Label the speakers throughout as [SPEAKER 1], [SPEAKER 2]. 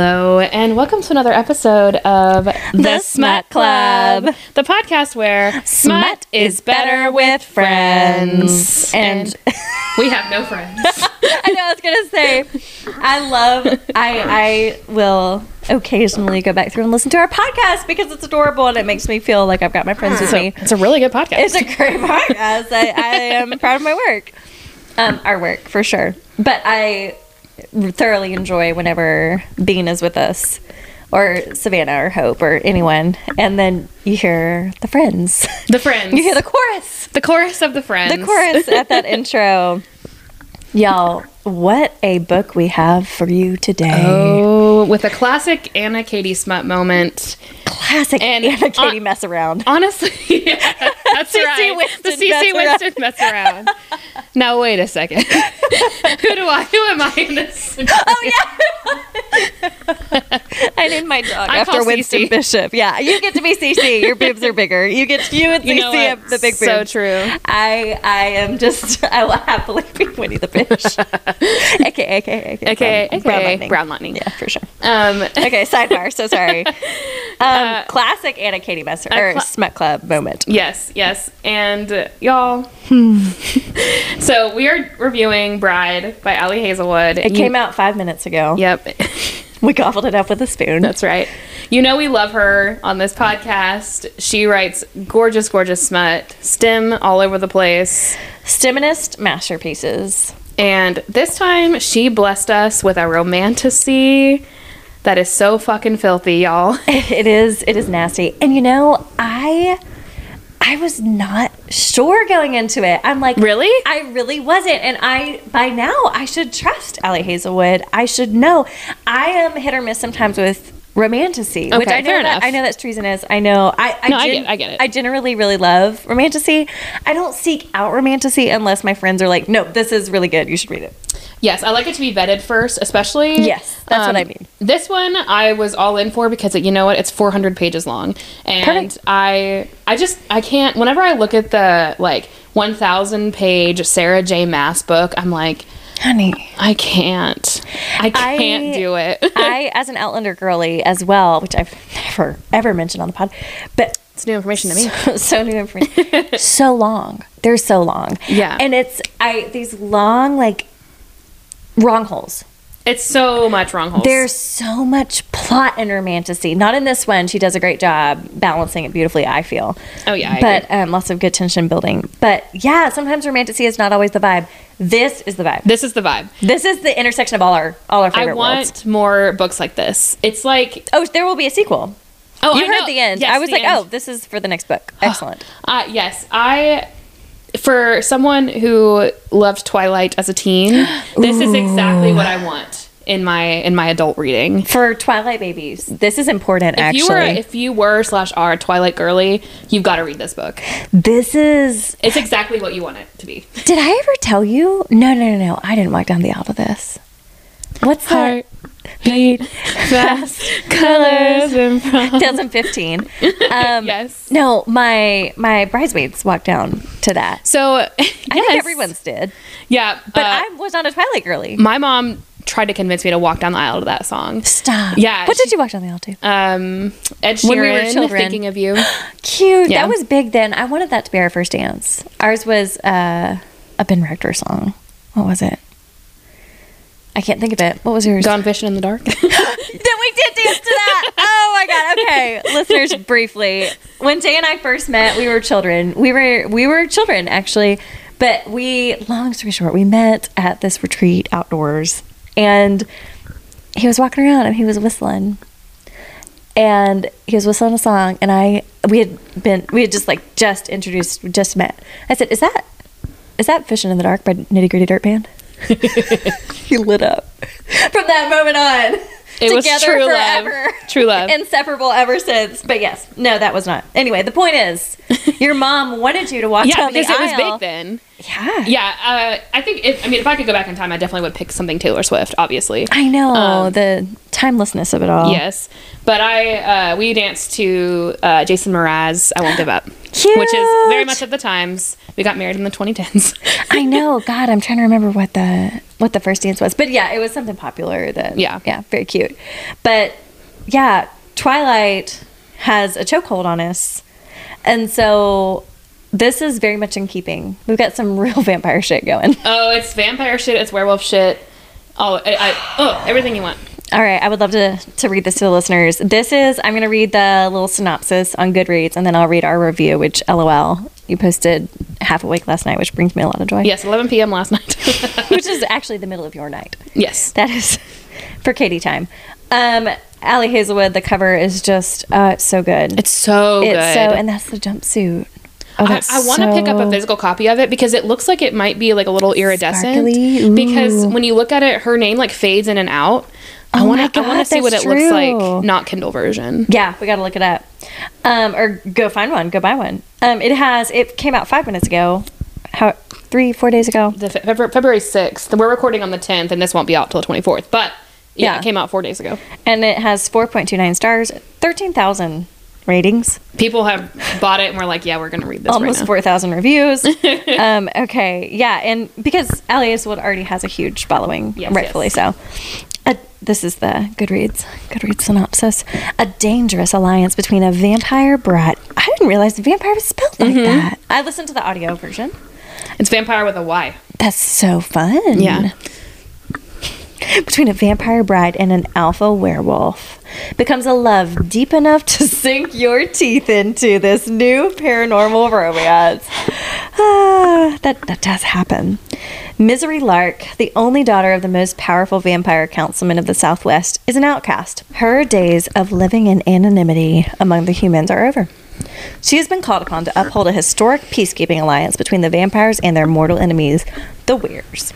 [SPEAKER 1] and welcome to another episode of The,
[SPEAKER 2] Smut Club.
[SPEAKER 1] the podcast where
[SPEAKER 2] Smut is better with friends. And
[SPEAKER 1] we have no friends.
[SPEAKER 2] I know I was gonna say, I love. I I will occasionally go back through and listen to our podcast because it's adorable and it makes me feel like I've got my friends with me.
[SPEAKER 1] it's a really good podcast.
[SPEAKER 2] It's a great podcast. I, I am proud of my work, um, our work for sure. But I thoroughly enjoy whenever Bean is with us. Or Savannah or Hope or anyone. And then you hear the friends.
[SPEAKER 1] the friends.
[SPEAKER 2] You hear the chorus.
[SPEAKER 1] the chorus of the friends.
[SPEAKER 2] the chorus at that intro. Y'all, what a book we have for you today.
[SPEAKER 1] Oh, with a classic Anna Katie Smut moment.
[SPEAKER 2] Classic
[SPEAKER 1] and-
[SPEAKER 2] Anna Katie
[SPEAKER 1] uh,
[SPEAKER 2] mess around.
[SPEAKER 1] Honestly, yeah, that's
[SPEAKER 2] CC
[SPEAKER 1] right. the
[SPEAKER 2] Winston
[SPEAKER 1] CC
[SPEAKER 2] mess around.
[SPEAKER 1] Winston mess around. now wait a second. who do I? Who am I in this?
[SPEAKER 2] I named my dog
[SPEAKER 1] I
[SPEAKER 2] after
[SPEAKER 1] call
[SPEAKER 2] Winston
[SPEAKER 1] CC.
[SPEAKER 2] Bishop. Yeah, you get to be CC. Your boobs are bigger. You get you and CC
[SPEAKER 1] You know
[SPEAKER 2] have
[SPEAKER 1] what?
[SPEAKER 2] the big boobs.
[SPEAKER 1] So true.
[SPEAKER 2] I I am just I will happily be Winnie the Bitch. AKA AKA AKA
[SPEAKER 1] AKA,
[SPEAKER 2] Brown- Brown
[SPEAKER 1] AKA,
[SPEAKER 2] Lightning.
[SPEAKER 1] Brown Lightning.
[SPEAKER 2] Yeah, for sure.
[SPEAKER 1] Um,
[SPEAKER 2] Okay, sidebar. So sorry. Um, classic Anna Katie Messer or
[SPEAKER 1] Uh, cla-
[SPEAKER 2] Smut Club moment.
[SPEAKER 1] yes, yes, and uh, y'all.
[SPEAKER 2] Hmm.
[SPEAKER 1] so we are reviewing *Bride* by Allie Hazelwood.
[SPEAKER 2] It came out five minutes ago.
[SPEAKER 1] Yep,
[SPEAKER 2] We gobbled it up with a spoon.
[SPEAKER 1] that's right. You know we love her on this podcast. She writes gorgeous, gorgeous smut, stem all over the place.
[SPEAKER 2] Stiminist masterpieces.
[SPEAKER 1] And this time she blessed us with a romanticy that is so fucking filthy, y'all.
[SPEAKER 2] It is. It is nasty. And you know, I, I was not sure going into it. I'm like,
[SPEAKER 1] Really?
[SPEAKER 2] I really wasn't. And I, by now, I should trust Allie Hazelwood. I should know. I am hit or miss sometimes with romanticy, which
[SPEAKER 1] Okay,
[SPEAKER 2] I know
[SPEAKER 1] fair
[SPEAKER 2] that,
[SPEAKER 1] enough.
[SPEAKER 2] I know that's treasonous. I know. I, I,
[SPEAKER 1] No, I get it, I get it.
[SPEAKER 2] I generally really love romanticy. I don't seek out romanticy unless my friends are like, no, this is really good. You should read it.
[SPEAKER 1] Yes, I like it to be vetted first, especially. um,
[SPEAKER 2] Yes, that's what I mean.
[SPEAKER 1] This one I was all in for because it, you know what? It's 400 pages long, and
[SPEAKER 2] Perfect.
[SPEAKER 1] I, I just, I can't. Whenever I look at the like 1,000 page Sarah J. Mass book, I'm like,
[SPEAKER 2] Honey.
[SPEAKER 1] I can't, I can't do it.
[SPEAKER 2] I, as an Outlander girly as well, which I've never ever mentioned on the pod, but
[SPEAKER 1] it's new information to me.
[SPEAKER 2] so, so new information. so long. They're so long.
[SPEAKER 1] Yeah.
[SPEAKER 2] and it's I these long like wrong holes.
[SPEAKER 1] It's so much wrong holes.
[SPEAKER 2] There's so much plot and romanticy. Not in this one. She does a great job balancing it beautifully. I feel.
[SPEAKER 1] Oh, yeah, I
[SPEAKER 2] but um, lots of good tension building. But yeah, sometimes romanticy is not always the vibe. This is the vibe.
[SPEAKER 1] this is the vibe.
[SPEAKER 2] This is the intersection of all our all our favorite
[SPEAKER 1] I want
[SPEAKER 2] worlds.
[SPEAKER 1] more books like this. It's like
[SPEAKER 2] Oh, there will be a sequel.
[SPEAKER 1] oh,
[SPEAKER 2] you
[SPEAKER 1] I
[SPEAKER 2] heard
[SPEAKER 1] know-
[SPEAKER 2] the end.
[SPEAKER 1] Yes,
[SPEAKER 2] I was
[SPEAKER 1] the
[SPEAKER 2] like,
[SPEAKER 1] end.
[SPEAKER 2] oh, this is for the next book. Excellent.
[SPEAKER 1] Uh, yes, I. For someone who loved Twilight as a teen, this is exactly what I want in my in my adult reading.
[SPEAKER 2] for Twilight Babies, this is important,
[SPEAKER 1] If you were
[SPEAKER 2] actually.
[SPEAKER 1] if you were slash are a Twilight girly, you've got to read this book.
[SPEAKER 2] this is.
[SPEAKER 1] It's exactly what you want it to be.
[SPEAKER 2] Did I ever tell you? No, no, no, no. I didn't walk down the aisle to this. What's that?
[SPEAKER 1] beat fast, colors and
[SPEAKER 2] 2015. Um,
[SPEAKER 1] yes.
[SPEAKER 2] No, my my bridesmaids walked down to that.
[SPEAKER 1] So yes,
[SPEAKER 2] I think everyone's did,
[SPEAKER 1] yeah,
[SPEAKER 2] but
[SPEAKER 1] uh,
[SPEAKER 2] I was not a Twilight girly.
[SPEAKER 1] my mom tried to convince me to walk down the aisle to that song.
[SPEAKER 2] Stop.
[SPEAKER 1] Yeah,
[SPEAKER 2] What did
[SPEAKER 1] she-
[SPEAKER 2] you walk down the aisle to?
[SPEAKER 1] um Ed Sheeran
[SPEAKER 2] When we were children.
[SPEAKER 1] thinking of you.
[SPEAKER 2] Cute.
[SPEAKER 1] Yeah.
[SPEAKER 2] That was big then. I wanted that to be our first dance. Ours was uh, a Ben Rector song. What was it? I can't think of it. What was yours?
[SPEAKER 1] Gone fishing in the dark.
[SPEAKER 2] Then we did dance to that. Oh my god. Okay, listeners, briefly, when Jay and I first met, we were children. We were we were children actually, but we long story short, we met at this retreat outdoors, and he was walking around and he was whistling, and he was whistling a song, and I we had been we had just like just introduced just met. I said, "Is that is that Fishing in the Dark by Nitty Gritty Dirt Band?" he lit up from that moment on.
[SPEAKER 1] It was true love. True love.
[SPEAKER 2] Inseparable ever since. But yes, no, that was not. Anyway, the point is, your mom wanted you to walk
[SPEAKER 1] yeah,
[SPEAKER 2] down the
[SPEAKER 1] because it was
[SPEAKER 2] aisle.
[SPEAKER 1] big then.
[SPEAKER 2] Yeah.
[SPEAKER 1] Yeah, uh, I think if I mean if I could go back in time, I definitely would pick something Taylor Swift, obviously.
[SPEAKER 2] I know
[SPEAKER 1] Um,
[SPEAKER 2] the timelessness of it all.
[SPEAKER 1] Yes, but I uh, we danced to uh, Jason Mraz. I won't give up, which is very
[SPEAKER 2] Cute.
[SPEAKER 1] much at the times. We got married in the 2010s.
[SPEAKER 2] I know. God, I'm trying to remember what the what the first dance was, but yeah, it was something popular. That
[SPEAKER 1] Yeah.
[SPEAKER 2] yeah, very cute. But yeah, Twilight has a chokehold on us. And so this is very much in keeping. We've got some real vampire shit going.
[SPEAKER 1] Oh, it's vampire shit. It's werewolf shit. Oh, I, I, oh, everything you want.
[SPEAKER 2] All right, I would love to to read this to the listeners. This is I'm going to read the little synopsis on Goodreads, and then I'll read our review, which LOL you posted half awake last night, which brings me a lot of joy.
[SPEAKER 1] Yes, 11 p.m. last night.
[SPEAKER 2] which is actually the middle of your night.
[SPEAKER 1] yes.
[SPEAKER 2] That is for Katie time. Um, Allie Hazelwood, the cover is just uh, it's so good.
[SPEAKER 1] It's so good.
[SPEAKER 2] It's so, and that's the jumpsuit. Oh,
[SPEAKER 1] I,
[SPEAKER 2] that's
[SPEAKER 1] I want to pick up a
[SPEAKER 2] so-
[SPEAKER 1] physical copy of it because it looks like it might be like a little iridescent.
[SPEAKER 2] Sparkly? Ooh.
[SPEAKER 1] Because when you look at it, her name like fades in and out. I
[SPEAKER 2] Oh
[SPEAKER 1] want to.
[SPEAKER 2] my
[SPEAKER 1] I want to
[SPEAKER 2] God,
[SPEAKER 1] see what it
[SPEAKER 2] that's
[SPEAKER 1] looks
[SPEAKER 2] true.
[SPEAKER 1] like, not Kindle version.
[SPEAKER 2] Yeah, we got to look it up, um, or go find one, go buy one. Um, it has. It came out five minutes ago, how three, four days ago.
[SPEAKER 1] The Fe- February, February 6th. We're recording on the 10th, and this won't be out till the 24th. But yeah,
[SPEAKER 2] Yeah.
[SPEAKER 1] it came out four days ago.
[SPEAKER 2] and it has 4.29 stars, 13,000 ratings,
[SPEAKER 1] People have bought it, and we're like, yeah, we're gonna read this.
[SPEAKER 2] almost
[SPEAKER 1] right now.
[SPEAKER 2] 4,000 reviews. um, okay, yeah, and because Alias Wood already has a huge following,
[SPEAKER 1] Yes,
[SPEAKER 2] rightfully
[SPEAKER 1] yes.
[SPEAKER 2] so. Uh, this is the Goodreads Goodreads synopsis. A dangerous alliance between a vampire brat. I didn't realize the vampire was spelled like that. Mm-hmm. I listened to the audio version.
[SPEAKER 1] It's vampire with a Y. Mm-hmm.
[SPEAKER 2] That's so fun.
[SPEAKER 1] Yeah.
[SPEAKER 2] Between a vampire bride and an alpha werewolf becomes a love deep enough to sink your teeth into this new paranormal romance. Ah, that, that does happen. Misery Lark, the only daughter of the most powerful vampire councilman of the Southwest, is an outcast. Her days of living in anonymity among the humans are over. She has been called upon to uphold a historic peacekeeping alliance between the vampires and their mortal enemies, the Weirs.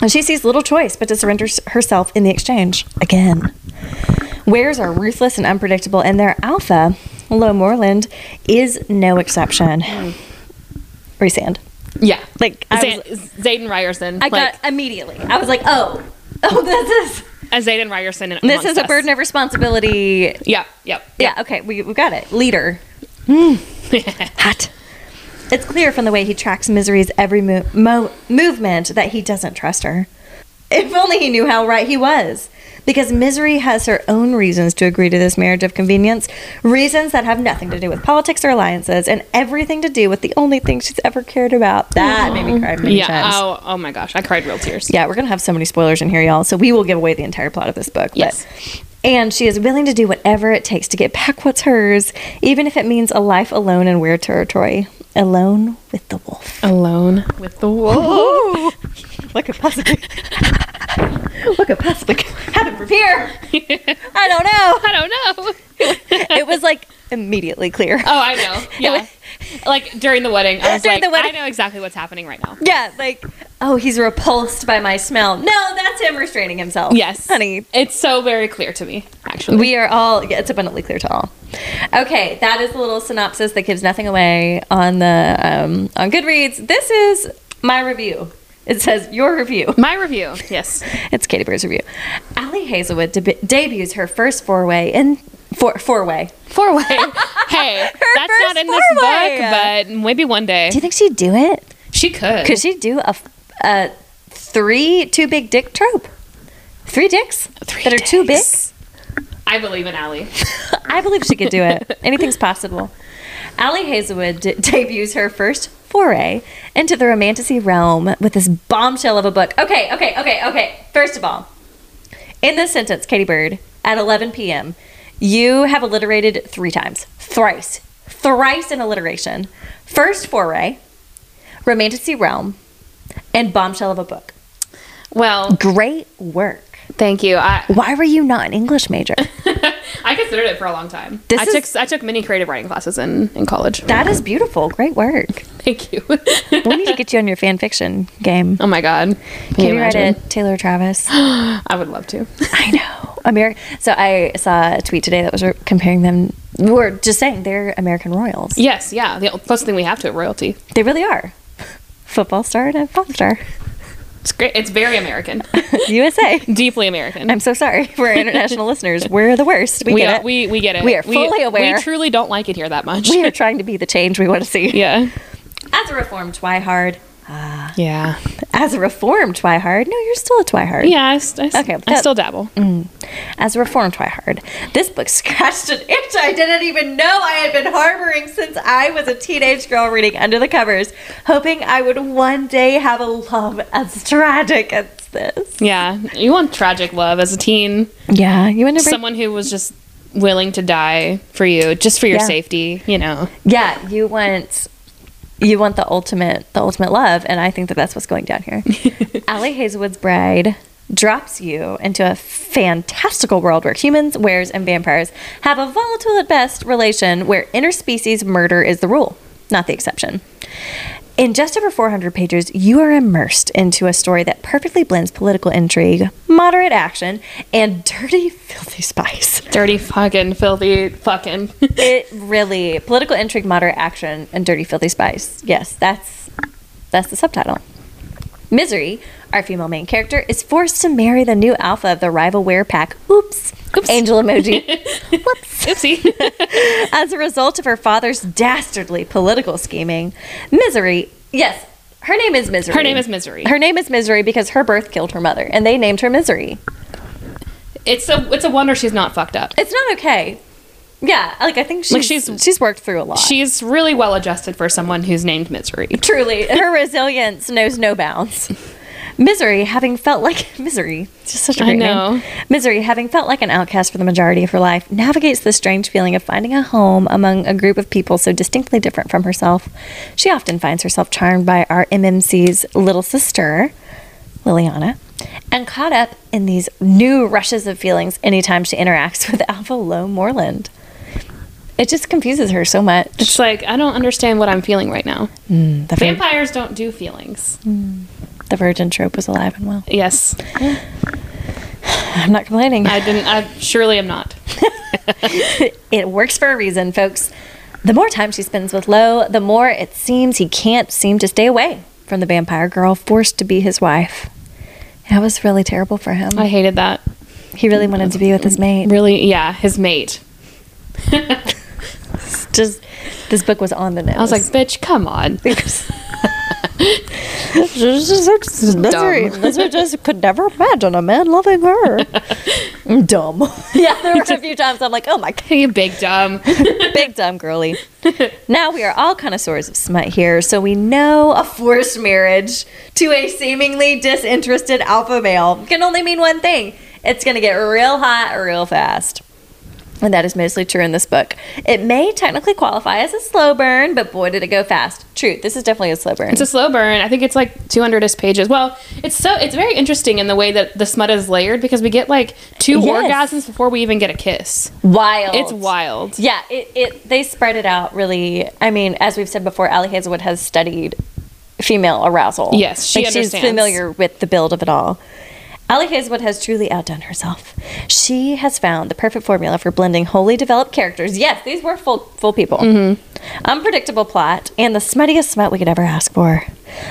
[SPEAKER 2] And she sees little choice but to surrender s- herself in the exchange again. Wares are ruthless and unpredictable, and their alpha, Lowmoreland, is no exception. Resand.
[SPEAKER 1] Yeah,
[SPEAKER 2] Like, I
[SPEAKER 1] Zay-
[SPEAKER 2] was-
[SPEAKER 1] Zayden Ryerson.
[SPEAKER 2] I
[SPEAKER 1] like,
[SPEAKER 2] got immediately. I was like, oh, oh, this is
[SPEAKER 1] a Zayden Ryerson. in-
[SPEAKER 2] this
[SPEAKER 1] amongst
[SPEAKER 2] is a
[SPEAKER 1] us.
[SPEAKER 2] burden of responsibility.
[SPEAKER 1] Yeah, yeah,
[SPEAKER 2] Yeah, okay, we we got it. Leader. Hot. It's clear from the way he tracks Misery's every mo- mo- movement that he doesn't trust her. If only he knew how right he was. Because Misery has her own reasons to agree to this marriage of convenience, reasons that have nothing to do with politics or alliances, and everything to do with the only thing she's ever cared about. That made me cry many
[SPEAKER 1] yeah.
[SPEAKER 2] times.
[SPEAKER 1] Oh, oh my gosh, I cried real tears.
[SPEAKER 2] Yeah, we're gonna have so many spoilers in here, y'all. So we will give away the entire plot of this book. but-
[SPEAKER 1] Yes.
[SPEAKER 2] and she is willing to do whatever it takes to get back what's hers, even if it means a life alone in weird territory, alone with the wolf.
[SPEAKER 1] Alone with the wolf.
[SPEAKER 2] Ooh, what could possibly, what could possibly happen from here? I don't know.
[SPEAKER 1] I don't know.
[SPEAKER 2] It was like immediately clear.
[SPEAKER 1] Oh, I know. Yeah. like during the wedding, I was
[SPEAKER 2] During
[SPEAKER 1] like,
[SPEAKER 2] the wedding.
[SPEAKER 1] I know exactly what's happening right now.
[SPEAKER 2] Yeah, like oh, he's repulsed by my smell. No, that's him restraining himself.
[SPEAKER 1] Yes.
[SPEAKER 2] honey,
[SPEAKER 1] It's so very clear to me, actually.
[SPEAKER 2] We are all, yeah, it's abundantly clear to all. Okay, that is the little synopsis that gives nothing away on the um, on Goodreads. This is my review. It says your review.
[SPEAKER 1] My review. Yes.
[SPEAKER 2] It's Katie Bear's review. Allie Hazelwood deb- debuts her first four way in four four way.
[SPEAKER 1] Four way. hey, that's not
[SPEAKER 2] first
[SPEAKER 1] in this
[SPEAKER 2] four-way.
[SPEAKER 1] book, but maybe one day.
[SPEAKER 2] Do you think she'd do it?
[SPEAKER 1] She could.
[SPEAKER 2] Could she do a, f- a three too big dick trope? Three dicks
[SPEAKER 1] Three
[SPEAKER 2] that are too big.
[SPEAKER 1] dicks. I believe in Allie.
[SPEAKER 2] I believe she could do it. Anything's possible. Allie Hazelwood d- debuts her first foray into the romanticy realm with this bombshell of a book. Okay, okay, okay, okay. First of all, in this sentence, Katie Bird, at 11 p.m., you have alliterated three times, thrice, thrice in alliteration. First foray, romanticy realm, and bombshell of a book.
[SPEAKER 1] Well,
[SPEAKER 2] Great work.
[SPEAKER 1] thank you. I
[SPEAKER 2] Why were you not an English major?
[SPEAKER 1] I considered it for a long time.
[SPEAKER 2] This
[SPEAKER 1] I
[SPEAKER 2] is-
[SPEAKER 1] took I took many creative writing classes in in college.
[SPEAKER 2] That is beautiful. Great work.
[SPEAKER 1] Thank you.
[SPEAKER 2] We need to get you on your fan fiction game.
[SPEAKER 1] oh my god. Can,
[SPEAKER 2] Can you write
[SPEAKER 1] imagine?
[SPEAKER 2] a Taylor Travis?
[SPEAKER 1] I would love to.
[SPEAKER 2] I know. America. So I saw a tweet today that was re- comparing them. We're just saying they're American royals.
[SPEAKER 1] Yes, yeah. The closest thing we have to it, royalty.
[SPEAKER 2] They really are. Football star and a pop star.
[SPEAKER 1] It's great. It's very American.
[SPEAKER 2] USA.
[SPEAKER 1] Deeply American.
[SPEAKER 2] I'm so sorry for our international listeners. We're the worst. We,
[SPEAKER 1] we,
[SPEAKER 2] get
[SPEAKER 1] are-
[SPEAKER 2] it.
[SPEAKER 1] we we get it.
[SPEAKER 2] We are fully aware.
[SPEAKER 1] We truly don't like it here that much.
[SPEAKER 2] we are trying to be the change we want to see.
[SPEAKER 1] yeah.
[SPEAKER 2] As a reformed twihard,
[SPEAKER 1] Yeah.
[SPEAKER 2] As a reformed Twihard, no, you're still a Twihard.
[SPEAKER 1] Yeah, I, s- I s-
[SPEAKER 2] Okay,
[SPEAKER 1] I
[SPEAKER 2] that- Mm-hmm.
[SPEAKER 1] still dabble.
[SPEAKER 2] As a reformed Twihard, this book scratched an itch I didn't even know I had been harboring since I was a teenage girl reading Under the Covers, hoping I would one day have a love as tragic as this.
[SPEAKER 1] Yeah. You want tragic love as a teen.
[SPEAKER 2] Yeah, you end up
[SPEAKER 1] Someone who was just willing to die for you, just for your
[SPEAKER 2] Yeah.
[SPEAKER 1] safety, you know.
[SPEAKER 2] Yeah, you want you want the ultimate the ultimate love, and I think that that's what's going down here. Allie Hazelwood's bride drops you into a fantastical world where humans, wares, and vampires have a volatile at best relation where interspecies murder is the rule, not the exception. In just over 400 pages, you are immersed into a story that perfectly blends political intrigue, moderate action, and dirty, filthy spice
[SPEAKER 1] Dirty fucking filthy fucking.
[SPEAKER 2] it really political intrigue, moderate action, and dirty, filthy spice. Yes, that's that's the subtitle. Misery, our female main character, is forced to marry the new alpha of the rival wear pack. Oops.
[SPEAKER 1] Oops.
[SPEAKER 2] Angel emoji. Whoops.
[SPEAKER 1] Oopsie.
[SPEAKER 2] As a result of her father's dastardly political scheming, Misery. Yes, her name is Misery.
[SPEAKER 1] Her name is Misery.
[SPEAKER 2] Her name is Misery because her birth killed her mother, and they named her Misery.
[SPEAKER 1] It's a it's a wonder she's not fucked up.
[SPEAKER 2] It's not okay. Yeah, like I think she's
[SPEAKER 1] Like,
[SPEAKER 2] she's,
[SPEAKER 1] she's-
[SPEAKER 2] worked through a lot.
[SPEAKER 1] She's really well adjusted for someone who's named Misery.
[SPEAKER 2] Truly, her resilience knows no bounds. Misery, having felt like misery, just such a
[SPEAKER 1] I
[SPEAKER 2] great
[SPEAKER 1] know.
[SPEAKER 2] name. Misery, having felt like an outcast for the majority of her life, navigates the strange feeling of finding a home among a group of people so distinctly different from herself. She often finds herself charmed by our MMC's little sister, Liliana, and caught up in these new rushes of feelings anytime she interacts with Alpha Low Moreland. It just confuses her so much.
[SPEAKER 1] It's like I don't understand what I'm feeling right now.
[SPEAKER 2] The, vir-
[SPEAKER 1] Vampires don't do feelings.
[SPEAKER 2] the virgin trope was alive and well.
[SPEAKER 1] Yes.
[SPEAKER 2] I'm not complaining.
[SPEAKER 1] I didn't I surely am not.
[SPEAKER 2] it works for a reason, folks. The more time she spends with Lo, the more it seems he can't seem to stay away from the vampire girl forced to be his wife. That was really terrible for him.
[SPEAKER 1] I hated that.
[SPEAKER 2] He really wanted to be with his mate.
[SPEAKER 1] Really yeah, his mate.
[SPEAKER 2] Just this book was on the nose.
[SPEAKER 1] I was like, bitch, come on.
[SPEAKER 2] Misery, misery just could never imagine a man loving her. dumb. Yeah, there were a few times I'm like, oh my god,
[SPEAKER 1] you big dumb.
[SPEAKER 2] big dumb girly. Now we are all connoisseurs of smut here, so we know a forced marriage to a seemingly disinterested alpha male can only mean one thing it's going to get real hot real fast. And that is mostly true in this book. It may technically qualify as a slow burn, but boy, did it go fast. True, this is definitely a slow burn.
[SPEAKER 1] It's a slow burn. I think it's like 200 ish pages. Well, it's so it's very interesting in the way that the smut is layered because we get like two
[SPEAKER 2] Yes.
[SPEAKER 1] orgasms before we even get a kiss.
[SPEAKER 2] wild.
[SPEAKER 1] It's wild.
[SPEAKER 2] Yeah, it, it they spread it out really. I mean, as we've said before, Allie Hazelwood has studied female arousal.
[SPEAKER 1] Yes, she
[SPEAKER 2] like she's
[SPEAKER 1] understands.
[SPEAKER 2] familiar with the build of it all. Allie Hazelwood has truly outdone herself. She has found the perfect formula for blending wholly developed characters. Yes, these were full full people.
[SPEAKER 1] Mm-hmm.
[SPEAKER 2] Unpredictable plot and the smuttiest smut we could ever ask for.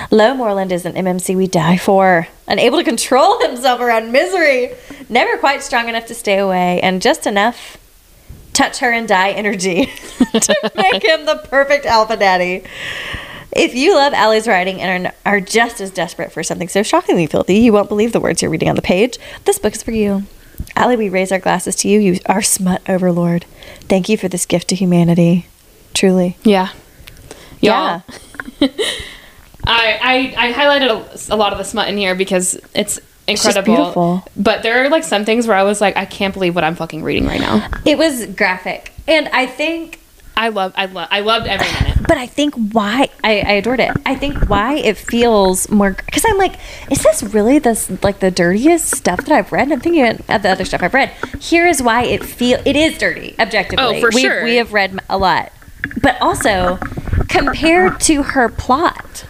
[SPEAKER 2] Lo Moreland is an MMC we die for, unable to control himself around misery, never quite strong enough to stay away, and just enough touch her and die energy to make him the perfect alpha daddy. If you love Allie's writing and are, are just as desperate for something so shockingly filthy, you won't believe the words you're reading on the page, this book is for you. Allie, we raise our glasses to you. You are smut overlord. Thank you for this gift to humanity. Truly.
[SPEAKER 1] Yeah.
[SPEAKER 2] Yeah.
[SPEAKER 1] Y'all, I, I I highlighted a, a lot of the smut in here because it's
[SPEAKER 2] just
[SPEAKER 1] incredible.
[SPEAKER 2] beautiful.
[SPEAKER 1] But there are like some things where I was like, I can't believe what I'm fucking reading right now.
[SPEAKER 2] It was graphic. And I think
[SPEAKER 1] I love I love I loved every minute.
[SPEAKER 2] but I think why I, I adored it. I think why it feels more because I'm like, is this really this like the dirtiest stuff that I've read? I'm thinking of the other stuff I've read. Here is why it feel it is dirty objectively.
[SPEAKER 1] Oh, for
[SPEAKER 2] We've-
[SPEAKER 1] sure.
[SPEAKER 2] We have read a lot, but also compared to her plot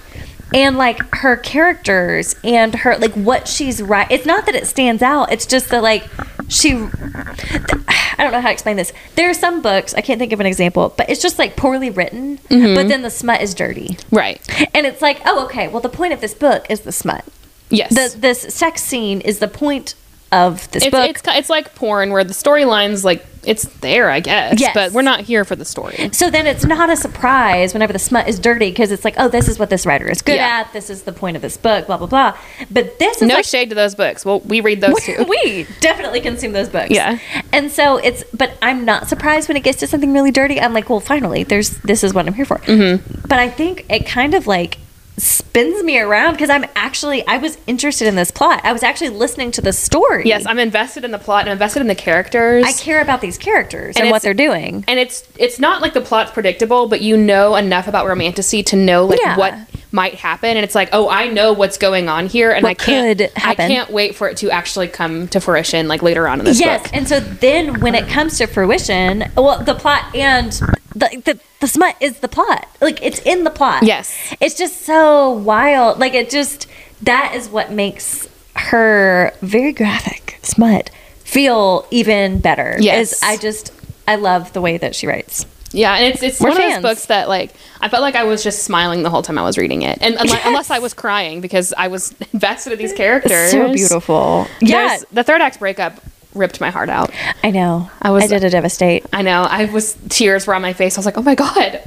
[SPEAKER 2] and like her characters and her like what she's right. It's not that it stands out. It's just that like she I don't know how to explain this. There are some books, I can't think of an example, but it's just like poorly written,
[SPEAKER 1] Mm-hmm.
[SPEAKER 2] but then the smut is dirty.
[SPEAKER 1] Right.
[SPEAKER 2] And it's like, oh, okay, well, the point of this book is the smut.
[SPEAKER 1] Yes.
[SPEAKER 2] The, this sex scene is the point of this
[SPEAKER 1] it's,
[SPEAKER 2] book.
[SPEAKER 1] it's ki- it's like porn where the storyline's like it's there, I guess.
[SPEAKER 2] Yes.
[SPEAKER 1] But we're not here for the story.
[SPEAKER 2] So then it's not a surprise whenever the smut is dirty because it's like, oh, this is what this writer is good
[SPEAKER 1] Yeah.
[SPEAKER 2] at. This is the point of this book, blah, blah, blah. But this is
[SPEAKER 1] no
[SPEAKER 2] like,
[SPEAKER 1] shade to those books. Well, we read those too.
[SPEAKER 2] we definitely consume those books.
[SPEAKER 1] Yeah.
[SPEAKER 2] And so it's, but I'm not surprised when it gets to something really dirty. I'm like, well, finally, there's, this is what I'm here for.
[SPEAKER 1] Mm-hmm.
[SPEAKER 2] But I think it kind of like spins me around because I'm actually, I was interested in this plot. I was actually listening to the story.
[SPEAKER 1] Yes, I'm invested in the plot and I'm invested in the characters.
[SPEAKER 2] I care about these characters and,
[SPEAKER 1] And it's-
[SPEAKER 2] what they're doing.
[SPEAKER 1] and it's it's not like the plot's predictable, but you know enough about romanticy to know like
[SPEAKER 2] Yeah.
[SPEAKER 1] what might happen, and it's like, oh, I know what's going on here, and
[SPEAKER 2] What
[SPEAKER 1] I can't
[SPEAKER 2] could happen.
[SPEAKER 1] I can't wait for it to actually come to fruition like later on in this
[SPEAKER 2] yes,
[SPEAKER 1] book.
[SPEAKER 2] and so then when it comes to fruition, well, the plot and the, the the smut is the plot. Like it's in the plot.
[SPEAKER 1] Yes.
[SPEAKER 2] it's just so wild. Like it just that is what makes her very graphic smut feel even better.
[SPEAKER 1] Yes.
[SPEAKER 2] is I just I love the way that she writes.
[SPEAKER 1] Yeah, and it's it's
[SPEAKER 2] We're
[SPEAKER 1] one
[SPEAKER 2] fans.
[SPEAKER 1] of those books that like I felt like I was just smiling the whole time I was reading it, and unless, unless I was crying because I was invested in these characters.
[SPEAKER 2] beautiful. Yeah,
[SPEAKER 1] There's- the third act's breakup ripped my heart out.
[SPEAKER 2] I know. I
[SPEAKER 1] I
[SPEAKER 2] was
[SPEAKER 1] was-
[SPEAKER 2] I did a devastate.
[SPEAKER 1] I know. I was tears were on my face. I was like, oh my god,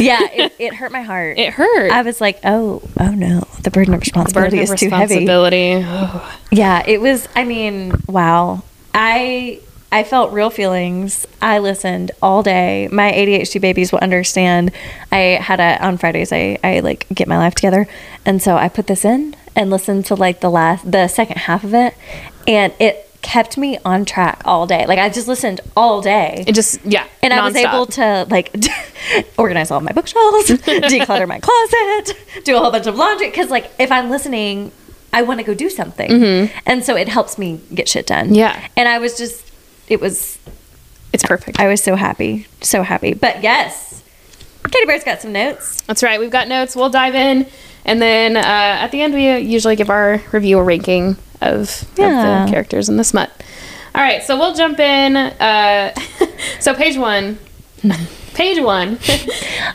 [SPEAKER 2] Yeah, it, it hurt my heart.
[SPEAKER 1] it hurt.
[SPEAKER 2] I was like, oh, oh no, the burden of responsibility
[SPEAKER 1] Burden of
[SPEAKER 2] is too heavy.
[SPEAKER 1] responsibility. Ugh.
[SPEAKER 2] Yeah, it was. I mean, wow. I I felt real feelings. I listened all day. My ADHD babies will understand. I had a on Fridays. I I like get my life together, and so I put this in and listened to like the last the second half of it, and it kept me on track all day. Like I just listened all day.
[SPEAKER 1] It just yeah.
[SPEAKER 2] and I was
[SPEAKER 1] nonstop.
[SPEAKER 2] able to like organize all my bookshelves, declutter my closet, do a whole bunch of laundry. Because like if I'm listening, I want to go do something, and so it helps me get shit done.
[SPEAKER 1] Mm-hmm. Yeah.
[SPEAKER 2] and I was just, it was,
[SPEAKER 1] It's perfect.
[SPEAKER 2] I was so happy, so happy. But yes, Katie Bear's got some notes.
[SPEAKER 1] That's right. We've got notes. We'll dive in, and then uh, at the end we usually give our review or ranking of,
[SPEAKER 2] Yeah.
[SPEAKER 1] of the characters in the smut. All right, so we'll jump in. Uh, so page one. Page one.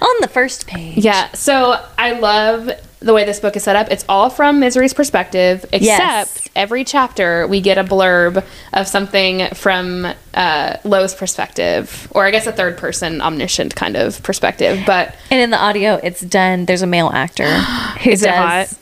[SPEAKER 2] On the first page,
[SPEAKER 1] Yeah. So I love the way this book is set up. It's all from Misery's perspective, except
[SPEAKER 2] Yes.
[SPEAKER 1] every chapter we get a blurb of something from uh, Lowe's perspective, or I guess a third person omniscient kind of perspective. But
[SPEAKER 2] And in the audio, it's done. There's a male actor who
[SPEAKER 1] Is it hot? Oh.
[SPEAKER 2] does.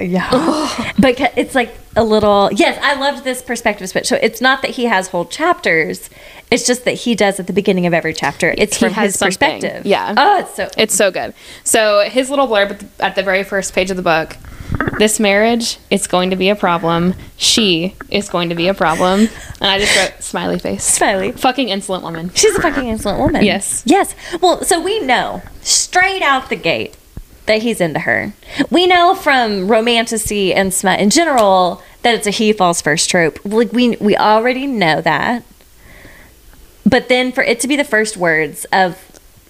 [SPEAKER 2] yeah. but ca- it's like a little. Yes, I loved this perspective switch. So it's not that he has whole chapters. It's just that he does at the beginning of every chapter. It's
[SPEAKER 1] He
[SPEAKER 2] from
[SPEAKER 1] has
[SPEAKER 2] his
[SPEAKER 1] something.
[SPEAKER 2] perspective.
[SPEAKER 1] Yeah.
[SPEAKER 2] Oh, it's so.
[SPEAKER 1] it's so good. So his little blurb at the- at the very first page of the book. This marriage is going to be a problem. She is going to be a problem. And I just wrote smiley face.
[SPEAKER 2] Smiley.
[SPEAKER 1] Fucking insolent woman.
[SPEAKER 2] She's a fucking insolent woman.
[SPEAKER 1] Yes.
[SPEAKER 2] Yes. Well, so we know straight out the gate that he's into her. We know from romanticy and smut in general that it's a he falls first trope. Like we we already know that. But then for it to be the first words of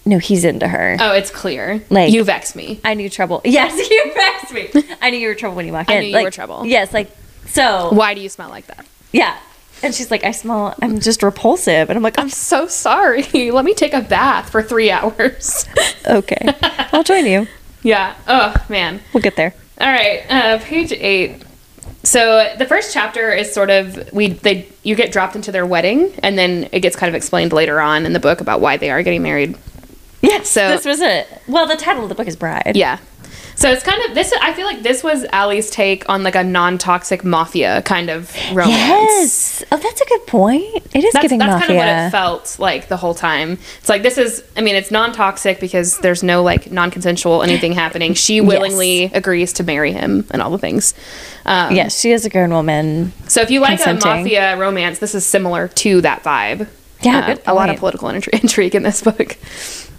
[SPEAKER 2] no, he's into her.
[SPEAKER 1] Oh, it's clear.
[SPEAKER 2] Like-
[SPEAKER 1] you vex me.
[SPEAKER 2] I knew trouble. Yes, you vexed me. I knew you were trouble when you walked
[SPEAKER 1] I
[SPEAKER 2] in.
[SPEAKER 1] knew you
[SPEAKER 2] Like,
[SPEAKER 1] were trouble.
[SPEAKER 2] Yes, like so.
[SPEAKER 1] Why do you smell like that?
[SPEAKER 2] Yeah. And she's like, I smell. I'm just repulsive. And I'm like, I'm
[SPEAKER 1] I'm so sorry. Let me take a bath for three hours.
[SPEAKER 2] okay. I'll join you.
[SPEAKER 1] yeah. Oh, man.
[SPEAKER 2] We'll get there.
[SPEAKER 1] All right. Uh, page eight. So the first chapter is sort of we they you get dropped into their wedding and then it gets kind of explained later on in the book about why they are getting married.
[SPEAKER 2] Yes.
[SPEAKER 1] So-
[SPEAKER 2] this was it. Well, the title of the book is Bride.
[SPEAKER 1] Yeah. So it's kind of this I feel like this was Allie's take on like a non-toxic mafia kind of romance.
[SPEAKER 2] Yes. Oh, that's a good point. It is
[SPEAKER 1] that's,
[SPEAKER 2] giving
[SPEAKER 1] that's
[SPEAKER 2] mafia.
[SPEAKER 1] kind of what it felt like the whole time. It's like this is, I mean, it's non-toxic because there's no like non-consensual anything happening. She willingly agrees to marry him and all the things. Um,
[SPEAKER 2] yes, she is a grown woman.
[SPEAKER 1] So if you like a
[SPEAKER 2] Consenting.
[SPEAKER 1] mafia romance, this is similar to that vibe. Uh,
[SPEAKER 2] Yeah, good
[SPEAKER 1] a lot of
[SPEAKER 2] point.
[SPEAKER 1] political intri- intrigue in this book.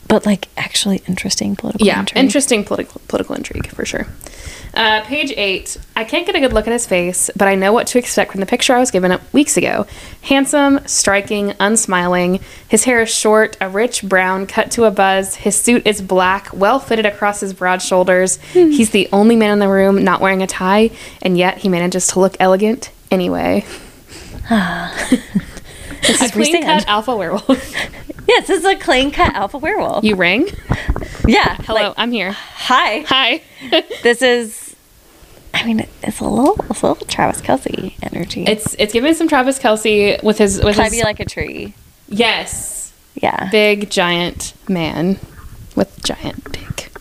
[SPEAKER 2] But like actually interesting political
[SPEAKER 1] Yeah,
[SPEAKER 2] intrigue.
[SPEAKER 1] interesting political political intrigue for sure. Uh, page eight. I can't get a good look at his face, but I know what to expect from the picture I was given weeks ago. Handsome, striking, unsmiling. His hair is short, a rich brown cut to a buzz. His suit is black, well fitted across his broad shoulders.
[SPEAKER 2] Hmm.
[SPEAKER 1] He's the only man in the room not wearing a tie, and yet he manages to look elegant anyway.
[SPEAKER 2] this
[SPEAKER 1] A
[SPEAKER 2] is where we
[SPEAKER 1] clean cut
[SPEAKER 2] stand.
[SPEAKER 1] alpha werewolf.
[SPEAKER 2] Yes, this is a clean cut alpha werewolf.
[SPEAKER 1] you rang?
[SPEAKER 2] yeah.
[SPEAKER 1] Hello,
[SPEAKER 2] like, uh,
[SPEAKER 1] I'm here.
[SPEAKER 2] hi.
[SPEAKER 1] Hi.
[SPEAKER 2] This is. I mean, it's a little, it's a little Travis Kelsey energy.
[SPEAKER 1] It's it's giving some Travis Kelsey with his with
[SPEAKER 2] Climb
[SPEAKER 1] his
[SPEAKER 2] you like a tree.
[SPEAKER 1] Yes.
[SPEAKER 2] Yeah.
[SPEAKER 1] Big giant man with giant dick.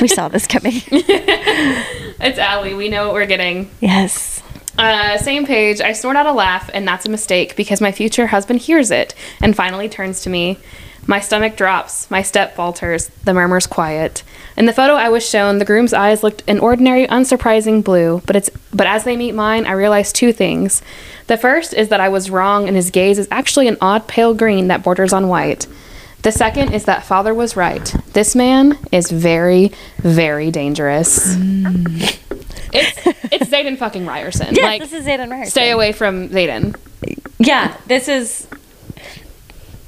[SPEAKER 2] we saw this coming.
[SPEAKER 1] It's Allie. We know what we're getting.
[SPEAKER 2] yes.
[SPEAKER 1] Uh, same page. I snort out a laugh, and that's a mistake because my future husband hears it and finally turns to me. My stomach drops, my step falters, the murmur's quiet. In the photo I was shown, the groom's eyes looked an ordinary, unsurprising blue, but it's but as they meet mine, I realize two things. The first is that I was wrong, and his gaze is actually an odd pale green that borders on white. The second is that father was right. This man is very, very dangerous.
[SPEAKER 2] Mm.
[SPEAKER 1] It's it's Zayden fucking Ryerson.
[SPEAKER 2] Yes,
[SPEAKER 1] like
[SPEAKER 2] this is Zayden Ryerson.
[SPEAKER 1] stay away from Zayden.
[SPEAKER 2] Yeah, this is.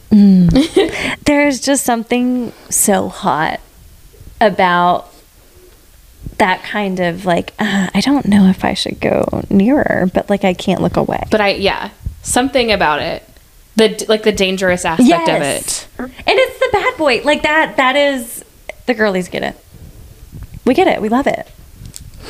[SPEAKER 2] There's just something so hot about that kind of like, uh, I don't know if I should go nearer, but like I can't look away.
[SPEAKER 1] But I yeah, something about it. The like the dangerous aspect of it.
[SPEAKER 2] And it's the bad boy. Like that, that is. The girlies get it. We get it. We love it.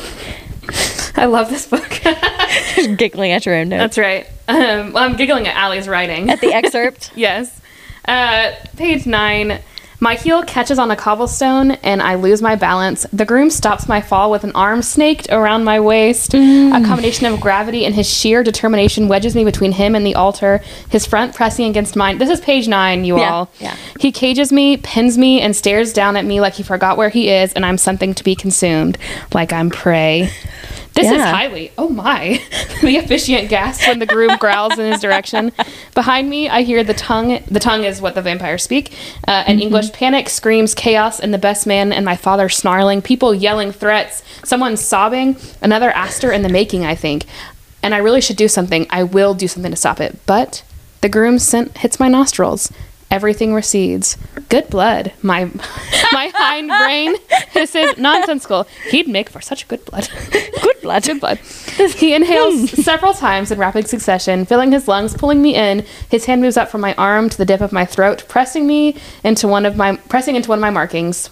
[SPEAKER 1] I love this book.
[SPEAKER 2] Giggling at your own notes.
[SPEAKER 1] That's right. Um, well, I'm giggling at Allie's writing.
[SPEAKER 2] at the excerpt.
[SPEAKER 1] yes. Uh, page nine. My heel catches on a cobblestone and I lose my balance. The groom stops my fall with an arm snaked around my waist.
[SPEAKER 2] Mm.
[SPEAKER 1] A combination of gravity and his sheer determination wedges me between him and the altar, his front pressing against mine. This is page nine, you
[SPEAKER 2] Yeah,
[SPEAKER 1] all.
[SPEAKER 2] yeah.
[SPEAKER 1] He cages me, pins me, and stares down at me like he forgot where he is and I'm something to be consumed, like I'm prey. This is
[SPEAKER 2] Yeah.
[SPEAKER 1] highly, oh my, the officiant gasps when the groom growls in his direction. Behind me, I hear the tongue, the tongue is what the vampires speak, uh, an English panic, screams, chaos, and the best man and my father snarling, people yelling threats, someone sobbing, another aster in the making, I think. And I really should do something. I will do something to stop it. But the groom's scent hits my nostrils. Everything recedes. Good blood. My my hind brain hisses nonsensical. He'd make for such good blood.
[SPEAKER 2] Good blood.
[SPEAKER 1] Good blood. Hmm. He inhales several times in rapid succession, filling his lungs, pulling me in. His hand moves up from my arm to the dip of my throat, pressing me into one of my pressing into one of my markings.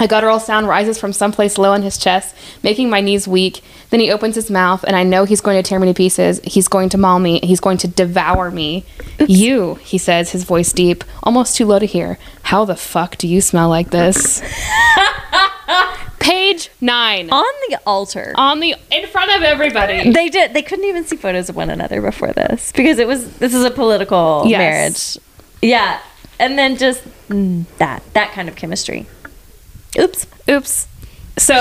[SPEAKER 1] A guttural sound rises from someplace low in his chest, making my knees weak. Then he opens his mouth, and I know he's going to tear me to pieces. He's going to maul me. He's going to devour me. You, he says, his voice deep, almost too low to hear. How the fuck do you smell like this? Page nine.
[SPEAKER 2] On the altar.
[SPEAKER 1] On the in front of everybody.
[SPEAKER 2] They did. They couldn't even see photos of one another before this because it was this is a political
[SPEAKER 1] Yes.
[SPEAKER 2] marriage. Yeah, and then just mm, that that kind of chemistry. Oops,
[SPEAKER 1] Oops. So,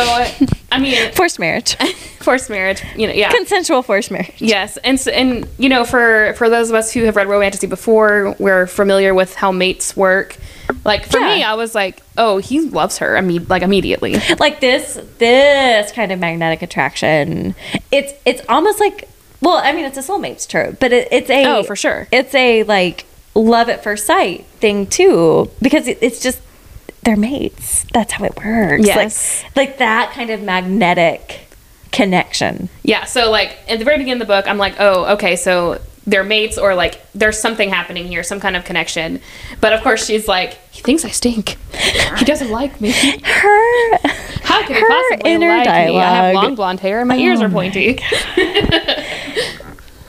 [SPEAKER 1] I mean,
[SPEAKER 2] forced marriage,
[SPEAKER 1] forced marriage. You know, yeah.
[SPEAKER 2] consensual forced marriage.
[SPEAKER 1] Yes, and so, and you know, for for those of us who have read romantasy before, we're familiar with how mates work. Like for me,
[SPEAKER 2] Yeah.
[SPEAKER 1] I was like, oh, he loves her. I mean, like immediately.
[SPEAKER 2] Like this, this kind of magnetic attraction. It's it's almost like well, I mean, it's a soulmates trope, but it, it's a
[SPEAKER 1] Oh, for sure.
[SPEAKER 2] It's a like love at first sight thing too because it, it's just they're mates. That's how it works.
[SPEAKER 1] Yes.
[SPEAKER 2] Like, like that kind of magnetic connection.
[SPEAKER 1] Yeah. So like at the very beginning of the book, I'm like, oh, okay, so they're mates, or like there's something happening here, some kind of connection. But of course, she's like, he thinks I stink. He doesn't like me.
[SPEAKER 2] Her
[SPEAKER 1] How could he
[SPEAKER 2] Her
[SPEAKER 1] possibly
[SPEAKER 2] inner
[SPEAKER 1] like me? I have
[SPEAKER 2] dialogue. Oh
[SPEAKER 1] long blonde hair and my ears are pointy.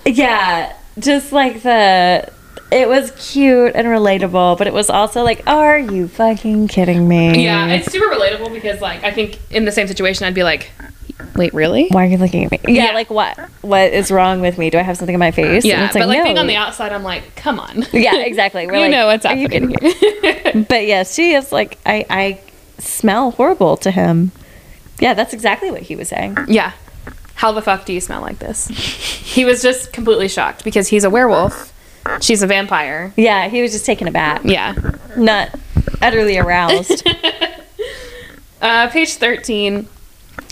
[SPEAKER 2] Yeah, just like the it was cute and relatable, but it was also like are you fucking kidding me?
[SPEAKER 1] Yeah, it's super relatable because like I think in the same situation, I'd be like, wait, really?
[SPEAKER 2] why are you looking at me? Yeah,
[SPEAKER 1] Yeah.
[SPEAKER 2] like what? What is wrong with me? Do I have something in my face? And
[SPEAKER 1] Yeah,
[SPEAKER 2] it's
[SPEAKER 1] but like
[SPEAKER 2] no.
[SPEAKER 1] being on the outside, I'm like, come on.
[SPEAKER 2] Yeah, exactly. We're
[SPEAKER 1] you
[SPEAKER 2] like,
[SPEAKER 1] know what's
[SPEAKER 2] are you
[SPEAKER 1] happening
[SPEAKER 2] kidding
[SPEAKER 1] here.
[SPEAKER 2] me? But yeah, she is like I I smell horrible to him. Yeah, that's exactly what he was saying.
[SPEAKER 1] yeah. How the fuck do you smell like this? He was just completely shocked because he's a werewolf. She's a vampire.
[SPEAKER 2] Yeah, he was just taken aback,
[SPEAKER 1] Yeah.
[SPEAKER 2] not utterly aroused.
[SPEAKER 1] Uh, page 13.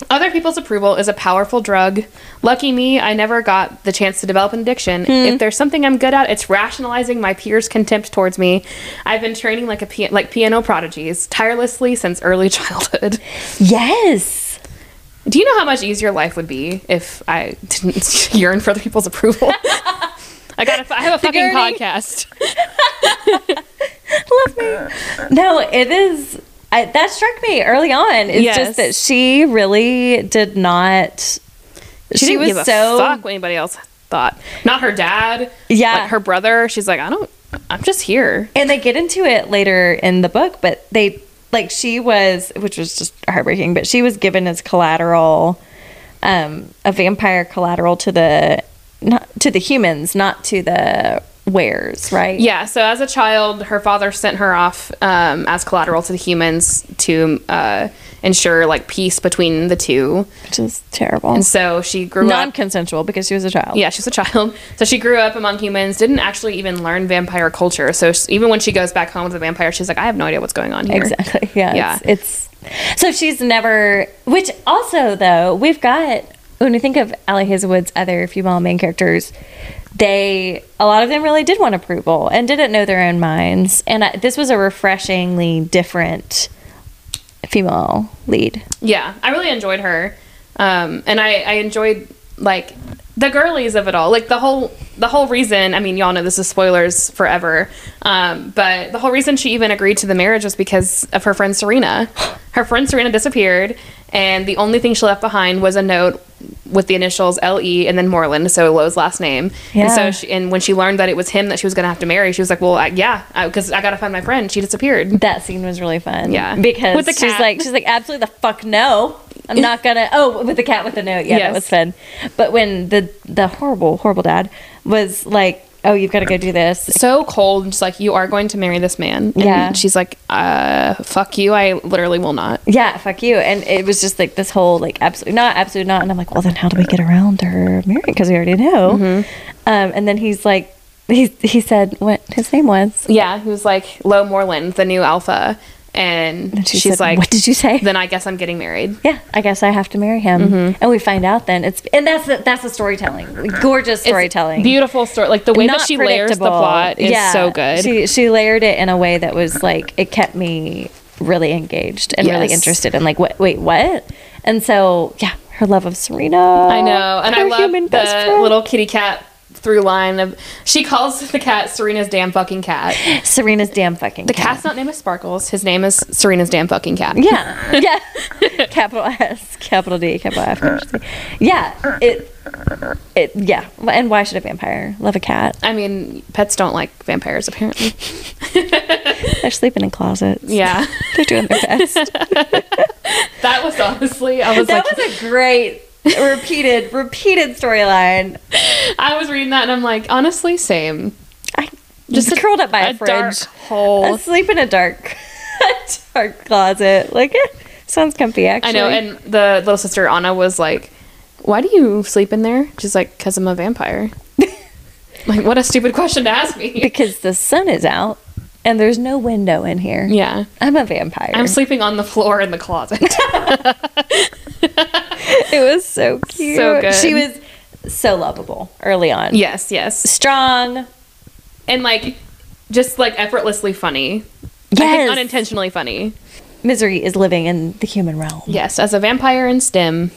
[SPEAKER 1] Other people's approval is a powerful drug. Lucky me, I never got the chance to develop an addiction. If there's something I'm good at, it's rationalizing my peers' contempt towards me. I've been training like a pia- like piano prodigies tirelessly since early childhood.
[SPEAKER 2] yes.
[SPEAKER 1] Do you know how much easier life would be if I didn't yearn for other people's approval? I got. A, I have a fucking
[SPEAKER 2] Yearning.
[SPEAKER 1] podcast.
[SPEAKER 2] love me. No, it is. I, that struck me early on. It's
[SPEAKER 1] Yes.
[SPEAKER 2] just that she really did not. She,
[SPEAKER 1] didn't
[SPEAKER 2] was
[SPEAKER 1] give a
[SPEAKER 2] so
[SPEAKER 1] fuck what anybody else thought. Not her dad.
[SPEAKER 2] Yeah.
[SPEAKER 1] Like her brother. She's like, I don't, I'm just here.
[SPEAKER 2] And they get into it later in the book, but they like she was, which was just heartbreaking, but she was given as collateral, um, a vampire collateral to the not to the humans, not to the wares, right?
[SPEAKER 1] Yeah. So as a child, her father sent her off um, as collateral to the humans to uh, ensure like peace between the two.
[SPEAKER 2] Which is terrible.
[SPEAKER 1] And so she grew
[SPEAKER 2] Non
[SPEAKER 1] up.
[SPEAKER 2] consensual because she was a child.
[SPEAKER 1] Yeah, she's a child. So she grew up among humans, didn't actually even learn vampire culture. So s even when she goes back home to the vampire, she's like, I have no idea what's going on here.
[SPEAKER 2] Exactly. Yeah.
[SPEAKER 1] Yeah.
[SPEAKER 2] It's, it's so she's never. Which also though we've got when we think of Ally Hazelwood's other female main characters, they a lot of them really did want approval and didn't know their own minds. And I, this was a refreshingly different female lead.
[SPEAKER 1] Yeah, I really enjoyed her, um, and I, I enjoyed like the girlies of it all. Like the whole the whole reason. I mean, y'all know this is spoilers forever, um, but the whole reason she even agreed to the marriage was because of her friend Serena. Her friend Serena disappeared, and the only thing she left behind was a note with the initials L E and then Moreland, so Lowe's last name. And
[SPEAKER 2] Yeah.
[SPEAKER 1] so, she, and when she learned that it was him that she was going to have to marry, she was like, "Well, I, yeah, because I, got to find my friend. She disappeared."
[SPEAKER 2] That scene was really fun.
[SPEAKER 1] Yeah.
[SPEAKER 2] Because
[SPEAKER 1] With the
[SPEAKER 2] she's
[SPEAKER 1] cat.
[SPEAKER 2] like she's like absolutely the fuck no. I'm not gonna oh with the cat with the note. Yeah, that
[SPEAKER 1] Yes.
[SPEAKER 2] was fun. But when the the horrible, horrible dad was like, Oh, you've gotta go do this.
[SPEAKER 1] so cold and just like you are going to marry this man and
[SPEAKER 2] Yeah.
[SPEAKER 1] she's like uh fuck you i literally will not
[SPEAKER 2] Yeah, fuck you. And it was just like this whole like absolutely not, absolutely not. And I'm like, well then how do we get around her marrying? Because we already know.
[SPEAKER 1] Mm-hmm.
[SPEAKER 2] Um, and then he's like he he said what his name was.
[SPEAKER 1] yeah he was like lo moreland the new alpha and,
[SPEAKER 2] And she
[SPEAKER 1] she's
[SPEAKER 2] said,
[SPEAKER 1] like
[SPEAKER 2] "What did you say?"
[SPEAKER 1] then i guess i'm getting married
[SPEAKER 2] Yeah, I guess I have to marry him.
[SPEAKER 1] Mm-hmm.
[SPEAKER 2] And we find out then it's and that's the, that's the storytelling, gorgeous
[SPEAKER 1] It's
[SPEAKER 2] storytelling.
[SPEAKER 1] beautiful story like the way that
[SPEAKER 2] Not
[SPEAKER 1] she layers the
[SPEAKER 2] predictable.
[SPEAKER 1] plot is so good
[SPEAKER 2] She she layered it in a way that was like it kept me really engaged and really
[SPEAKER 1] Yes.
[SPEAKER 2] interested and like what wait what? And so yeah, her love of Serena.
[SPEAKER 1] I know, and I
[SPEAKER 2] her
[SPEAKER 1] love
[SPEAKER 2] human
[SPEAKER 1] the
[SPEAKER 2] best friend.
[SPEAKER 1] little kitty cat through line of she calls the cat Serena's damn fucking cat.
[SPEAKER 2] Serena's damn fucking
[SPEAKER 1] The cat's not named is Sparkles. His name is Serena's damn fucking cat.
[SPEAKER 2] Yeah, yeah. capital S, capital D, capital F. capital C. Yeah, it, it, yeah. And why should a vampire love a cat?
[SPEAKER 1] I mean, pets don't like vampires apparently.
[SPEAKER 2] They're sleeping in closets.
[SPEAKER 1] Yeah.
[SPEAKER 2] they're doing their best.
[SPEAKER 1] That was honestly, I was
[SPEAKER 2] that
[SPEAKER 1] like,
[SPEAKER 2] was a great repeated, repeated storyline.
[SPEAKER 1] I was reading that and I'm like, honestly, same.
[SPEAKER 2] I just curled up by a,
[SPEAKER 1] a
[SPEAKER 2] fridge,
[SPEAKER 1] dark hole.
[SPEAKER 2] asleep in a dark, dark closet. Like, eh, sounds comfy. Actually,
[SPEAKER 1] I know. And the little sister Anna was like, why do you sleep in there? She's like, because I'm a vampire. like, what a stupid question to ask me.
[SPEAKER 2] because the sun is out and there's no window in here.
[SPEAKER 1] Yeah.
[SPEAKER 2] I'm a vampire.
[SPEAKER 1] I'm sleeping on the floor in the closet.
[SPEAKER 2] It was so cute.
[SPEAKER 1] So good.
[SPEAKER 2] She was so lovable early on.
[SPEAKER 1] yes, yes.
[SPEAKER 2] Strong.
[SPEAKER 1] And like, just like effortlessly funny. I think
[SPEAKER 2] Yes.
[SPEAKER 1] unintentionally funny.
[SPEAKER 2] Misery is living in the human realm.
[SPEAKER 1] Yes, as a vampire in STEM,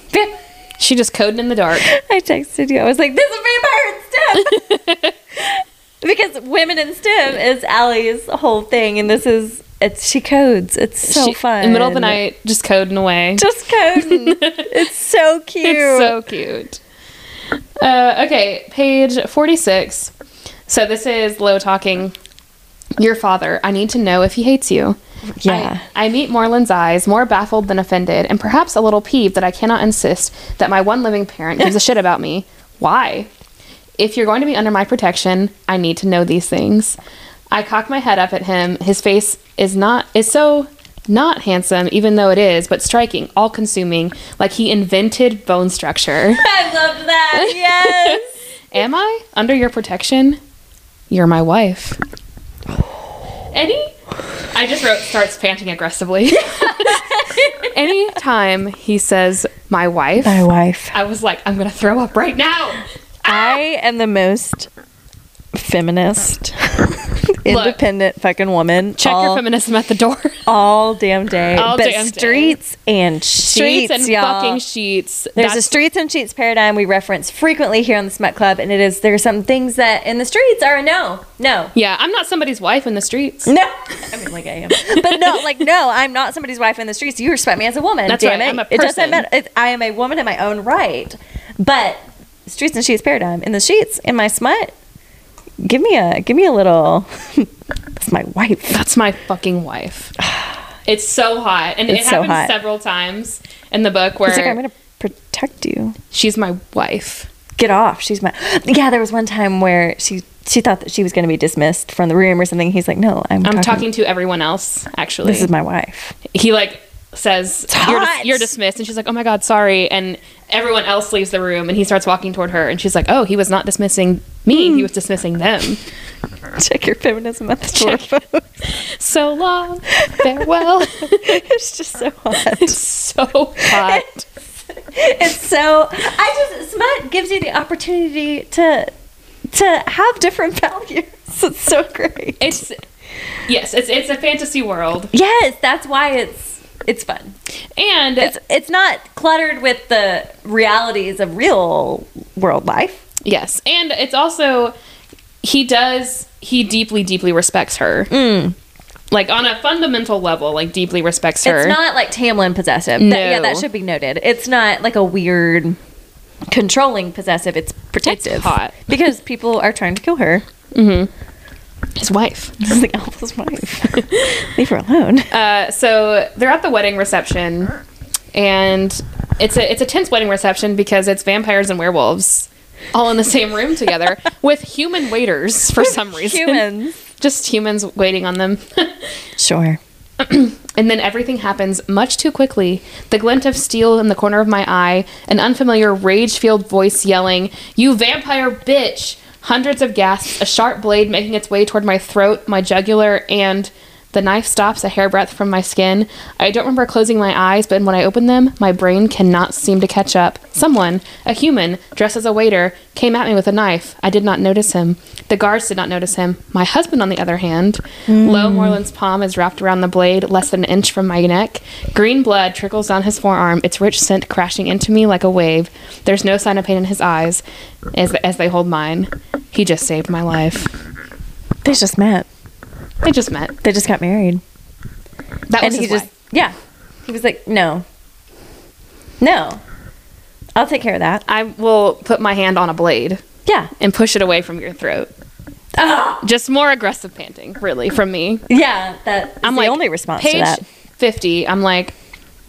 [SPEAKER 1] she just coding in the dark.
[SPEAKER 2] I texted you. I was like, this is vampire in STEM. because women in STEM is Allie's whole thing. And this is, it's she codes. It's so
[SPEAKER 1] She-
[SPEAKER 2] fun.
[SPEAKER 1] In the middle of the night, just coding away.
[SPEAKER 2] Just coding. it's so cute.
[SPEAKER 1] It's so cute. Uh, okay, page 46. So this is Low talking. Your father, I need to know if he hates you.
[SPEAKER 2] Yeah.
[SPEAKER 1] I, I meet Moreland's eyes, more baffled than offended, and perhaps a little peeved that I cannot insist that my one living parent gives a shit about me. Why? If you're going to be under my protection, I need to know these things. I cock my head up at him. His face is not is so not handsome, even though it is, but striking, all consuming, like he invented bone structure.
[SPEAKER 2] I loved that. Yes.
[SPEAKER 1] Am I under your protection? You're my wife. Any I just wrote starts panting aggressively. Any time he says my wife,
[SPEAKER 2] My wife.
[SPEAKER 1] I was like, I'm gonna throw up right now.
[SPEAKER 2] I am the most feminist, independent fucking woman.
[SPEAKER 1] Check
[SPEAKER 2] all,
[SPEAKER 1] your feminism at the door.
[SPEAKER 2] all damn day.
[SPEAKER 1] All
[SPEAKER 2] but
[SPEAKER 1] damn day.
[SPEAKER 2] streets and sheets,
[SPEAKER 1] Sheets and
[SPEAKER 2] y'all.
[SPEAKER 1] fucking sheets.
[SPEAKER 2] there's a
[SPEAKER 1] That's-
[SPEAKER 2] streets and sheets paradigm we reference frequently here on the Smut Club, and it is there are some things that in the streets are a no, no,
[SPEAKER 1] yeah, I'm not somebody's wife in the streets.
[SPEAKER 2] no. I mean, like I am, but no, like no, I'm not somebody's wife in the streets. You respect me as a woman.
[SPEAKER 1] That's
[SPEAKER 2] damn
[SPEAKER 1] right,
[SPEAKER 2] it.
[SPEAKER 1] I'm a
[SPEAKER 2] It doesn't
[SPEAKER 1] person.
[SPEAKER 2] matter. It, I am a woman in my own right, but streets and sheets paradigm in the sheets in my smut. Give me a give me a little. that's my wife.
[SPEAKER 1] That's my fucking wife. It's so hot, and
[SPEAKER 2] It's
[SPEAKER 1] it
[SPEAKER 2] so
[SPEAKER 1] happens
[SPEAKER 2] hot.
[SPEAKER 1] several times in the book where
[SPEAKER 2] It's like I'm gonna protect you.
[SPEAKER 1] she's my wife.
[SPEAKER 2] Get off. She's my. Yeah, there was one time where she she thought that she was gonna be dismissed from the room or something. He's like, no, I'm.
[SPEAKER 1] I'm talking to everyone else. Actually,
[SPEAKER 2] This is my wife.
[SPEAKER 1] he like says you're, dis-
[SPEAKER 2] hot.
[SPEAKER 1] you're dismissed and she's like oh my god sorry and everyone else leaves the room and he starts walking toward her and she's like oh he was not dismissing me he was dismissing them
[SPEAKER 2] Check your feminism at the door, folks.
[SPEAKER 1] so long farewell
[SPEAKER 2] it's just so hot.
[SPEAKER 1] so hot
[SPEAKER 2] it's so I just smut gives you the opportunity to to have different values. It's so great.
[SPEAKER 1] it's yes it's it's a fantasy world
[SPEAKER 2] Yes, that's why it's it's fun.
[SPEAKER 1] and
[SPEAKER 2] It's it's not cluttered with the realities of real world life.
[SPEAKER 1] yes and it's also he does he deeply deeply respects her
[SPEAKER 2] Mm.
[SPEAKER 1] like on a fundamental level like deeply respects her
[SPEAKER 2] It's not like Tamlin possessive. That- yeah, that
[SPEAKER 1] No.
[SPEAKER 2] should be noted. It's not like a weird controlling possessive. It's protective.
[SPEAKER 1] hot.
[SPEAKER 2] because people are trying to kill her.
[SPEAKER 1] his wife
[SPEAKER 2] "Oh, This is the Alpha's wife. Leave her alone.
[SPEAKER 1] Uh, so they're at the wedding reception, and it's a it's a tense wedding reception because it's vampires and werewolves all in the same room together with human waiters for some reason.
[SPEAKER 2] Humans.
[SPEAKER 1] Just humans waiting on them.
[SPEAKER 2] Sure.
[SPEAKER 1] and then everything happens much too quickly. The glint of steel in the corner of my eye, an unfamiliar rage filled voice yelling, You vampire bitch! Hundreds of gasps, a sharp blade making its way toward my throat, my jugular, and the knife stops a hairbreadth from my skin. I don't remember closing my eyes, but when I open them, my brain cannot seem to catch up. Someone, a human, dressed as a waiter, came at me with a knife. I did not notice him. The guards did not notice him. My husband, on the other hand,
[SPEAKER 2] Mm.
[SPEAKER 1] low Moreland's palm is wrapped around the blade less than an inch from my neck. Green blood trickles down his forearm, its rich scent crashing into me like a wave. There's no sign of pain in his eyes as, as they hold mine. He just saved my life.
[SPEAKER 2] They just met.
[SPEAKER 1] They just met.
[SPEAKER 2] They just got married.
[SPEAKER 1] That was
[SPEAKER 2] and he
[SPEAKER 1] his
[SPEAKER 2] just yeah. He was like, "No. No. I'll take care of that."
[SPEAKER 1] I will put my hand on a blade
[SPEAKER 2] Yeah.
[SPEAKER 1] and push it away from your throat.
[SPEAKER 2] Ah!
[SPEAKER 1] Just more aggressive panting, really, from me.
[SPEAKER 2] Yeah, that I'm the only response
[SPEAKER 1] page
[SPEAKER 2] to that.
[SPEAKER 1] 50, I'm like,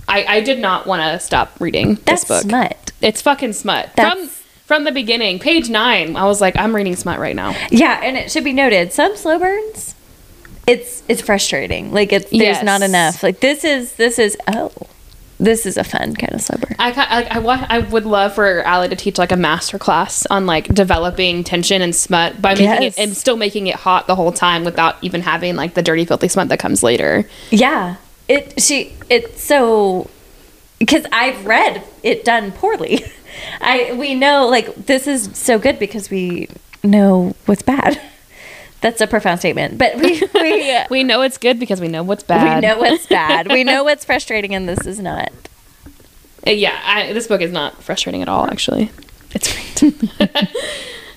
[SPEAKER 1] I, I did not want to stop reading
[SPEAKER 2] That's
[SPEAKER 1] this book.
[SPEAKER 2] smut.
[SPEAKER 1] It's fucking smut. from
[SPEAKER 2] That's-
[SPEAKER 1] from the beginning, page nine, I was like, I'm reading smut right now.
[SPEAKER 2] Yeah, and it should be noted, some slow burns it's it's frustrating. Like it's there's
[SPEAKER 1] Yes.
[SPEAKER 2] not enough. Like this is this is oh. This is a fun kind of slow burn.
[SPEAKER 1] I, ca- I, I, wa- I would love for Allie to teach like a master class on like developing tension and smut by making
[SPEAKER 2] Yes.
[SPEAKER 1] it and still making it hot the whole time without even having like the dirty, filthy smut that comes later.
[SPEAKER 2] Yeah. It she it's so because I've read it done poorly. I we know like this is so good because we know what's bad. That's a profound statement, but we we,
[SPEAKER 1] We know it's good because we know what's
[SPEAKER 2] we
[SPEAKER 1] bad.
[SPEAKER 2] know what's bad. We know what's frustrating, and this is not.
[SPEAKER 1] Uh, Yeah, I, this book is not frustrating at all, actually. It's great.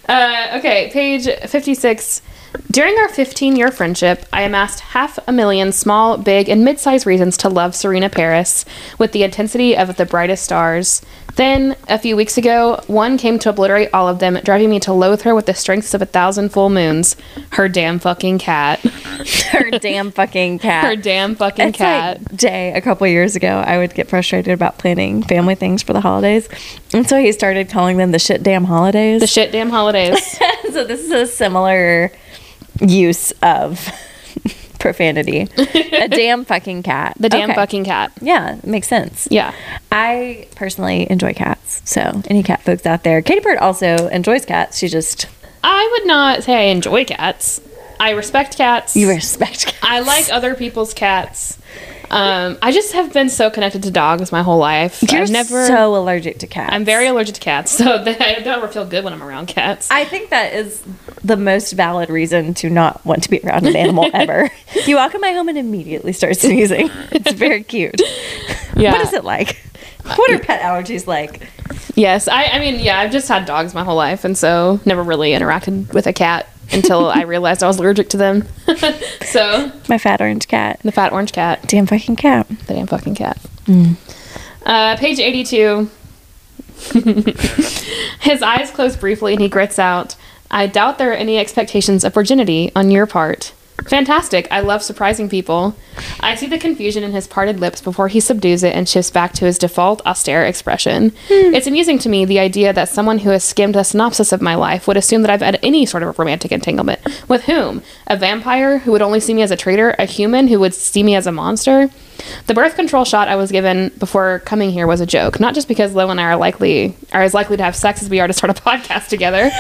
[SPEAKER 1] uh, okay, page 56. During our 15 year friendship, I amassed half a million small, big, and mid sized reasons to love Serena Paris with the intensity of the brightest stars. Then, a few weeks ago, one came to obliterate all of them, driving me to loathe her with the strengths of a thousand full moons. Her damn fucking cat.
[SPEAKER 2] Her damn fucking cat.
[SPEAKER 1] Her damn fucking
[SPEAKER 2] It's
[SPEAKER 1] cat.
[SPEAKER 2] Like Jay, a couple years ago, I would get frustrated about planning family things for the holidays, and so he started calling them the shit damn holidays.
[SPEAKER 1] the shit damn holidays.
[SPEAKER 2] so this is a similar use of profanity. a damn fucking cat.
[SPEAKER 1] The damn
[SPEAKER 2] Okay.
[SPEAKER 1] fucking cat.
[SPEAKER 2] Yeah, it makes sense.
[SPEAKER 1] Yeah.
[SPEAKER 2] I personally enjoy cats. So any cat folks out there, Katie Bird also enjoys cats. She just
[SPEAKER 1] I would not say I enjoy cats. I respect cats.
[SPEAKER 2] you respect cats.
[SPEAKER 1] I like other people's cats. Um, I just have been so connected to dogs my whole life.
[SPEAKER 2] You're
[SPEAKER 1] I've never.
[SPEAKER 2] so allergic to cats.
[SPEAKER 1] I'm very allergic to cats, so that I don't ever feel good when I'm around cats.
[SPEAKER 2] I think that is the most valid reason to not want to be around an animal ever. you walk in my home and immediately start sneezing. It's very cute.
[SPEAKER 1] Yeah.
[SPEAKER 2] What is it like? What are pet allergies like?
[SPEAKER 1] Yes, I, I mean, yeah, I've just had dogs my whole life, and so never really interacted with a cat until I realized I was allergic to them. so
[SPEAKER 2] My fat orange cat.
[SPEAKER 1] the fat orange cat,
[SPEAKER 2] Damn fucking cat.
[SPEAKER 1] the damn fucking cat. Uh, page eighty-two. His eyes close briefly and he grits out, I doubt there are any expectations of virginity on your part. Fantastic. I love surprising people. I see the confusion in his parted lips before he subdues it and shifts back to his default austere expression. It's amusing to me the idea that someone who has skimmed a synopsis of my life would assume that I've had any sort of romantic entanglement. With whom? A vampire who would only see me as a traitor? A human who would see me as a monster? The birth control shot I was given before coming here was a joke, not just because Lo and I are likely are as likely to have sex as we are to start a podcast together,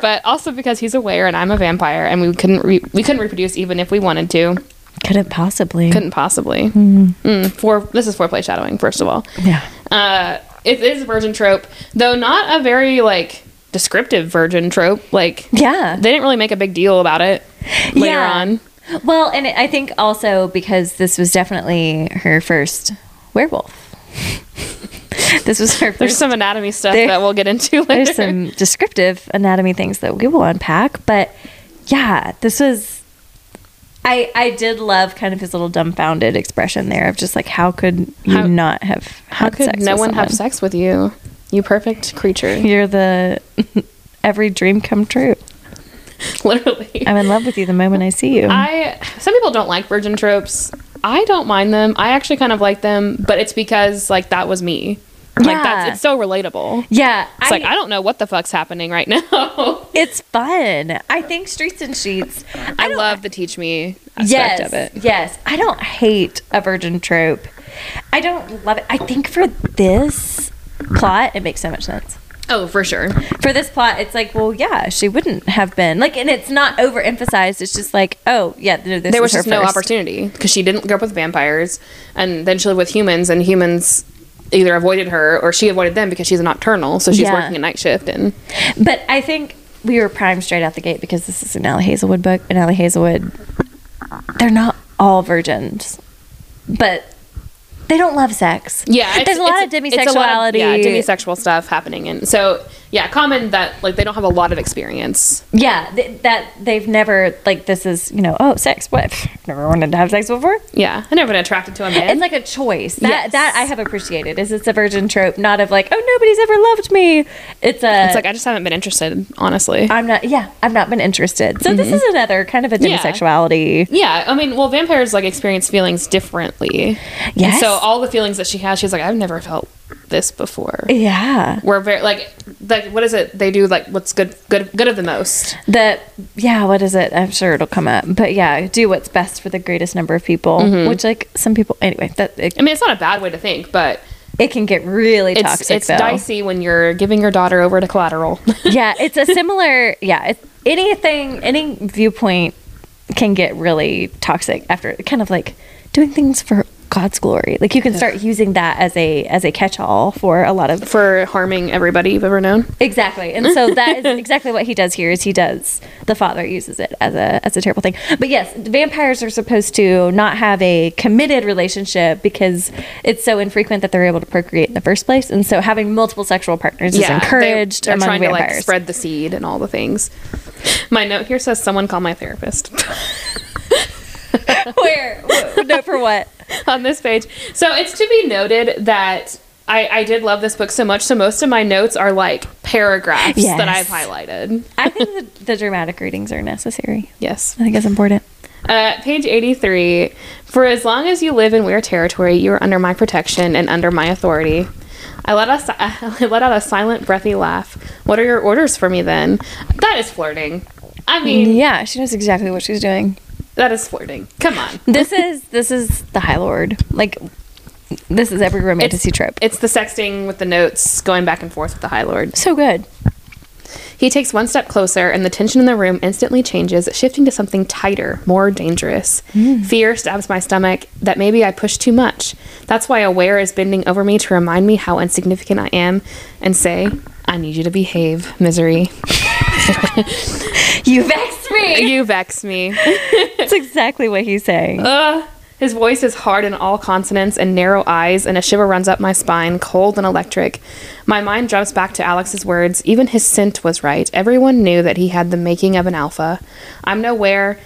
[SPEAKER 1] but also because he's a were and I'm a vampire, and we couldn't re- we couldn't reproduce even if we wanted to.
[SPEAKER 2] Couldn't possibly.
[SPEAKER 1] Couldn't possibly.
[SPEAKER 2] Mm-hmm.
[SPEAKER 1] Mm, for this is foreplay shadowing, first of all.
[SPEAKER 2] Yeah.
[SPEAKER 1] Uh, it is a virgin trope, though not a very like descriptive virgin trope. Like
[SPEAKER 2] Yeah.
[SPEAKER 1] they didn't really make a big deal about it later
[SPEAKER 2] Yeah.
[SPEAKER 1] on.
[SPEAKER 2] Well, and I think also because this was definitely her first werewolf. this was her
[SPEAKER 1] There's
[SPEAKER 2] first.
[SPEAKER 1] some anatomy stuff
[SPEAKER 2] There-
[SPEAKER 1] that we'll get into later.
[SPEAKER 2] There's some descriptive anatomy things that we will unpack, but yeah, this was. I I did love kind of his little dumbfounded expression there of just like how could you
[SPEAKER 1] How-
[SPEAKER 2] not have
[SPEAKER 1] How
[SPEAKER 2] had
[SPEAKER 1] could
[SPEAKER 2] sex
[SPEAKER 1] no
[SPEAKER 2] with
[SPEAKER 1] one have
[SPEAKER 2] someone?
[SPEAKER 1] sex with you? You perfect creature.
[SPEAKER 2] You're the every dream come true.
[SPEAKER 1] Literally.
[SPEAKER 2] I'm in love with you the moment I see you.
[SPEAKER 1] I some people don't like virgin tropes. I don't mind them. I actually kind of like them, but it's because like that was me. Like
[SPEAKER 2] Yeah.
[SPEAKER 1] that's it's so relatable.
[SPEAKER 2] yeah,
[SPEAKER 1] It's like I don't know what the fuck's happening right now.
[SPEAKER 2] it's fun. I think Streets and Sheets. I,
[SPEAKER 1] I,
[SPEAKER 2] don't-
[SPEAKER 1] love the teach me aspect
[SPEAKER 2] yes,
[SPEAKER 1] of it.
[SPEAKER 2] Yes, I don't hate a virgin trope. I don't love it. I think for this plot, it makes so much sense.
[SPEAKER 1] Oh, for sure.
[SPEAKER 2] For this plot, it's like, well, yeah, she wouldn't have been like, and it's not overemphasized. It's just like, oh, yeah, th- this
[SPEAKER 1] there was
[SPEAKER 2] her
[SPEAKER 1] just no
[SPEAKER 2] first.
[SPEAKER 1] opportunity because she didn't grow up with vampires, and then she lived with humans, and humans either avoided her or she avoided them because she's a nocturnal, so she's
[SPEAKER 2] Yeah.
[SPEAKER 1] working a night shift. And
[SPEAKER 2] But I think we were primed straight out the gate because this is an Allie Hazelwood book, and Allie Hazelwood, they're not all virgins, but they don't love sex.
[SPEAKER 1] yeah, it's-
[SPEAKER 2] there's a lot of
[SPEAKER 1] it's- it's a lot of-
[SPEAKER 2] demisexuality.
[SPEAKER 1] yeah, demisexual stuff happening, and so yeah, common that like they don't have a lot of experience.
[SPEAKER 2] Yeah, th- that they've never like this is you know oh sex what Pff, never wanted to have sex before.
[SPEAKER 1] Yeah, I never been attracted to a man.
[SPEAKER 2] It's like a choice that
[SPEAKER 1] Yes.
[SPEAKER 2] that I have appreciated is it's a virgin trope, not of like oh nobody's ever loved me. It's a
[SPEAKER 1] it's like I just haven't been interested, honestly.
[SPEAKER 2] I'm not yeah I've not been interested. So this is another kind of a
[SPEAKER 1] Mm-hmm. Yeah.
[SPEAKER 2] demisexuality.
[SPEAKER 1] yeah, I mean, well, vampires like experience feelings differently. Yeah.
[SPEAKER 2] Yes.
[SPEAKER 1] So all the feelings that she has, she's like, I've never felt this before.
[SPEAKER 2] Yeah,
[SPEAKER 1] we're very like like what is it they do like what's good good good of the most
[SPEAKER 2] the yeah what is it? I'm sure it'll come up, but yeah, do what's best for the greatest number of people.
[SPEAKER 1] Mm-hmm.
[SPEAKER 2] Which like some people anyway that it,
[SPEAKER 1] i mean it's not a bad way to think but
[SPEAKER 2] it can get really
[SPEAKER 1] it's
[SPEAKER 2] toxic.
[SPEAKER 1] it's
[SPEAKER 2] though.
[SPEAKER 1] dicey when you're giving your daughter over to collateral
[SPEAKER 2] yeah, it's a similar. Yeah, it's anything, any viewpoint can get really toxic after kind of like doing things for God's glory. Like you can start using that as a as a catch-all for a lot of
[SPEAKER 1] for harming everybody you've ever known
[SPEAKER 2] exactly. And so that is exactly what he does here. Is he does the father uses it as a as a terrible thing. But yes, vampires are supposed to not have a committed relationship because it's so infrequent that they're able to procreate in the first place. And so having multiple sexual partners is encouraged
[SPEAKER 1] they're, they're
[SPEAKER 2] among
[SPEAKER 1] trying
[SPEAKER 2] vampires.
[SPEAKER 1] to like spread the seed and all the things my note here says someone call my therapist
[SPEAKER 2] Where? Wh- No, for what?
[SPEAKER 1] on this page. So it's to be noted that I, I did love this book so much. So most of my notes are like paragraphs
[SPEAKER 2] Yes.
[SPEAKER 1] that I've highlighted.
[SPEAKER 2] I think the, the dramatic readings are necessary.
[SPEAKER 1] Yes.
[SPEAKER 2] I think it's important.
[SPEAKER 1] Uh, page 83 For as long as you live in Weir territory, you are under my protection and under my authority. I let, out a, si- I let out a silent, breathy laugh. What are your orders for me then? That is flirting. I mean,
[SPEAKER 2] Yeah, she knows exactly what she's doing.
[SPEAKER 1] that is flirting. Come on.
[SPEAKER 2] This is this is the High Lord. Like this is every romanticy trope.
[SPEAKER 1] It's the sexting with the notes going back and forth with the High Lord.
[SPEAKER 2] so good.
[SPEAKER 1] He takes one step closer, and the tension in the room instantly changes, shifting to something tighter, more dangerous. Fear stabs my stomach that maybe I push too much. That's why a wearer is bending over me to remind me how insignificant I am and say, I need you to behave, misery.
[SPEAKER 2] You vexed me.
[SPEAKER 1] you vex me.
[SPEAKER 2] That's exactly what he's saying.
[SPEAKER 1] Ugh. His voice is hard in all consonants and narrow eyes, and a shiver runs up my spine, cold and electric. My mind jumps back to Alex's words. Even his scent was right. Everyone knew that he had the making of an alpha. I'm nowhere.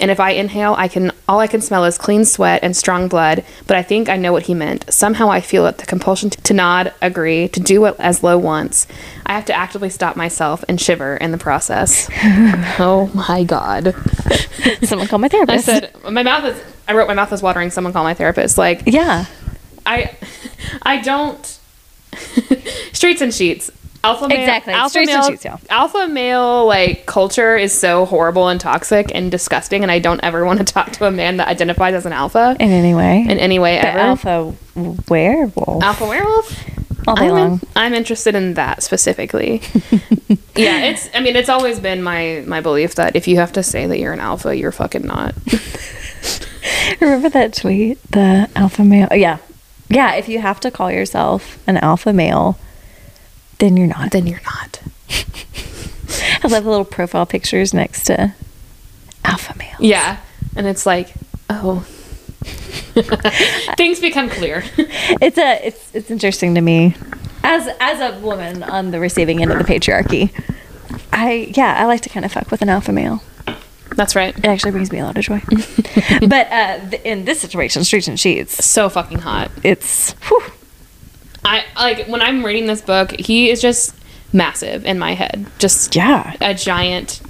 [SPEAKER 1] and if I inhale, I can all I can smell is clean sweat and strong blood, but I think I know what he meant. Somehow I feel it, the compulsion to nod, agree, to do what Eslo wants. I have to actively stop myself and shiver in the process. oh my god.
[SPEAKER 2] Someone call my
[SPEAKER 1] I
[SPEAKER 2] therapist.
[SPEAKER 1] said my mouth is I wrote my mouth is watering, someone call my therapist. Like
[SPEAKER 2] yeah.
[SPEAKER 1] I I don't streets and sheets. Alpha male,
[SPEAKER 2] Exactly.
[SPEAKER 1] Alpha
[SPEAKER 2] Streets and
[SPEAKER 1] male,
[SPEAKER 2] sheets, yeah.
[SPEAKER 1] Alpha male like culture is so horrible and toxic and disgusting, and I don't ever want to talk to a man that identifies as an alpha
[SPEAKER 2] In any way.
[SPEAKER 1] in any way
[SPEAKER 2] the
[SPEAKER 1] ever. Uh.
[SPEAKER 2] alpha werewolf.
[SPEAKER 1] Alpha werewolf.
[SPEAKER 2] All day
[SPEAKER 1] I'm, in-
[SPEAKER 2] long.
[SPEAKER 1] I'm interested in that specifically. yeah, it's. I mean, it's always been my my belief that if you have to say that you're an alpha, you're fucking not.
[SPEAKER 2] Remember that tweet? The alpha male. Yeah. Yeah. If you have to call yourself an alpha male, then you're not.
[SPEAKER 1] then you're not.
[SPEAKER 2] I love the little profile pictures next to alpha male.
[SPEAKER 1] Yeah, and it's like, oh, things become clear.
[SPEAKER 2] It's a it's it's interesting to me as as a woman on the receiving end of the patriarchy. I yeah, I like to kind of fuck with an alpha male.
[SPEAKER 1] That's right.
[SPEAKER 2] It actually brings me a lot of joy. but uh, th- in this situation, Streets and Sheets,
[SPEAKER 1] So fucking hot.
[SPEAKER 2] it's whew,
[SPEAKER 1] I like when I'm reading this book, he is just massive in my head. Just
[SPEAKER 2] yeah.
[SPEAKER 1] a giant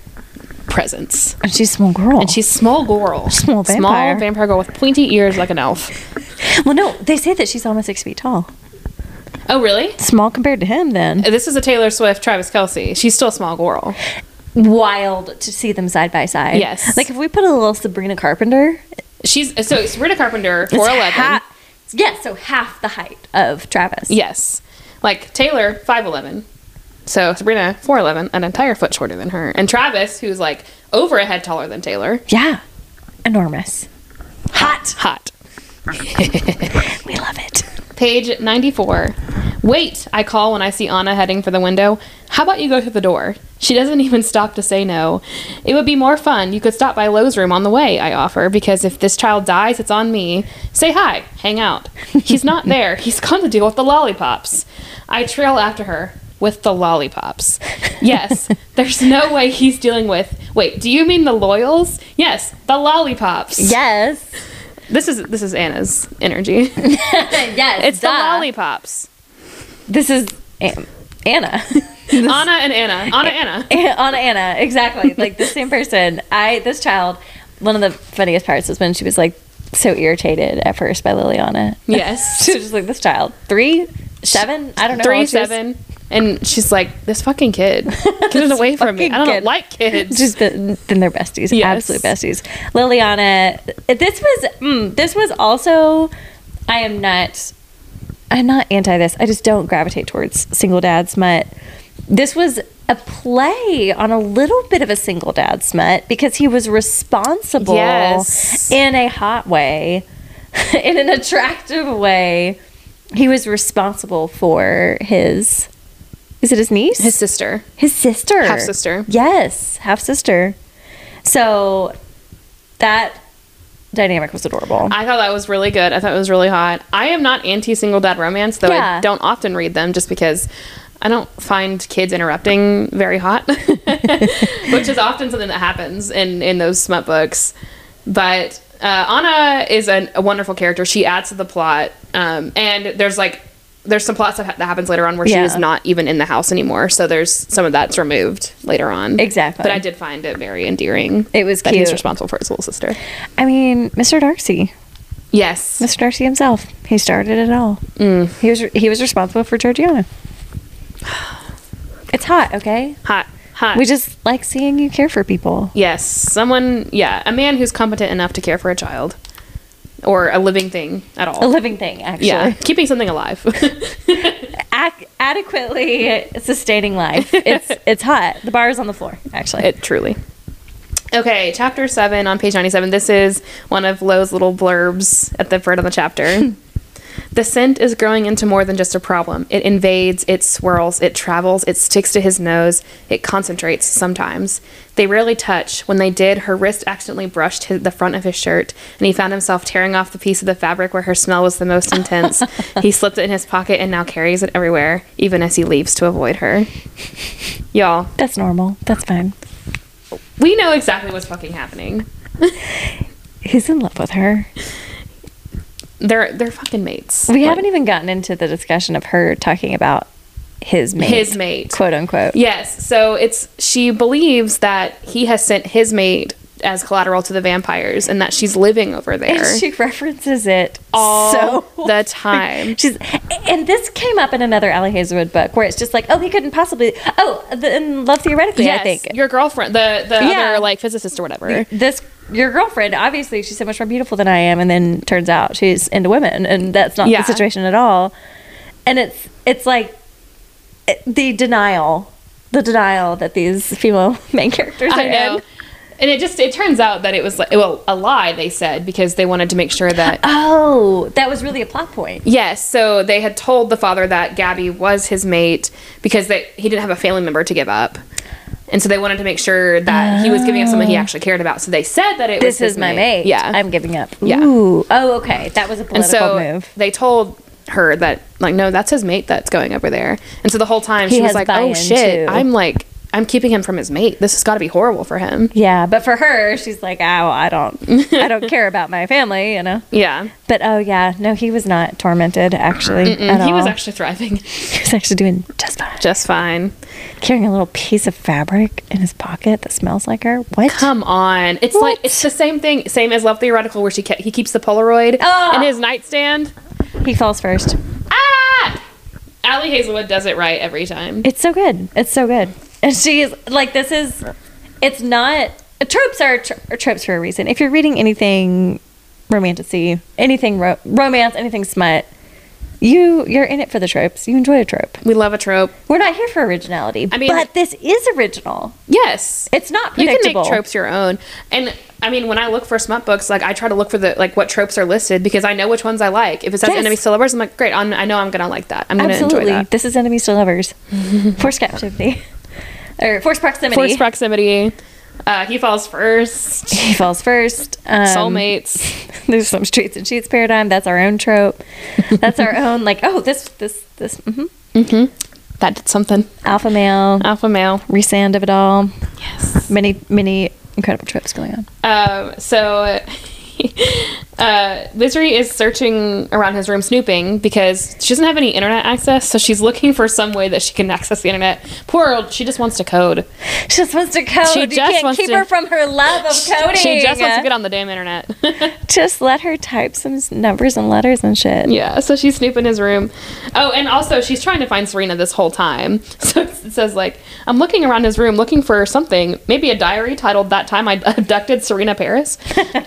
[SPEAKER 1] presence.
[SPEAKER 2] And she's a small girl.
[SPEAKER 1] And she's small girl.
[SPEAKER 2] Oh. Small vampire.
[SPEAKER 1] Small vampire girl with pointy ears like an elf.
[SPEAKER 2] well, no, they say that she's almost six feet tall.
[SPEAKER 1] Oh really?
[SPEAKER 2] Small compared to him, then.
[SPEAKER 1] This is a Taylor Swift, Travis Kelsey. She's still a small girl.
[SPEAKER 2] Wild to see them side by side.
[SPEAKER 1] Yes.
[SPEAKER 2] Like if we put a little Sabrina Carpenter,
[SPEAKER 1] She's so it's Rita Carpenter, four eleven.
[SPEAKER 2] ha- yeah, so half the height of Travis.
[SPEAKER 1] Yes. Like Taylor, 5'11. So Sabrina, 4'11, an entire foot shorter than her. And Travis, who's like over a head taller than Taylor,
[SPEAKER 2] Yeah. Enormous. Hot.
[SPEAKER 1] hot.
[SPEAKER 2] We love it.
[SPEAKER 1] Page 94. Wait, I call when I see Anna heading for the window. How about you go through the door? She doesn't even stop to say no. It would be more fun. You could stop by Lowe's room on the way, I offer, because if this child dies, it's on me. Say hi, hang out. He's not there. He's gone to deal with the lollipops. I trail after her with the lollipops. Yes, there's no way he's dealing with. Wait, do you mean the loyals? Yes, the lollipops.
[SPEAKER 2] Yes.
[SPEAKER 1] This is this is Anna's energy.
[SPEAKER 2] yes.
[SPEAKER 1] It's the
[SPEAKER 2] duh.
[SPEAKER 1] lollipops.
[SPEAKER 2] This is Am- Anna.
[SPEAKER 1] Anna and Anna. Anna Anna.
[SPEAKER 2] on Anna, exactly. Like the same person. I this child. One of the funniest parts is when she was like so irritated at first by Liliana.
[SPEAKER 1] Yes.
[SPEAKER 2] she was just like this child three, seven. I don't know. how
[SPEAKER 1] Three
[SPEAKER 2] old she was.
[SPEAKER 1] seven. And she's like, This fucking kid. Get it away from me.
[SPEAKER 2] fucking
[SPEAKER 1] I don't
[SPEAKER 2] kid."
[SPEAKER 1] like kids.
[SPEAKER 2] Just been, been their besties,
[SPEAKER 1] Yes.
[SPEAKER 2] absolute besties. Liliana, this was mm, this was also. I am not. I'm not anti this. I just don't gravitate towards single dad smut. This was a play on a little bit of a single dad smut because he was responsible
[SPEAKER 1] Yes.
[SPEAKER 2] in a hot way, in an attractive way. He was responsible for his. Is it his niece?
[SPEAKER 1] his sister.
[SPEAKER 2] His sister.
[SPEAKER 1] Half sister.
[SPEAKER 2] Yes, half sister. So that dynamic was adorable.
[SPEAKER 1] I thought that was really good. I thought it was really hot. I am not anti single dad romance, though
[SPEAKER 2] Yeah.
[SPEAKER 1] I don't often read them just because I don't find kids interrupting very hot, which is often something that happens in, in those smut books. But uh, Anna is an, a wonderful character. She adds to the plot. Um, and there's like, there's some plot stuff that happens later on where she is
[SPEAKER 2] Yeah.
[SPEAKER 1] not even in the house anymore. So there's some of that's removed later on.
[SPEAKER 2] Exactly.
[SPEAKER 1] But I did find it very endearing.
[SPEAKER 2] It was
[SPEAKER 1] that he's
[SPEAKER 2] cute.
[SPEAKER 1] responsible for his little sister.
[SPEAKER 2] I mean, Mr. Darcy,
[SPEAKER 1] Yes.
[SPEAKER 2] Mr. Darcy himself, he started it all.
[SPEAKER 1] Mm.
[SPEAKER 2] He was he was responsible for Georgiana. It's hot, okay?
[SPEAKER 1] Hot. Hot.
[SPEAKER 2] We just like seeing you care for people.
[SPEAKER 1] Yes, someone, yeah, a man who's competent enough to care for a child or a living thing at all.
[SPEAKER 2] A living thing, actually.
[SPEAKER 1] yeah, keeping something alive.
[SPEAKER 2] Ac- adequately sustaining life. It's it's hot. The bar is on the floor, actually.
[SPEAKER 1] it truly. Okay, chapter 7 on page 97. This is one of Lowe's little blurbs at the front of the chapter. the scent is growing into more than just a problem. It invades, it swirls, it travels, it sticks to his nose, it concentrates sometimes. They rarely touch. When they did, her wrist accidentally brushed his, the front of his shirt, and he found himself tearing off the piece of the fabric where her smell was the most intense. he slipped it in his pocket and now carries it everywhere, even as he leaves to avoid her. Y'all,
[SPEAKER 2] That's normal. That's fine.
[SPEAKER 1] we know exactly what's fucking happening.
[SPEAKER 2] He's in love with her.
[SPEAKER 1] They're they're fucking mates.
[SPEAKER 2] We
[SPEAKER 1] Like,
[SPEAKER 2] haven't even gotten into the discussion of her talking about his mate.
[SPEAKER 1] His mate.
[SPEAKER 2] Quote unquote.
[SPEAKER 1] Yes. So it's she believes that he has sent his mate as collateral to the vampires and that she's living over there
[SPEAKER 2] And she references it
[SPEAKER 1] all
[SPEAKER 2] so
[SPEAKER 1] the time.
[SPEAKER 2] She's, and this came up in another Allie Hazelwood book where it's just like, oh, he couldn't possibly. Oh, the, in Love Theoretically, I think
[SPEAKER 1] your girlfriend, the the
[SPEAKER 2] Yeah.
[SPEAKER 1] other like physicist or whatever.
[SPEAKER 2] this your girlfriend. Obviously, she's so much more beautiful than I am, and then turns out she's into women, and that's not
[SPEAKER 1] Yeah.
[SPEAKER 2] the situation at all. And it's it's like it, the denial, the denial that these female main characters are
[SPEAKER 1] I know.
[SPEAKER 2] in.
[SPEAKER 1] And it just it turns out that it was like well a lie they said because they wanted to make sure that
[SPEAKER 2] Oh, that was really a plot point.
[SPEAKER 1] Yes, so they had told the father that Gabby was his mate because they, he didn't have a family member to give up. And so they wanted to make sure that he was giving up someone he actually cared about. So they said that it was
[SPEAKER 2] Oh. This
[SPEAKER 1] his
[SPEAKER 2] is my mate.
[SPEAKER 1] Yeah.
[SPEAKER 2] I'm giving up.
[SPEAKER 1] Yeah.
[SPEAKER 2] Ooh. Oh, okay. That was a
[SPEAKER 1] and
[SPEAKER 2] political
[SPEAKER 1] so
[SPEAKER 2] move.
[SPEAKER 1] they told her that like no, that's his mate that's going over there. And so the whole time
[SPEAKER 2] He
[SPEAKER 1] she was
[SPEAKER 2] has
[SPEAKER 1] like, "Oh
[SPEAKER 2] buy-in,
[SPEAKER 1] shit,
[SPEAKER 2] too.
[SPEAKER 1] I'm like I'm keeping him from his mate. This has got to be horrible for him."
[SPEAKER 2] Yeah, but for her, she's like, oh, I don't, I don't care about my family, you know.
[SPEAKER 1] Yeah.
[SPEAKER 2] But oh yeah, no, he was not tormented actually. at
[SPEAKER 1] he was
[SPEAKER 2] all.
[SPEAKER 1] actually thriving
[SPEAKER 2] He was actually doing just fine.
[SPEAKER 1] just fine.
[SPEAKER 2] Carrying a little piece of fabric in his pocket that smells like her. What?
[SPEAKER 1] Come on. It's like
[SPEAKER 2] What?
[SPEAKER 1] it's the same thing, same as Love Theoretical where she ke- he keeps the Polaroid
[SPEAKER 2] Ah!
[SPEAKER 1] in his nightstand.
[SPEAKER 2] He falls first.
[SPEAKER 1] Ah! Allie Hazelwood does it right every time.
[SPEAKER 2] It's so good. It's so good. And she's like, this is. It's not tropes are, tr- are tropes for a reason. If you're reading anything romanticy, anything ro- romance, anything smut, you you're in it for the tropes. You enjoy a trope.
[SPEAKER 1] We love a trope.
[SPEAKER 2] We're not here for originality.
[SPEAKER 1] I mean-
[SPEAKER 2] but this is original.
[SPEAKER 1] Yes.
[SPEAKER 2] It's not
[SPEAKER 1] you can make
[SPEAKER 2] predictable.
[SPEAKER 1] tropes your own. And I mean, when I look for smut books, like I try to look for the like what tropes are listed because I know which ones I like. If it says
[SPEAKER 2] Yes.
[SPEAKER 1] enemy still lovers, I'm like, great. I'm, I know I'm gonna like that. I'm gonna
[SPEAKER 2] Absolutely.
[SPEAKER 1] enjoy that.
[SPEAKER 2] This is enemies to lovers. Forced captivity. Or forced proximity.
[SPEAKER 1] Forced proximity. Uh, he falls first.
[SPEAKER 2] he falls first. Um,
[SPEAKER 1] Soulmates.
[SPEAKER 2] There's some streets and sheets paradigm. That's our own trope. That's our own like oh this this this hmm
[SPEAKER 1] That did something.
[SPEAKER 2] alpha male
[SPEAKER 1] Alpha male.
[SPEAKER 2] resand of it all.
[SPEAKER 1] Yes.
[SPEAKER 2] Many many incredible tropes going on.
[SPEAKER 1] Um, so uh, Misery is searching around his room, snooping because she doesn't have any internet access. So she's looking for some way that she can access the internet. Poor old, she just wants to code.
[SPEAKER 2] She just wants to code.
[SPEAKER 1] She
[SPEAKER 2] you
[SPEAKER 1] just
[SPEAKER 2] can't
[SPEAKER 1] wants
[SPEAKER 2] keep
[SPEAKER 1] to-
[SPEAKER 2] her from her love of coding.
[SPEAKER 1] She just wants to get on the damn internet.
[SPEAKER 2] Just let her type some s- numbers and letters and shit.
[SPEAKER 1] yeah, so she's snooping his room. Oh, and also she's trying to find Serena this whole time. So it says like, I'm looking around his room looking for something, maybe a diary titled "That Time I Abducted Serena Paris."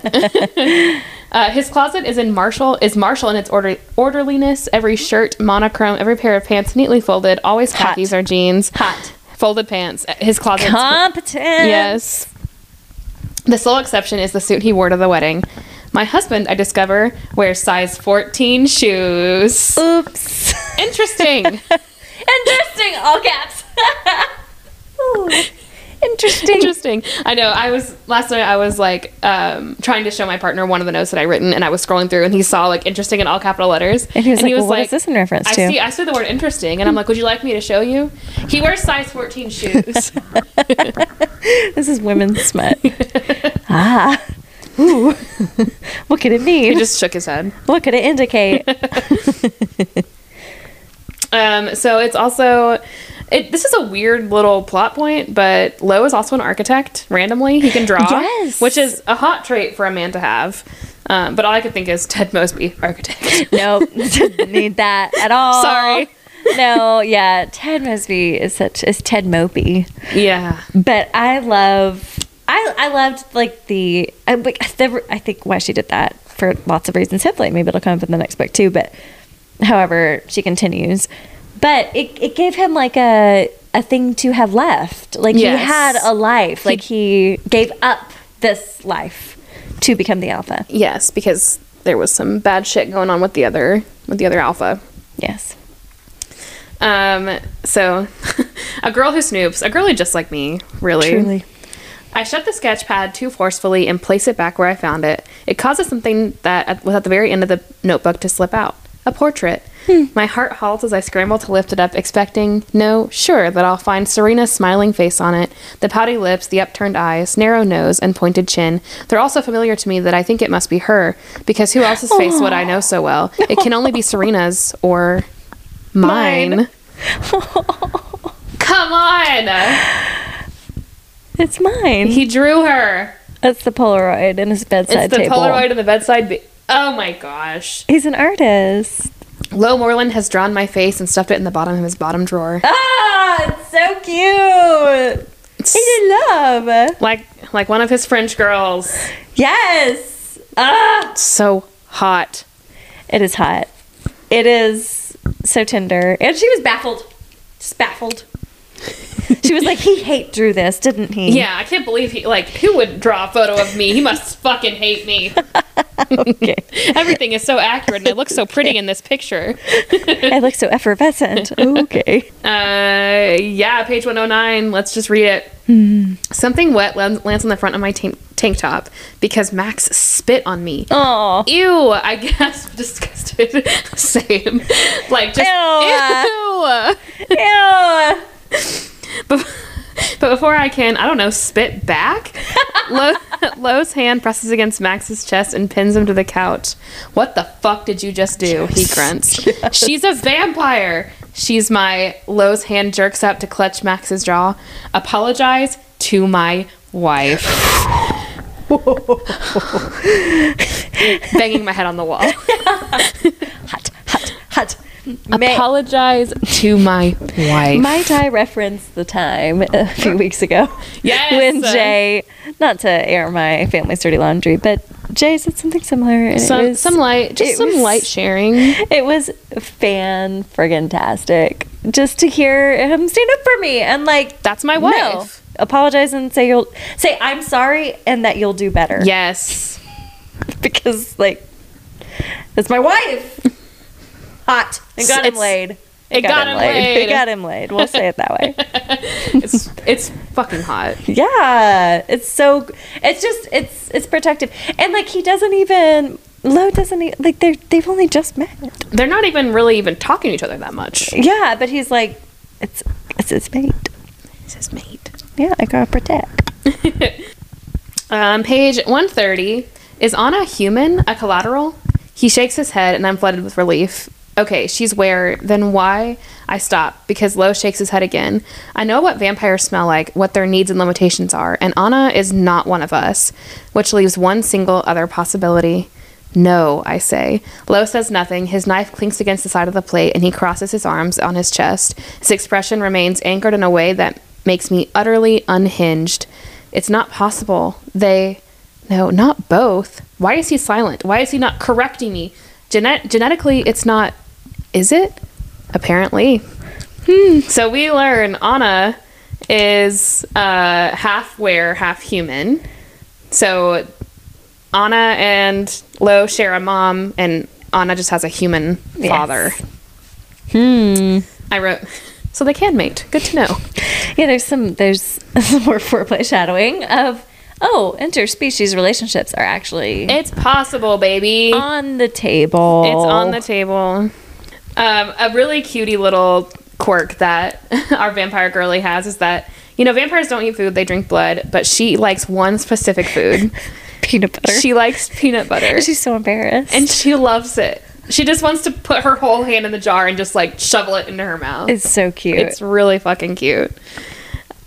[SPEAKER 1] Uh, his closet is in Marshall is Marshall in its order orderliness. Every shirt monochrome, every pair of pants neatly folded, always
[SPEAKER 2] Hot.
[SPEAKER 1] khakis or jeans,
[SPEAKER 2] Hot.
[SPEAKER 1] folded pants. His closet.
[SPEAKER 2] Competent.
[SPEAKER 1] Yes. The sole exception is the suit he wore to the wedding. My husband, I discover, wears size 14 shoes.
[SPEAKER 2] Oops.
[SPEAKER 1] Interesting.
[SPEAKER 2] Interesting, all caps. Ooh, interesting.
[SPEAKER 1] Interesting. I know. I was last night. I was like um, trying to show my partner one of the notes that I written, and I was scrolling through, and he saw like interesting in all capital letters,
[SPEAKER 2] And he was like, "Well, what is this in reference
[SPEAKER 1] I
[SPEAKER 2] to?"
[SPEAKER 1] see. I see the word interesting, and I'm like, "Would you like me to show you?" He wears size 14 shoes.
[SPEAKER 2] This is women's smut. ah. Ooh. what could it
[SPEAKER 1] he
[SPEAKER 2] mean?
[SPEAKER 1] just shook his head.
[SPEAKER 2] what could it indicate?
[SPEAKER 1] Um, so it's also. It, this is a weird little plot point, but Lowe is also an architect. Randomly, he can draw,
[SPEAKER 2] Yes.
[SPEAKER 1] which is a hot trait for a man to have. Um, but all I could think is Ted Mosby, architect.
[SPEAKER 2] nope. Didn't need that at all.
[SPEAKER 1] Sorry.
[SPEAKER 2] No, yeah. Ted Mosby is such is Ted Mopey.
[SPEAKER 1] yeah,
[SPEAKER 2] But I love I I loved like the I, like, the I think why she did that for lots of reasons. Hopefully, maybe it'll come up in the next book too. But however, she continues. But it it gave him like a a thing to have left. Like
[SPEAKER 1] Yes.
[SPEAKER 2] he had a life. Like he gave up this life to become the alpha.
[SPEAKER 1] Yes, because there was some bad shit going on with the other with the other alpha.
[SPEAKER 2] Yes.
[SPEAKER 1] Um, so a girl who snoops, a girly just like me, really.
[SPEAKER 2] Truly.
[SPEAKER 1] I shut the sketch pad too forcefully and place it back where I found it. It causes something that at- was at the very end of the notebook to slip out. A portrait. My heart halts as I scramble to lift it up, expecting, no, sure, that I'll find Serena's smiling face on it. The pouty lips, the upturned eyes, narrow nose, and pointed chin. They're all so familiar to me that I think it must be her, because who else's face would I know so well? It can only be Serena's or mine.
[SPEAKER 2] Mine.
[SPEAKER 1] Come on!
[SPEAKER 2] It's mine.
[SPEAKER 1] He drew her.
[SPEAKER 2] That's the Polaroid in his bedside
[SPEAKER 1] It's the
[SPEAKER 2] table.
[SPEAKER 1] Polaroid on the bedside. Be- oh my gosh.
[SPEAKER 2] He's an artist.
[SPEAKER 1] Lo Moreland has drawn my face and stuffed it in the bottom of his bottom drawer.
[SPEAKER 2] Ah, it's so cute. He's in love.
[SPEAKER 1] like like one of his French girls.
[SPEAKER 2] Yes. Ah,
[SPEAKER 1] So hot.
[SPEAKER 2] it is hot. It is so tender. And she was baffled. Just baffled. she was like, he hate drew this, didn't he?
[SPEAKER 1] Yeah, I can't believe he like who would draw a photo of me? He must fucking hate me.
[SPEAKER 2] Okay.
[SPEAKER 1] Everything is so accurate and I look so pretty in this picture.
[SPEAKER 2] I look so effervescent. Okay.
[SPEAKER 1] Uh, yeah, page 109. Let's just read it.
[SPEAKER 2] Hmm.
[SPEAKER 1] Something wet lan- lands on the front of my tank tank top because Max spit on me.
[SPEAKER 2] Oh.
[SPEAKER 1] Ew, I guess disgusted. Same. Like just ew.
[SPEAKER 2] Ew. Ew.
[SPEAKER 1] Bef- but before I can, I don't know, spit back? Lo- Lo's hand presses against Max's chest and pins him to the couch. What the fuck did you just do? He grunts. She's a vampire. She's my. Lo's hand jerks up to clutch Max's jaw. Apologize to my wife. Banging my head on the wall.
[SPEAKER 2] Hot, hot, hot. May-
[SPEAKER 1] Apologize to my wife.
[SPEAKER 2] Might I reference the time a few weeks ago?
[SPEAKER 1] Yes. uh,
[SPEAKER 2] When Jay, not to air my family's dirty laundry, but Jay said something similar. And it
[SPEAKER 1] some,
[SPEAKER 2] was,
[SPEAKER 1] some light,
[SPEAKER 2] it
[SPEAKER 1] just some
[SPEAKER 2] was-
[SPEAKER 1] light sharing.
[SPEAKER 2] It was fan friggin' tastic. Just to hear him stand up for me and like
[SPEAKER 1] That's my wife.
[SPEAKER 2] no, apologize and say you'll say I'm sorry and that you'll do better.
[SPEAKER 1] Yes.
[SPEAKER 2] because like it's my wife. Hot. It got him
[SPEAKER 1] It's-
[SPEAKER 2] laid.
[SPEAKER 1] it got him laid.
[SPEAKER 2] It got him laid. We'll say it that way.
[SPEAKER 1] It's it's fucking hot.
[SPEAKER 2] Yeah, it's so. It's just it's it's protective, and like he doesn't even Lo doesn't e like they are they've only just met.
[SPEAKER 1] They're not even really even talking to each other that much.
[SPEAKER 2] Yeah, but he's like, it's it's his mate.
[SPEAKER 1] This is mate.
[SPEAKER 2] Yeah, I gotta protect.
[SPEAKER 1] Um, page 130. Is Anna human, a collateral? He shakes his head and I'm flooded with relief. Okay, she's where, then why? I stop because Lo shakes his head again. I know what vampires smell like, what their needs and limitations are, and Anna is not one of us, which leaves one single other possibility. No, I say. Lo says nothing. His knife clinks against the side of the plate and he crosses his arms on his chest. His expression remains anchored in a way that makes me utterly unhinged. It's not possible. They. No, not both. Why is he silent? Why is he not correcting me? Genet- genetically, it's not. Is it? Apparently. Hmm. So we learn Anna is uh, half were, half human. So Anna and Lo share a mom, and Anna just has a human
[SPEAKER 2] Yes.
[SPEAKER 1] father. I wrote. So they can mate. Good to know.
[SPEAKER 2] Yeah, there's some there's some more foreplay shadowing of oh interspecies relationships are actually
[SPEAKER 1] It's possible, baby.
[SPEAKER 2] on the table.
[SPEAKER 1] It's on the table. Um, a really cutie little quirk that our vampire girly has is that you know vampires don't eat food; they drink blood. But she likes one specific food.
[SPEAKER 2] peanut butter.
[SPEAKER 1] she likes peanut butter,
[SPEAKER 2] She's so embarrassed.
[SPEAKER 1] and she loves it. She just wants to put her whole hand in the jar and just like shovel it into her mouth.
[SPEAKER 2] it's so cute.
[SPEAKER 1] It's really fucking cute.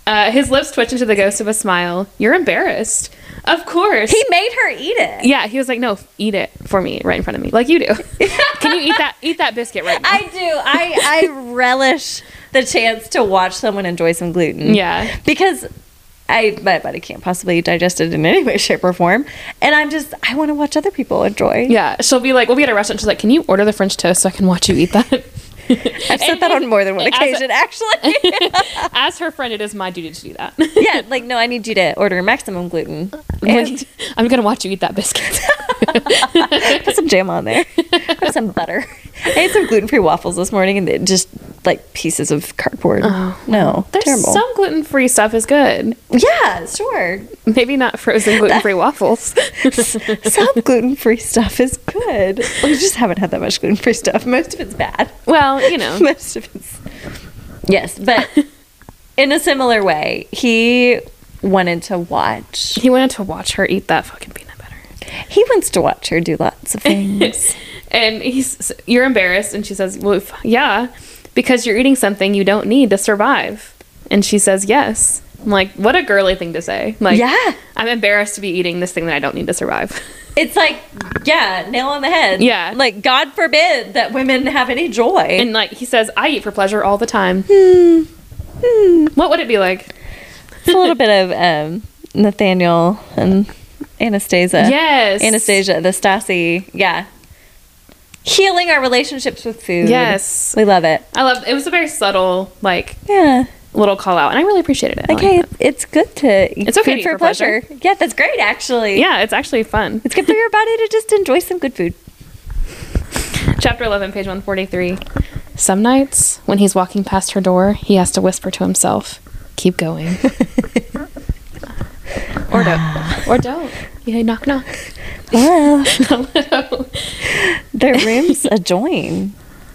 [SPEAKER 1] Uh, his lips twitch into the ghost of a smile. You're embarrassed, of course.
[SPEAKER 2] he made her eat it.
[SPEAKER 1] yeah, he was like, "No, eat it for me, right in front of me, like you do." Can you eat that? Eat that biscuit right now.
[SPEAKER 2] I do. I I relish the chance to watch someone enjoy some gluten.
[SPEAKER 1] Yeah.
[SPEAKER 2] Because I my body can't possibly digest it in any way, shape, or form. And I'm just I want to watch other people enjoy.
[SPEAKER 1] Yeah, she'll be like, we'll be at a restaurant. She's like, can you order the French toast so I can watch you eat that?
[SPEAKER 2] I've said that on more than one
[SPEAKER 1] As a-
[SPEAKER 2] occasion, actually.
[SPEAKER 1] As her friend, it is my duty to do that.
[SPEAKER 2] yeah, like no, I need you to order maximum gluten. And
[SPEAKER 1] Like, I'm gonna watch you eat that biscuit.
[SPEAKER 2] put some jam on there. Put some butter. I had some gluten free waffles this morning and it just like pieces of cardboard. no,
[SPEAKER 1] Oh, There's
[SPEAKER 2] terrible.
[SPEAKER 1] some gluten free stuff is good.
[SPEAKER 2] yeah, sure.
[SPEAKER 1] Maybe not frozen gluten free waffles.
[SPEAKER 2] some gluten free stuff is good. We just haven't had that much gluten free stuff. Most of it's bad.
[SPEAKER 1] Well, you know.
[SPEAKER 2] Most of it's. Yes, but in a similar way, he wanted to watch.
[SPEAKER 1] He wanted to watch her eat that fucking peanut butter.
[SPEAKER 2] He wants to watch her do lots of things.
[SPEAKER 1] And he's, you're embarrassed. And she says, well, f- yeah, because you're eating something you don't need to survive. And she says, yes. I'm like, what a girly thing to say. Like,
[SPEAKER 2] Yeah.
[SPEAKER 1] I'm embarrassed to be eating this thing that I don't need to survive.
[SPEAKER 2] it's like, yeah, nail on the head.
[SPEAKER 1] Yeah.
[SPEAKER 2] Like, God forbid that women have any joy.
[SPEAKER 1] And like, he says, I eat for pleasure all the time.
[SPEAKER 2] Hmm.
[SPEAKER 1] What would it be like?
[SPEAKER 2] it's a little bit of um, Nathaniel and Anastasia.
[SPEAKER 1] Yes.
[SPEAKER 2] Uh, Anastasia, the Stasi. Yeah. Healing our relationships with food.
[SPEAKER 1] Yes.
[SPEAKER 2] We love it.
[SPEAKER 1] I love, it was a very subtle, like,
[SPEAKER 2] Yeah.
[SPEAKER 1] little call out. And I really appreciated it. I
[SPEAKER 2] Like,
[SPEAKER 1] liked
[SPEAKER 2] hey,
[SPEAKER 1] it.
[SPEAKER 2] it's good to eat
[SPEAKER 1] It's okay
[SPEAKER 2] food
[SPEAKER 1] to eat
[SPEAKER 2] for,
[SPEAKER 1] for
[SPEAKER 2] pleasure.
[SPEAKER 1] pleasure.
[SPEAKER 2] Yeah, that's great, actually.
[SPEAKER 1] Yeah, it's actually fun.
[SPEAKER 2] It's good for your body to just enjoy some good food.
[SPEAKER 1] Chapter 11, page 143. Some nights, when he's walking past her door, he has to whisper to himself, Keep going. or don't. Or don't. You know, knock, knock.
[SPEAKER 2] Hello. Their rooms adjoin,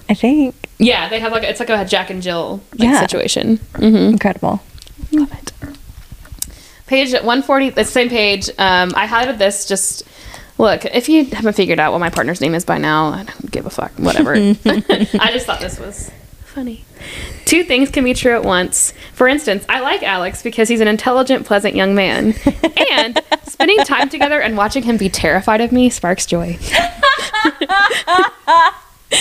[SPEAKER 2] I think.
[SPEAKER 1] Yeah, they have like, it's like a Jack and Jill like,
[SPEAKER 2] Yeah.
[SPEAKER 1] situation. Mm-hmm.
[SPEAKER 2] Incredible.
[SPEAKER 1] Love it. Page 140, the same page. Um, I highlighted this just. Look, if you haven't figured out what my partner's name is by now, I don't give a fuck. Whatever. I just thought this was funny. Two things can be true at once. For instance, I like Alex because he's an intelligent, pleasant young man. And spending time together and watching him be terrified of me sparks joy.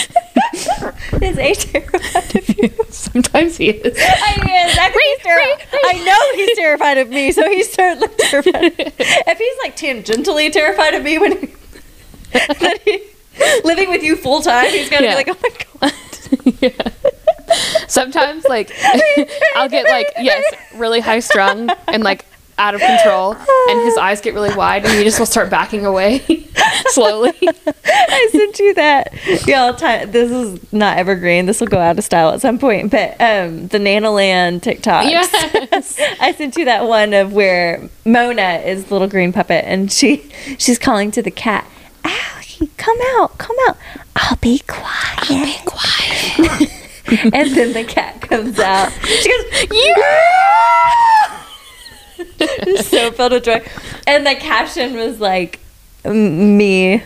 [SPEAKER 2] Is A terrified of you?
[SPEAKER 1] Sometimes he is.
[SPEAKER 2] I mean, that could be terri- I know he's terrified of me, so he's certainly terrified. Of if he's like tangentially terrified of me when he, that he, living with you full time, he's gonna
[SPEAKER 1] Yeah.
[SPEAKER 2] be like, oh my god.
[SPEAKER 1] yeah. Sometimes, like, I'll get like yes, really high strung and like out of control, and his eyes get really wide, and he just will start backing away slowly.
[SPEAKER 2] I sent you that. Y'all, ti- this is not evergreen. This will go out of style at some point. But um, the Nanoland TikToks.
[SPEAKER 1] Yes.
[SPEAKER 2] I sent you that one of where Mona is the little green puppet, and she she's calling to the cat. Allie, come out, come out. I'll be quiet. I'll be quiet. and then the cat comes out. She goes, yeah! so filled with joy. And the caption was like, "M- me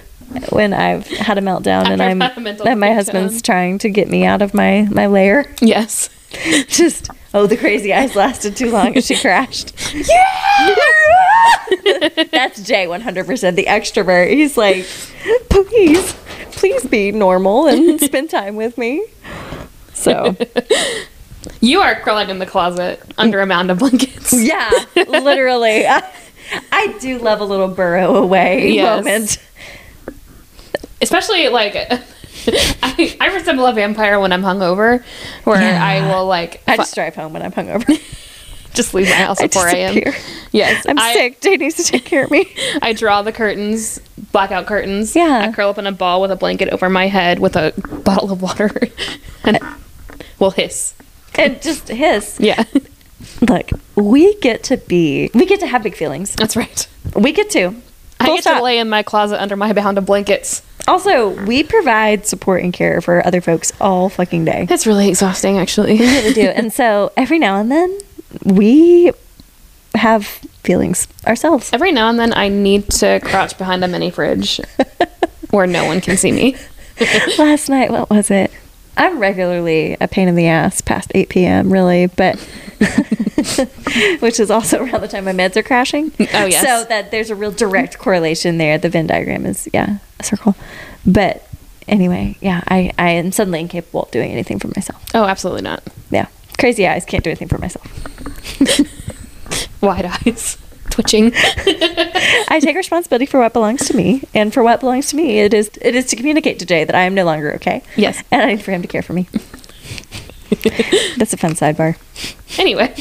[SPEAKER 2] when I've had a meltdown
[SPEAKER 1] After
[SPEAKER 2] and I'm
[SPEAKER 1] I've had a mental
[SPEAKER 2] and my
[SPEAKER 1] breakdown.
[SPEAKER 2] husband's trying to get me out of my my lair.
[SPEAKER 1] Yes.
[SPEAKER 2] Just oh, the crazy eyes lasted too long and she crashed. That's Jay, one hundred percent the extrovert. He's like, please, please be normal and spend time with me. So
[SPEAKER 1] You are crawling in the closet under a mound of blankets.
[SPEAKER 2] yeah, literally, I, I do love a little burrow away
[SPEAKER 1] Yes.
[SPEAKER 2] moment.
[SPEAKER 1] Especially like I, I resemble a vampire when I'm hungover, where
[SPEAKER 2] Yeah.
[SPEAKER 1] I will like
[SPEAKER 2] I
[SPEAKER 1] fu-
[SPEAKER 2] just drive home when I'm hungover.
[SPEAKER 1] just leave my house
[SPEAKER 2] I
[SPEAKER 1] at 4 a.m.
[SPEAKER 2] disappear.
[SPEAKER 1] Yes,
[SPEAKER 2] I'm
[SPEAKER 1] I-
[SPEAKER 2] sick. Jay needs to take care of me.
[SPEAKER 1] I draw the curtains, blackout curtains.
[SPEAKER 2] Yeah.
[SPEAKER 1] I curl up in a ball with a blanket over my head with a bottle of water. and we'll hiss.
[SPEAKER 2] And just hiss.
[SPEAKER 1] Yeah.
[SPEAKER 2] Look, we get to be, we get to have big feelings.
[SPEAKER 1] That's right.
[SPEAKER 2] We get to.
[SPEAKER 1] I
[SPEAKER 2] Full
[SPEAKER 1] get
[SPEAKER 2] stop.
[SPEAKER 1] to lay in my closet under my bound of blankets.
[SPEAKER 2] Also, we provide support and care for other folks all fucking day.
[SPEAKER 1] That's really exhausting, actually.
[SPEAKER 2] We really do. And so every now and then, we have feelings ourselves.
[SPEAKER 1] Every now and then, I need to crouch behind a mini fridge where no one can see me.
[SPEAKER 2] Last night, what was it? I'm regularly a pain in the ass past 8 p.m., really, but which is also around the time my meds are crashing.
[SPEAKER 1] Oh, yes.
[SPEAKER 2] So that there's a real direct correlation there. The Venn diagram is, yeah, a circle. But anyway, yeah, I, I am suddenly incapable of doing anything for myself.
[SPEAKER 1] Oh, absolutely not.
[SPEAKER 2] Yeah. Crazy eyes can't do anything for myself.
[SPEAKER 1] Wide eyes, twitching.
[SPEAKER 2] I take responsibility for what belongs to me, and for what belongs to me, it is it is to communicate to Jay that I am no longer okay.
[SPEAKER 1] Yes.
[SPEAKER 2] and I need for him to care for me. That's a fun sidebar.
[SPEAKER 1] Anyway.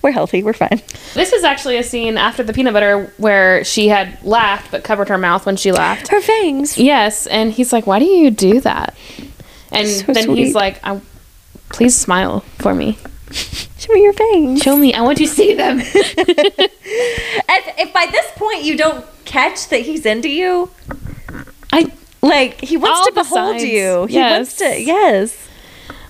[SPEAKER 2] We're healthy. We're fine.
[SPEAKER 1] This is actually a scene after the peanut butter where she had laughed but covered her mouth when she laughed.
[SPEAKER 2] Her fangs.
[SPEAKER 1] Yes, and he's like, "Why do you do that?" And
[SPEAKER 2] So
[SPEAKER 1] then
[SPEAKER 2] sweet.
[SPEAKER 1] he's like, I, Please smile for me.
[SPEAKER 2] Show me your face.
[SPEAKER 1] Show me. I want to see them.
[SPEAKER 2] If, if by this point you don't catch that he's into you,
[SPEAKER 1] I
[SPEAKER 2] like he wants
[SPEAKER 1] All
[SPEAKER 2] to
[SPEAKER 1] the
[SPEAKER 2] behold
[SPEAKER 1] signs.
[SPEAKER 2] you. He wants to.
[SPEAKER 1] Yes.
[SPEAKER 2] Yes.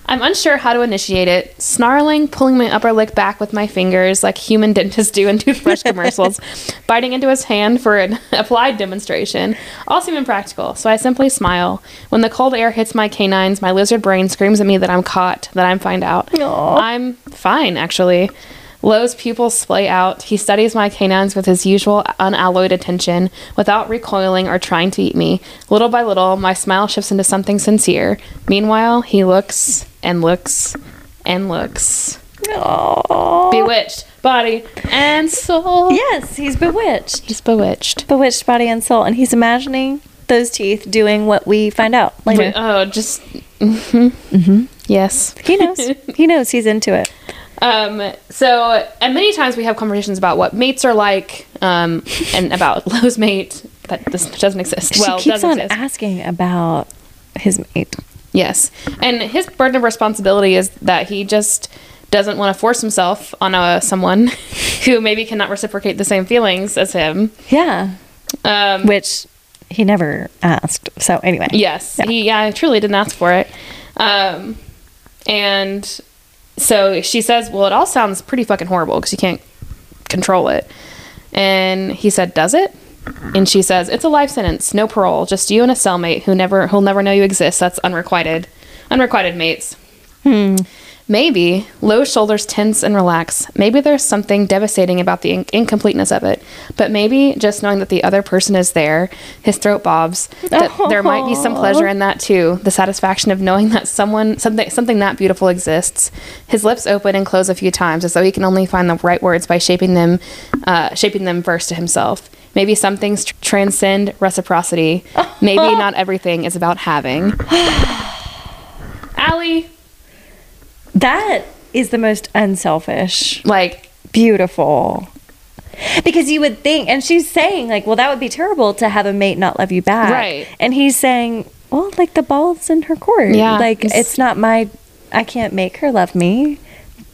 [SPEAKER 1] I'm unsure how to initiate it. Snarling, pulling my upper lip back with my fingers like human dentists do in toothbrush commercials, biting into his hand for an applied demonstration, all seem impractical, so I simply smile. When the cold air hits my canines, my lizard brain screams at me that I'm caught, that I'm find out.
[SPEAKER 2] Aw.
[SPEAKER 1] I'm fine, actually. Lowe's pupils splay out. He studies my canines with his usual unalloyed attention, without recoiling or trying to eat me. Little by little, my smile shifts into something sincere. Meanwhile, he looks and looks and looks.
[SPEAKER 2] Aw.
[SPEAKER 1] Bewitched, body and soul.
[SPEAKER 2] Yes, he's bewitched.
[SPEAKER 1] Just bewitched.
[SPEAKER 2] Bewitched body and soul, and he's imagining those teeth doing what we find out later.
[SPEAKER 1] Oh, just. Mm-hmm. Mm-hmm. Yes.
[SPEAKER 2] He knows. he knows he's into it.
[SPEAKER 1] Um, so, and many times we have conversations about what mates are like, um, and about Lowe's mate. That this doesn't exist. well,
[SPEAKER 2] she keeps
[SPEAKER 1] doesn't
[SPEAKER 2] on
[SPEAKER 1] exist.
[SPEAKER 2] asking about his mate.
[SPEAKER 1] yes, and his burden of responsibility is that he just doesn't want to force himself on a someone who maybe cannot reciprocate the same feelings as him.
[SPEAKER 2] Yeah,
[SPEAKER 1] Um,
[SPEAKER 2] which he never asked. So anyway,
[SPEAKER 1] Yes.
[SPEAKER 2] Yeah.
[SPEAKER 1] He yeah, truly didn't ask for it. Um, and so she says, "Well, it all sounds pretty fucking horrible because you can't control it." And he said, "Does it?" And she says, "It's a life sentence, no parole, just you and a cellmate who never who'll never know you exist. That's unrequited, unrequited mates." Maybe. Lowe's shoulders tense and relax. Maybe there's something devastating about the in- incompleteness of it. But maybe just knowing that the other person is there, his throat bobs, that there might be some pleasure in that too. The satisfaction of knowing that someone, something, something that beautiful exists. His lips open and close a few times, as though he can only find the right words by shaping them, uh, shaping them first to himself. Maybe some things tr- transcend reciprocity. Maybe not everything is about having. Allie,
[SPEAKER 2] that is the most unselfish,
[SPEAKER 1] like
[SPEAKER 2] beautiful. Because you would think, and she's saying like, well, that would be terrible to have a mate not love you back.
[SPEAKER 1] Right.
[SPEAKER 2] And he's saying, well, like the ball's in her court.
[SPEAKER 1] Yeah.
[SPEAKER 2] Like it's, not my. I can't make her love me,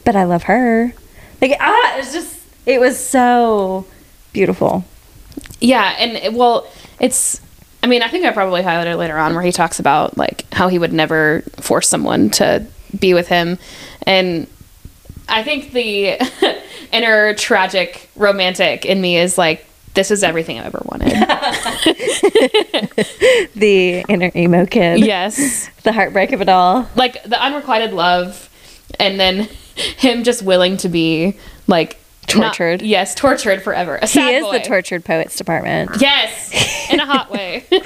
[SPEAKER 2] but I love her. Like ah, it's just it was so beautiful.
[SPEAKER 1] Yeah, and it- well, it's. I mean, I think I probably highlighted later on where he talks about like how he would never force someone to be with him, and I think the inner tragic romantic in me is like this is everything I've ever wanted.
[SPEAKER 2] The inner emo kid.
[SPEAKER 1] yes,
[SPEAKER 2] The heartbreak of it all.
[SPEAKER 1] like the unrequited love, and then him just willing to be like not-
[SPEAKER 2] Tortured.
[SPEAKER 1] yes, tortured forever. A sad
[SPEAKER 2] he is
[SPEAKER 1] boy.
[SPEAKER 2] the tortured poets department.
[SPEAKER 1] Yes, in a hot way.
[SPEAKER 2] In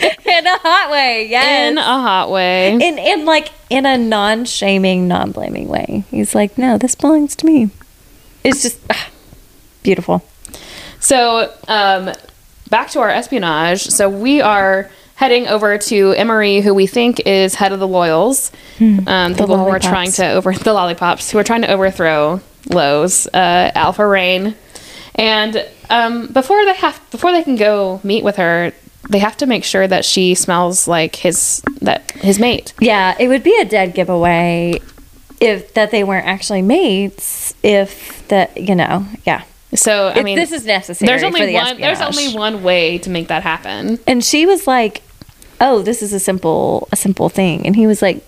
[SPEAKER 2] a hot way, yes.
[SPEAKER 1] in a hot way.
[SPEAKER 2] in in like in a non-shaming, non-blaming way. He's like, no, this belongs to me. It's just ah, beautiful.
[SPEAKER 1] So, um, back to our espionage. So we are heading over to Emery, who we think is head of the Loyals, um, the people who are
[SPEAKER 2] Hmm. lollipops.
[SPEAKER 1] trying to over the lollipops, who are trying to overthrow Lowe's uh, Alpha Rain. And um, before they have before they can go meet with her, they have to make sure that she smells like his that his mate.
[SPEAKER 2] Yeah, it would be a dead giveaway if that they weren't actually mates. If that you know, yeah.
[SPEAKER 1] So I
[SPEAKER 2] It-
[SPEAKER 1] mean,
[SPEAKER 2] this is necessary.
[SPEAKER 1] there's
[SPEAKER 2] for
[SPEAKER 1] only
[SPEAKER 2] the
[SPEAKER 1] one there's
[SPEAKER 2] espionage.
[SPEAKER 1] only one way to make that happen.
[SPEAKER 2] And she was like, oh, this is a simple a simple thing. And he was like,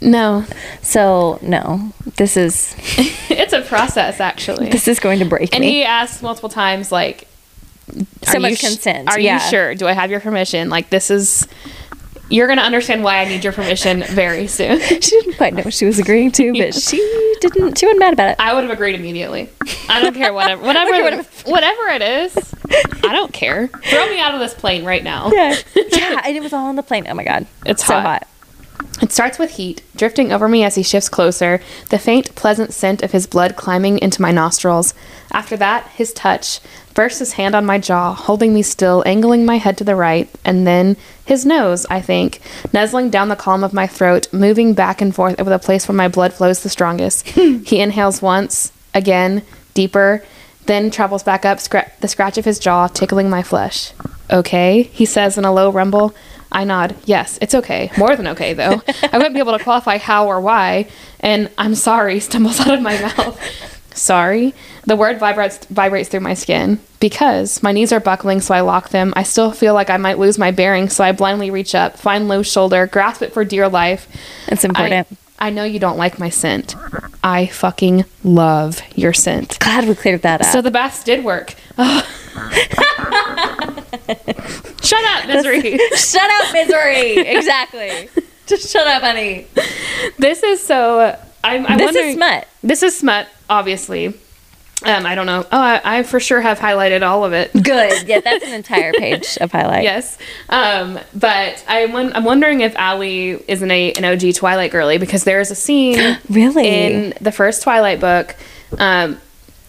[SPEAKER 1] No,
[SPEAKER 2] so no, this is
[SPEAKER 1] it's a process actually.
[SPEAKER 2] this is going to break
[SPEAKER 1] And
[SPEAKER 2] me.
[SPEAKER 1] he asked multiple times, like,
[SPEAKER 2] So
[SPEAKER 1] are
[SPEAKER 2] much
[SPEAKER 1] you sh-
[SPEAKER 2] consent,
[SPEAKER 1] Are
[SPEAKER 2] yeah.
[SPEAKER 1] you sure? Do I have your permission? Like, this is. You're going to understand why I need your permission very soon.
[SPEAKER 2] she didn't quite know what she was agreeing to, but she didn't. She wasn't mad about it.
[SPEAKER 1] I would have agreed immediately. I don't care whatever whatever
[SPEAKER 2] Okay, whatever.
[SPEAKER 1] whatever it is. I don't care. Throw me out of this plane right now.
[SPEAKER 2] Yeah, yeah, and it was all on the plane. Oh my god,
[SPEAKER 1] It's
[SPEAKER 2] so
[SPEAKER 1] hot.
[SPEAKER 2] hot.
[SPEAKER 1] It starts with heat, drifting over me as he shifts closer, the faint, pleasant scent of his blood climbing into my nostrils. After that, his touch, first his hand on my jaw, holding me still, angling my head to the right, and then his nose, I think, nuzzling down the column of my throat, moving back and forth over the place where my blood flows the strongest. he inhales once, again, deeper, then travels back up, scra- the scratch of his jaw tickling my flesh. Okay, he says in a low rumble. I nod. Yes, it's okay. More than okay, though. I wouldn't be able to qualify how or why, and I'm sorry stumbles out of my mouth. Sorry. The word vibrates vibrates through my skin. Because my knees are buckling, so I lock them. I still feel like I might lose my bearing, so I blindly reach up, find low shoulder, grasp it for dear life.
[SPEAKER 2] It's important.
[SPEAKER 1] I, I know you don't like my scent. I fucking love your scent.
[SPEAKER 2] Glad we cleared that up.
[SPEAKER 1] So the baths did work. Ugh. Shut up, misery.
[SPEAKER 2] shut up, misery. exactly. Just shut up, honey.
[SPEAKER 1] this is so. I'm, I'm
[SPEAKER 2] this
[SPEAKER 1] wondering.
[SPEAKER 2] is smut.
[SPEAKER 1] This is smut, obviously. Um, I don't know. Oh, I, I for sure have highlighted all of it.
[SPEAKER 2] Good. Yeah, that's an entire page of highlight.
[SPEAKER 1] Yes, um, but I'm won- I'm wondering if Allie isn't a an OG Twilight girly because there is a scene
[SPEAKER 2] Really?
[SPEAKER 1] in the first Twilight book. Um,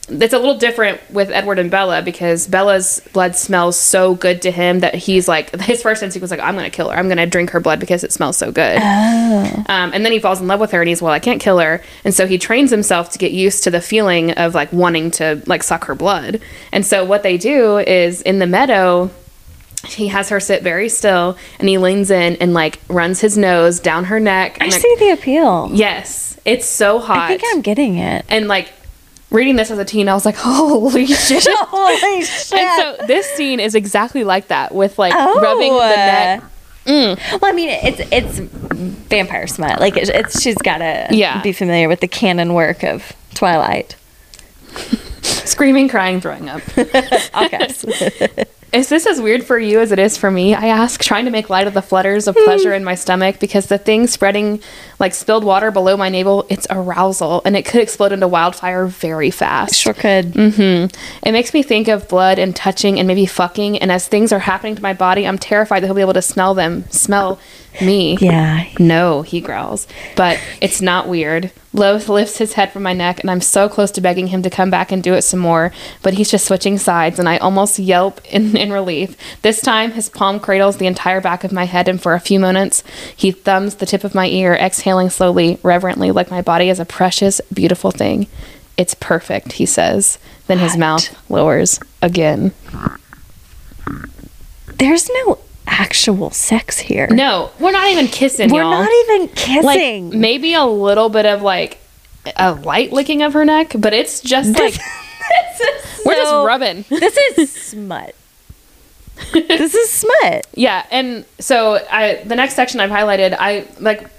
[SPEAKER 1] it's a little different with Edward and Bella because Bella's blood smells so good to him that he's like his first instinct was like I'm gonna kill her I'm gonna drink her blood because it smells so good.
[SPEAKER 2] Oh.
[SPEAKER 1] Um, and then he falls in love with her and he's well I can't kill her and so he trains himself to get used to the feeling of like wanting to like suck her blood. And so what they do is in the meadow he has her sit very still and he leans in and like runs his nose down her neck.
[SPEAKER 2] I
[SPEAKER 1] and, like-
[SPEAKER 2] see the appeal.
[SPEAKER 1] Yes, it's so hot
[SPEAKER 2] I think I'm getting it.
[SPEAKER 1] and like reading this as a teen, I was like, holy shit.
[SPEAKER 2] Holy shit.
[SPEAKER 1] And so this scene is exactly like that with like
[SPEAKER 2] Oh,
[SPEAKER 1] rubbing the neck.
[SPEAKER 2] uh, Well, I mean, it's it's vampire smut. Like it's, it's she's gotta
[SPEAKER 1] Yeah.
[SPEAKER 2] be familiar with the canon work of Twilight.
[SPEAKER 1] Screaming, crying, throwing up.
[SPEAKER 2] All caps.
[SPEAKER 1] Is this as weird for you as it is for me? I ask, trying to make light of the flutters
[SPEAKER 2] Hmm.
[SPEAKER 1] of pleasure in my stomach because the thing spreading like spilled water below my navel, it's arousal and it could explode into wildfire very fast.
[SPEAKER 2] sure could.
[SPEAKER 1] Mm-hmm. It makes me think of blood and touching and maybe fucking and as things are happening to my body, I'm terrified that he'll be able to smell them, smell me.
[SPEAKER 2] Yeah.
[SPEAKER 1] No, he growls. But it's not weird. Loth lifts his head from my neck, and I'm so close to begging him to come back and do it some more, but he's just switching sides, and I almost yelp in, in relief. This time, his palm cradles the entire back of my head, and for a few moments, he thumbs the tip of my ear, exhaling slowly, reverently, like my body is a precious, beautiful thing. It's perfect, he says. Then his
[SPEAKER 2] Hot.
[SPEAKER 1] mouth lowers again.
[SPEAKER 2] There's no actual sex here.
[SPEAKER 1] No, we're not even kissing,
[SPEAKER 2] We're
[SPEAKER 1] y'all.
[SPEAKER 2] not even kissing.
[SPEAKER 1] Like maybe a little bit of like a light licking of her neck, but it's just like
[SPEAKER 2] This is
[SPEAKER 1] we're just
[SPEAKER 2] so-
[SPEAKER 1] rubbing.
[SPEAKER 2] This is smut. this is smut.
[SPEAKER 1] Yeah, and so I the next section I've highlighted, I like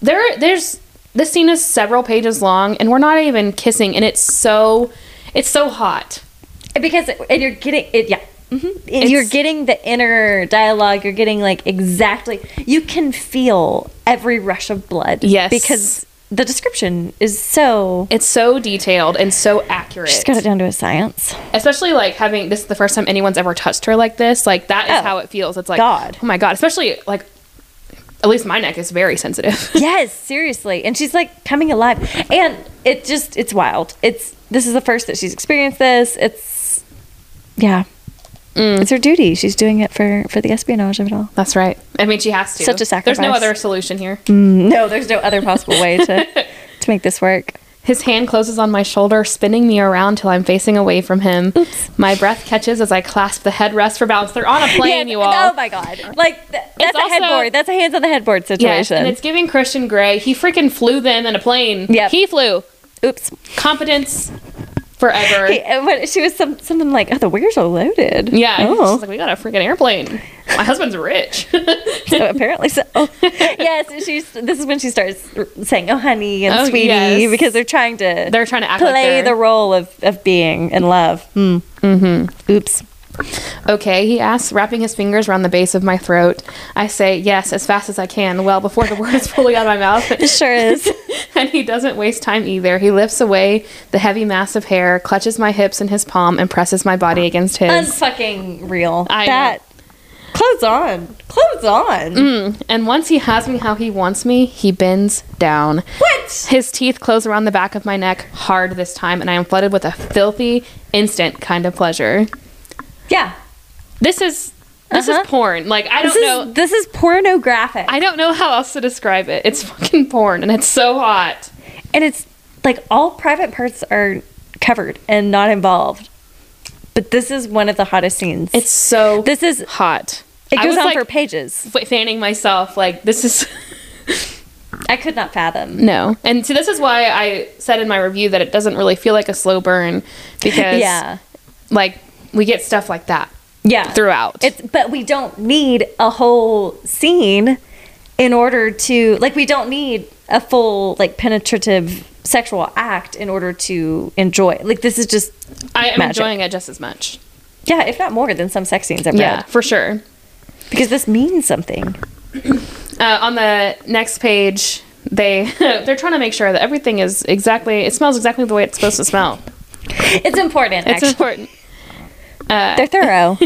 [SPEAKER 1] there there's this scene is several pages long and we're not even kissing and it's so it's so hot.
[SPEAKER 2] Because and you're getting it. Yeah. Mm-hmm. And you're
[SPEAKER 1] It's-
[SPEAKER 2] getting the inner dialogue. You're getting like exactly. You can feel every rush of blood.
[SPEAKER 1] Yes.
[SPEAKER 2] Because the description is so.
[SPEAKER 1] It's so detailed and so accurate.
[SPEAKER 2] She's got it down to a science.
[SPEAKER 1] especially like having this is the first time anyone's ever touched her like this like that is
[SPEAKER 2] Oh,
[SPEAKER 1] how it feels it's like
[SPEAKER 2] God.
[SPEAKER 1] oh my god especially like at least my neck is very sensitive
[SPEAKER 2] yes, seriously. And she's like coming alive. And it just it's wild. It's this is the first that she's experienced this. It's yeah. It's her duty. She's doing it for for the espionage of it all.
[SPEAKER 1] that's right i mean she has to
[SPEAKER 2] Such a
[SPEAKER 1] there's no
[SPEAKER 2] sacrifice.
[SPEAKER 1] other solution here
[SPEAKER 2] No, there's no other possible way to to make this work.
[SPEAKER 1] His hand closes on my shoulder, spinning me around till I'm facing away from him.
[SPEAKER 2] Oops.
[SPEAKER 1] My breath catches as I clasp the headrest for balance. They're on a plane, you all.
[SPEAKER 2] Oh my god. Like th- that's a
[SPEAKER 1] also-
[SPEAKER 2] headboard. That's a hands on the headboard
[SPEAKER 1] yes,
[SPEAKER 2] situation.
[SPEAKER 1] and it's giving Christian Grey. He freaking flew them in a plane.
[SPEAKER 2] Yep.
[SPEAKER 1] He flew.
[SPEAKER 2] Oops.
[SPEAKER 1] Competence forever.
[SPEAKER 2] Hey, uh, what- she was some, something like, "Oh, the wheels are loaded."
[SPEAKER 1] Yeah.
[SPEAKER 2] Oh.
[SPEAKER 1] She's like, we got a freaking airplane. My husband's rich.
[SPEAKER 2] so apparently so. yes, and she's. This is when she starts r- saying, "Oh, honey," and
[SPEAKER 1] Oh,
[SPEAKER 2] "sweetie,"
[SPEAKER 1] yes.
[SPEAKER 2] because they're trying to
[SPEAKER 1] They're trying to act like
[SPEAKER 2] play
[SPEAKER 1] they're-
[SPEAKER 2] the role of of being in love. Hmm. Mm-hmm. Oops.
[SPEAKER 1] okay, he asks, wrapping his fingers around the base of my throat. I say, yes, as fast as I can. Well, before the word is fully out of my mouth.
[SPEAKER 2] Sure is.
[SPEAKER 1] and he doesn't waste time either. He lifts away the heavy mass of hair, clutches my hips in his palm, and presses my body against his.
[SPEAKER 2] Unfucking real.
[SPEAKER 1] I know. Mm.
[SPEAKER 2] that. Clothes on. Clothes on.
[SPEAKER 1] and once he has me how he wants me, he bends down.
[SPEAKER 2] What?
[SPEAKER 1] His teeth close around the back of my neck hard this time, and I am flooded with a filthy, instant kind of pleasure.
[SPEAKER 2] Yeah.
[SPEAKER 1] This is this
[SPEAKER 2] Uh-huh.
[SPEAKER 1] is porn. Like I don't
[SPEAKER 2] This is
[SPEAKER 1] know.
[SPEAKER 2] this is pornographic,
[SPEAKER 1] I don't know how else to describe it. It's fucking porn, and it's so hot.
[SPEAKER 2] and it's like all private parts are covered and not involved. But this is one of the hottest scenes.
[SPEAKER 1] It's so
[SPEAKER 2] this is
[SPEAKER 1] hot.
[SPEAKER 2] It
[SPEAKER 1] I
[SPEAKER 2] goes
[SPEAKER 1] was,
[SPEAKER 2] on
[SPEAKER 1] like-
[SPEAKER 2] for pages.
[SPEAKER 1] F- fanning myself like this is
[SPEAKER 2] I could not fathom.
[SPEAKER 1] no. And see, this is why I said in my review that it doesn't really feel like a slow burn because
[SPEAKER 2] Yeah.
[SPEAKER 1] like we get stuff like that
[SPEAKER 2] Yeah.
[SPEAKER 1] throughout.
[SPEAKER 2] It's but we don't need a whole scene in order to like we don't need a full like penetrative sexual act in order to enjoy. Like this is just
[SPEAKER 1] I am
[SPEAKER 2] magic.
[SPEAKER 1] enjoying it just as much.
[SPEAKER 2] yeah, if not more than some sex scenes I've
[SPEAKER 1] Yeah,
[SPEAKER 2] read
[SPEAKER 1] for sure.
[SPEAKER 2] because this means something.
[SPEAKER 1] uh, on the next page they they're trying to make sure that everything is exactly it smells exactly the way it's supposed to smell
[SPEAKER 2] It's important.
[SPEAKER 1] it's
[SPEAKER 2] actually.
[SPEAKER 1] important
[SPEAKER 2] They're thorough.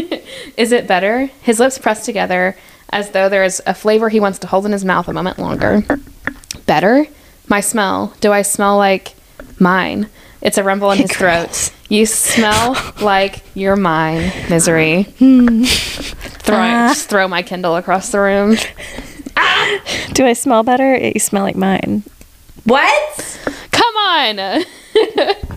[SPEAKER 1] is it better his lips pressed together as though there is a flavor he wants to hold in his mouth a moment longer better my smell do i smell like mine it's a rumble in his
[SPEAKER 2] Gross.
[SPEAKER 1] throat you smell like you're mine misery throw, just throw my kindle across the room
[SPEAKER 2] Do I smell better? You smell like mine. What?
[SPEAKER 1] come on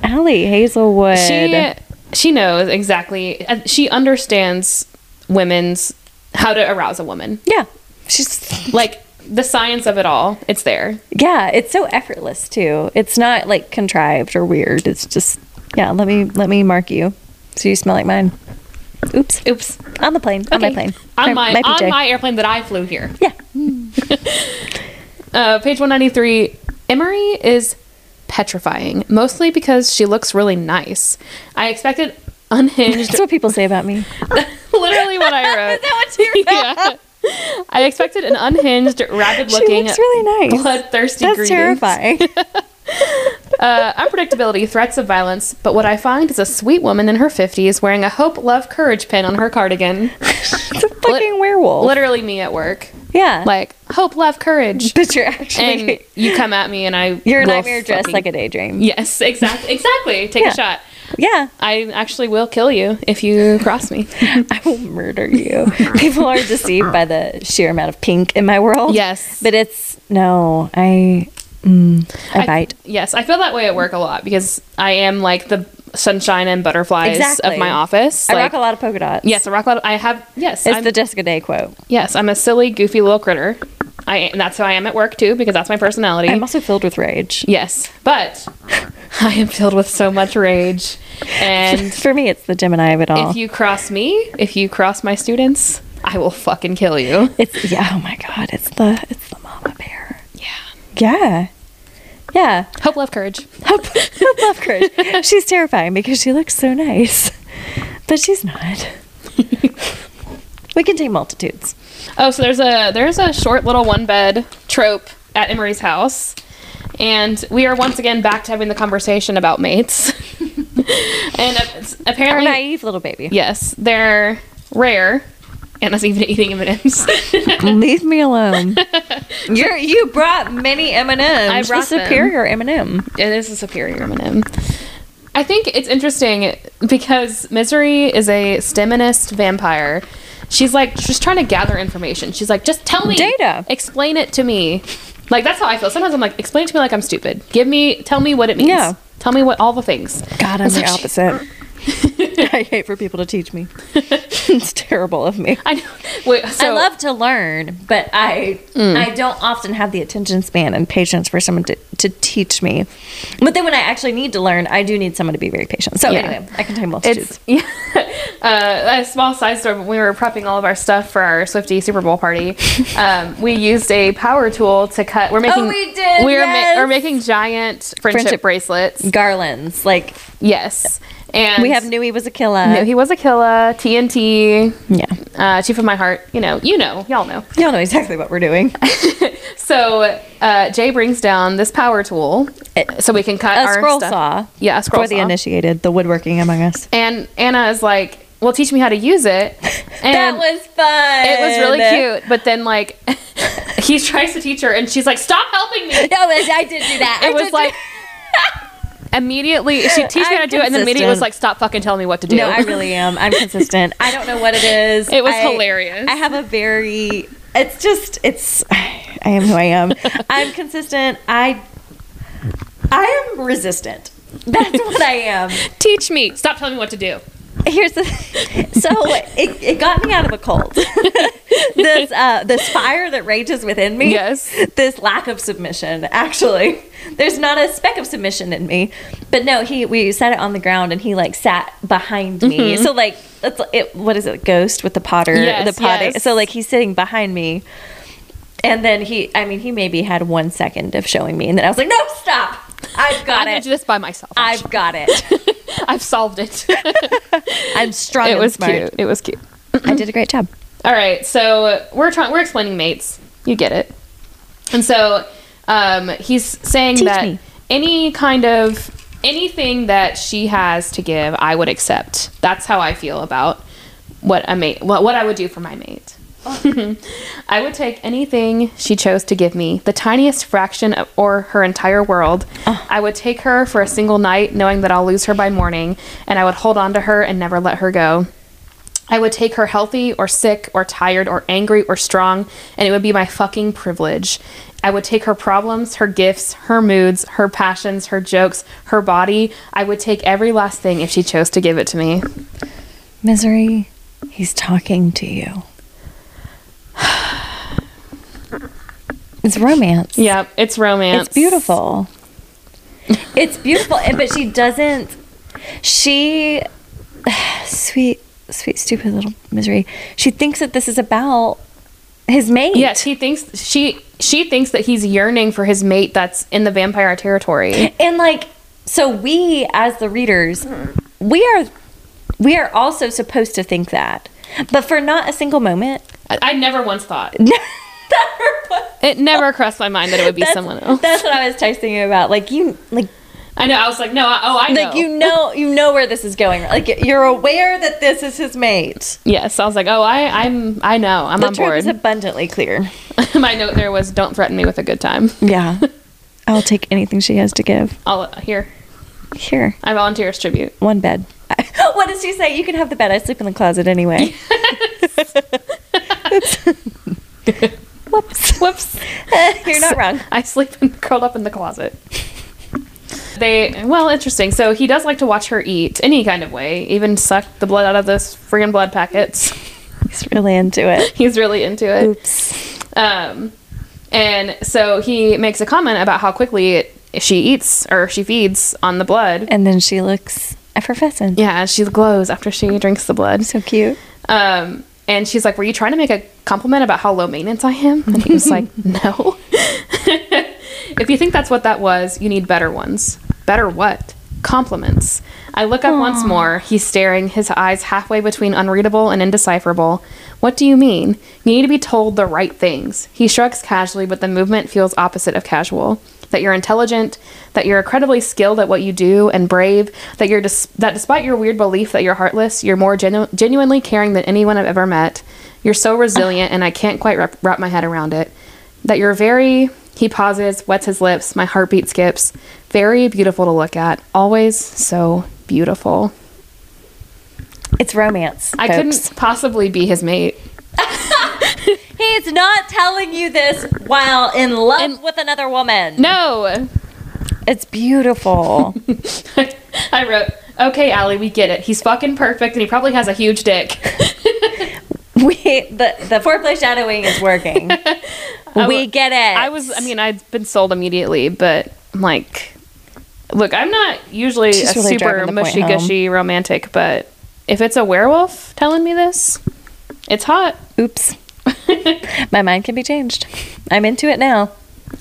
[SPEAKER 2] Allie Hazelwood.
[SPEAKER 1] she she knows exactly uh, she understands women's how to arouse a woman
[SPEAKER 2] yeah. She's
[SPEAKER 1] like the science of it all it's there
[SPEAKER 2] yeah, it's so effortless too. It's not like contrived or weird. It's just yeah, let me let me mark you. So you smell like mine. Oops.
[SPEAKER 1] oops
[SPEAKER 2] On the plane. On my
[SPEAKER 1] Okay.
[SPEAKER 2] plane.
[SPEAKER 1] on
[SPEAKER 2] Or
[SPEAKER 1] my,
[SPEAKER 2] PJ.
[SPEAKER 1] on my airplane that i flew here
[SPEAKER 2] Yeah.
[SPEAKER 1] uh, page 193 emery is petrifying mostly because she looks really nice i expected unhinged
[SPEAKER 2] That's what people say about me.
[SPEAKER 1] literally what i wrote
[SPEAKER 2] Is that what you
[SPEAKER 1] yeah. I expected an unhinged, rapid-looking,
[SPEAKER 2] looks really nice.
[SPEAKER 1] bloodthirsty
[SPEAKER 2] That's
[SPEAKER 1] greetings.
[SPEAKER 2] terrifying.
[SPEAKER 1] Uh, unpredictability, threats of violence, but what I find is a sweet woman in her 50s wearing a hope, love, courage pin on her cardigan.
[SPEAKER 2] it's a fucking werewolf.
[SPEAKER 1] Literally me at work.
[SPEAKER 2] yeah.
[SPEAKER 1] Like, hope, love, courage.
[SPEAKER 2] but you're actually
[SPEAKER 1] And you come at me and I.
[SPEAKER 2] you're a
[SPEAKER 1] will
[SPEAKER 2] nightmare dressed
[SPEAKER 1] fucking-
[SPEAKER 2] like a daydream.
[SPEAKER 1] Yes, exactly. Exactly. Take
[SPEAKER 2] Yeah.
[SPEAKER 1] a shot.
[SPEAKER 2] yeah.
[SPEAKER 1] I actually will kill you if you cross me.
[SPEAKER 2] I will murder you. People are deceived by the sheer amount of pink in my world.
[SPEAKER 1] Yes.
[SPEAKER 2] But it's no, I mm, I, bite.
[SPEAKER 1] Yes, I feel that way at work a lot because I am like the sunshine and butterflies
[SPEAKER 2] Exactly.
[SPEAKER 1] of my office.
[SPEAKER 2] I
[SPEAKER 1] Like,
[SPEAKER 2] rock a lot of polka dots.
[SPEAKER 1] Yes, I rock a lot. I have. Yes,
[SPEAKER 2] It's
[SPEAKER 1] I'm-
[SPEAKER 2] the Jessica Day quote.
[SPEAKER 1] Yes, I'm a silly, goofy little critter. I and that's who I am at work too, because that's my personality.
[SPEAKER 2] I'm also filled with rage.
[SPEAKER 1] yes, but I am filled with so much rage. And
[SPEAKER 2] For me it's the Gemini of it all.
[SPEAKER 1] if you cross me, if you cross my students, I will fucking kill you.
[SPEAKER 2] it's yeah, oh my god, it's the it's the mama bear.
[SPEAKER 1] Yeah.
[SPEAKER 2] Yeah. Yeah.
[SPEAKER 1] Hope, love, courage.
[SPEAKER 2] Hope, hope love courage. She's terrifying because she looks so nice. But she's not. we can take multitudes.
[SPEAKER 1] Oh, so there's a there's a short little one bed trope at Emery's house, and we are once again back to having the conversation about mates. and uh,
[SPEAKER 2] Our
[SPEAKER 1] apparently,
[SPEAKER 2] naive little baby.
[SPEAKER 1] yes, they're rare. Anna's even eating M&Ms.
[SPEAKER 2] Leave me alone. you you brought many M and M's.
[SPEAKER 1] I brought them.
[SPEAKER 2] superior M and M.
[SPEAKER 1] It is a superior M&M. I think it's interesting because Misery is a steminist vampire. She's like she's trying to gather information. She's like, just tell me
[SPEAKER 2] Data.
[SPEAKER 1] Explain it to me. Like that's how I feel. Sometimes I'm like, explain it to me like I'm stupid. Give me, tell me what it means.
[SPEAKER 2] Yeah.
[SPEAKER 1] Tell me what all the things.
[SPEAKER 2] God, I'm the opposite. I hate for people to teach me. it's terrible of me.
[SPEAKER 1] I know. Wait, so
[SPEAKER 2] I love to learn, but I I don't often have the attention span and patience for someone to, to teach me. But then when I actually need to learn, I do need someone to be very patient. So
[SPEAKER 1] Yeah.
[SPEAKER 2] anyway, I can take multitudes.
[SPEAKER 1] It's yeah. Uh, a small side story. When we were prepping all of our stuff for our Swifty Super Bowl party, um, we used a power tool to cut. We're making.
[SPEAKER 2] Oh, we did,
[SPEAKER 1] We're, ma-
[SPEAKER 2] yes.
[SPEAKER 1] we're making giant friendship,
[SPEAKER 2] Friendship.
[SPEAKER 1] bracelets.
[SPEAKER 2] Garlands, like
[SPEAKER 1] Yes, and
[SPEAKER 2] we have knew he was a killer.
[SPEAKER 1] No, he was a killer. TNT,
[SPEAKER 2] yeah,
[SPEAKER 1] uh, Chief of My Heart. You know, you know, y'all know.
[SPEAKER 2] y'all know exactly what we're doing.
[SPEAKER 1] So uh, Jay brings down this power tool,
[SPEAKER 2] It-
[SPEAKER 1] so we can cut
[SPEAKER 2] Eh, a
[SPEAKER 1] our
[SPEAKER 2] scroll
[SPEAKER 1] stuff.
[SPEAKER 2] saw
[SPEAKER 1] Yeah, a scroll
[SPEAKER 2] for the
[SPEAKER 1] saw.
[SPEAKER 2] initiated, the woodworking among us.
[SPEAKER 1] And Anna is like, "Well, teach me how to use it."
[SPEAKER 2] that
[SPEAKER 1] And
[SPEAKER 2] was fun.
[SPEAKER 1] It was really cute, but then like he tries to teach her, and she's like, "Stop helping me!"
[SPEAKER 2] No, I did do that. I
[SPEAKER 1] It was
[SPEAKER 2] did
[SPEAKER 1] like
[SPEAKER 2] do-
[SPEAKER 1] immediately she teach me how to do it, and then immediately was like, "Stop fucking telling me what to do."
[SPEAKER 2] no, I really am. I'm consistent. I don't know what it is.
[SPEAKER 1] It was
[SPEAKER 2] I-
[SPEAKER 1] hilarious.
[SPEAKER 2] I have a very. It's just. It's. I am who I am. I'm consistent. I. I am resistant. That's what I am.
[SPEAKER 1] teach me. Stop telling me what to do.
[SPEAKER 2] Here's the. So it, it got me out of a cult. this uh, this fire that rages within me.
[SPEAKER 1] Yes.
[SPEAKER 2] This lack of submission. Actually, there's not a speck of submission in me. But no, he we sat it on the ground and he like sat behind me. So like that's it. What is it? Ghost with the Potter.
[SPEAKER 1] Mm-hmm. Yes,
[SPEAKER 2] the Potter.
[SPEAKER 1] yes.
[SPEAKER 2] So like he's sitting behind me. And then he, I mean, he maybe had one second of showing me, and then I was like, "No, stop! I've
[SPEAKER 1] I
[SPEAKER 2] got
[SPEAKER 1] can
[SPEAKER 2] it.
[SPEAKER 1] do this by myself.
[SPEAKER 2] I've got it.
[SPEAKER 1] actually. I've solved it.
[SPEAKER 2] I'm strong.
[SPEAKER 1] it
[SPEAKER 2] and
[SPEAKER 1] was
[SPEAKER 2] smart.
[SPEAKER 1] cute. It was cute.
[SPEAKER 2] I did a great job.
[SPEAKER 1] All right, so we're trying. We're explaining mates. You get it. And so um, he's saying
[SPEAKER 2] Teach
[SPEAKER 1] that
[SPEAKER 2] me.
[SPEAKER 1] any kind of anything that she has to give, I would accept. That's how I feel about what a mate. What, what I would do for my mate. I would take anything she chose to give me, the tiniest fraction of, or her entire world.
[SPEAKER 2] Ah.
[SPEAKER 1] I would take her for a single night, knowing that I'll lose her by morning, and I would hold on to her and never let her go. I would take her healthy or sick or tired or angry or strong, and it would be my fucking privilege. I would take her problems, her gifts, her moods, her passions, her jokes, her body. I would take every last thing if she chose to give it to me.
[SPEAKER 2] Misery, he's talking to you. It's romance.
[SPEAKER 1] Yeah, it's romance.
[SPEAKER 2] It's beautiful. It's beautiful, and- but she doesn't. She, sweet, sweet, stupid little misery. She thinks that this is about his mate.
[SPEAKER 1] Yes, he thinks she she thinks that he's yearning for his mate that's in the vampire territory.
[SPEAKER 2] and like so we as the readers
[SPEAKER 1] Mm-hmm.
[SPEAKER 2] we are we are also supposed to think that but for not a single moment
[SPEAKER 1] I, I never once thought.
[SPEAKER 2] that's,
[SPEAKER 1] It never crossed my mind that it would be someone else.
[SPEAKER 2] that's what i was texting you about like you like
[SPEAKER 1] I know. I was like, no. I, oh, I know.
[SPEAKER 2] like you know you know where this is going like you're aware that this is his mate
[SPEAKER 1] yes, I was like, oh, I, I'm. I know. I'm
[SPEAKER 2] the
[SPEAKER 1] on
[SPEAKER 2] truth
[SPEAKER 1] board.
[SPEAKER 2] is abundantly clear
[SPEAKER 1] my note there was, don't threaten me with a good time.
[SPEAKER 2] yeah i'll take anything she has to give
[SPEAKER 1] I'll here.
[SPEAKER 2] here
[SPEAKER 1] I volunteer as tribute.
[SPEAKER 2] one bed what did she say you can have the bed i sleep in the closet anyway whoops
[SPEAKER 1] Whoops.
[SPEAKER 2] You're not wrong.
[SPEAKER 1] I sleep in, curled up in the closet. They well, interesting. So he does like to watch her eat any kind of way, even suck the blood out of those friggin' blood packets.
[SPEAKER 2] He's really into it.
[SPEAKER 1] He's really into it.
[SPEAKER 2] Oops.
[SPEAKER 1] Um, and so he makes a comment about how quickly it, she eats or she feeds on the blood.
[SPEAKER 2] And then she looks effervescent.
[SPEAKER 1] Yeah, she glows after she drinks the blood.
[SPEAKER 2] So cute.
[SPEAKER 1] Um, and she's like, "Were you trying to make a compliment about how low maintenance I am?" And he was like, "No. if you think that's what that was, you need better ones. Better what? Compliments." I look up once more. He's staring, his eyes halfway between unreadable and indecipherable. What do you mean? You need to be told the right things. He shrugs casually, but the movement feels opposite of casual. That you're intelligent, that you're incredibly skilled at what you do and brave, that you're dis- that despite your weird belief that you're heartless, you're more genu- genuinely caring than anyone I've ever met. You're so resilient, and I can't quite wrap, wrap my head around it. That you're very. He pauses, wets his lips. My heartbeat skips. Very beautiful to look at. Always so beautiful.
[SPEAKER 2] It's romance.
[SPEAKER 1] I couldn't possibly be his mate.
[SPEAKER 2] He's not telling you this while in love with another woman.
[SPEAKER 1] No.
[SPEAKER 2] It's beautiful.
[SPEAKER 1] I wrote, okay, Allie, we get it. He's fucking perfect, and he probably has a huge dick.
[SPEAKER 2] we the the foreplay shadowing is working. we get it.
[SPEAKER 1] I was, I mean, I'd been sold immediately, but I'm like, look, I'm not usually
[SPEAKER 2] She's
[SPEAKER 1] a
[SPEAKER 2] really
[SPEAKER 1] super
[SPEAKER 2] driving the point
[SPEAKER 1] mushy gushy romantic, but if it's a werewolf telling me this, it's hot.
[SPEAKER 2] oops. My mind can be changed. I'm into it now.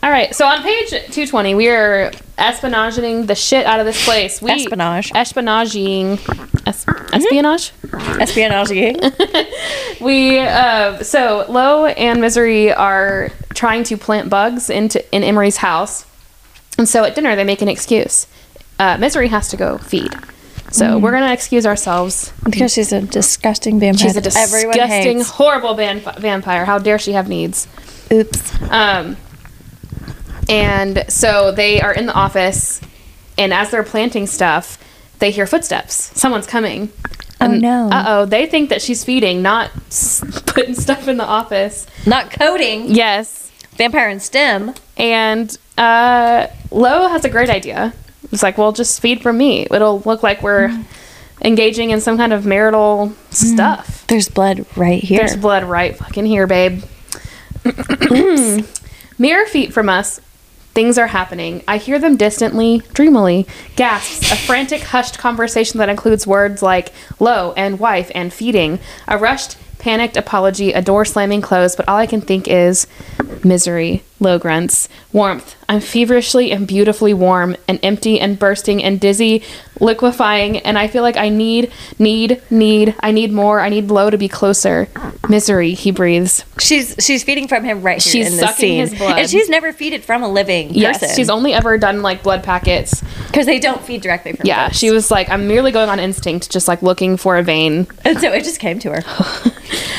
[SPEAKER 1] All right, so on page 220, we are espionaging the shit out of this place. We
[SPEAKER 2] Espionage. Mm-hmm.
[SPEAKER 1] Espionaging. Es- espionage?
[SPEAKER 2] Espionage.
[SPEAKER 1] We uh, so Lo and Misery are trying to plant bugs into in Emery's house, and so at dinner they make an excuse. Uh, Misery has to go feed, so
[SPEAKER 2] Mm.
[SPEAKER 1] we're gonna excuse ourselves.
[SPEAKER 2] because she's a disgusting vampire.
[SPEAKER 1] She's a
[SPEAKER 2] that everyone
[SPEAKER 1] disgusting,
[SPEAKER 2] hates.
[SPEAKER 1] horrible van- vampire. How dare she have needs?
[SPEAKER 2] Oops. Oh,
[SPEAKER 1] Um, and so they are in the office, and as they're planting stuff, they hear footsteps. Someone's coming.
[SPEAKER 2] Oh, no.
[SPEAKER 1] Uh oh. They think that she's feeding, not s- putting stuff in the office.
[SPEAKER 2] Not coding.
[SPEAKER 1] Yes.
[SPEAKER 2] Vampire and STEM.
[SPEAKER 1] And uh, Lo has a great idea. It's like, well, just feed from me. It'll look like we're engaging in some kind of marital stuff.
[SPEAKER 2] There's blood right here.
[SPEAKER 1] There's blood right fucking here, babe. Mere feet from us, things are happening. I hear them distantly, dreamily, gasps, a frantic, hushed conversation that includes words like low and wife and feeding, a rushed, panicked apology, a door slamming closed, but all I can think is misery, low grunts, warmth. I'm feverishly and beautifully warm and empty and bursting and dizzy, liquefying, and I feel like I need, need, need, I need more, I need low to be closer. Misery, he breathes.
[SPEAKER 2] she's she's feeding from him right here
[SPEAKER 1] She's
[SPEAKER 2] in
[SPEAKER 1] sucking
[SPEAKER 2] this scene,
[SPEAKER 1] his blood.
[SPEAKER 2] and she's never feeded from a living
[SPEAKER 1] Yes,
[SPEAKER 2] person.
[SPEAKER 1] she's only ever done like blood packets.
[SPEAKER 2] because they don't feed directly from.
[SPEAKER 1] Yeah,
[SPEAKER 2] blood.
[SPEAKER 1] she was like, I'm merely going on instinct, just like looking for a vein.
[SPEAKER 2] and so it just came to her,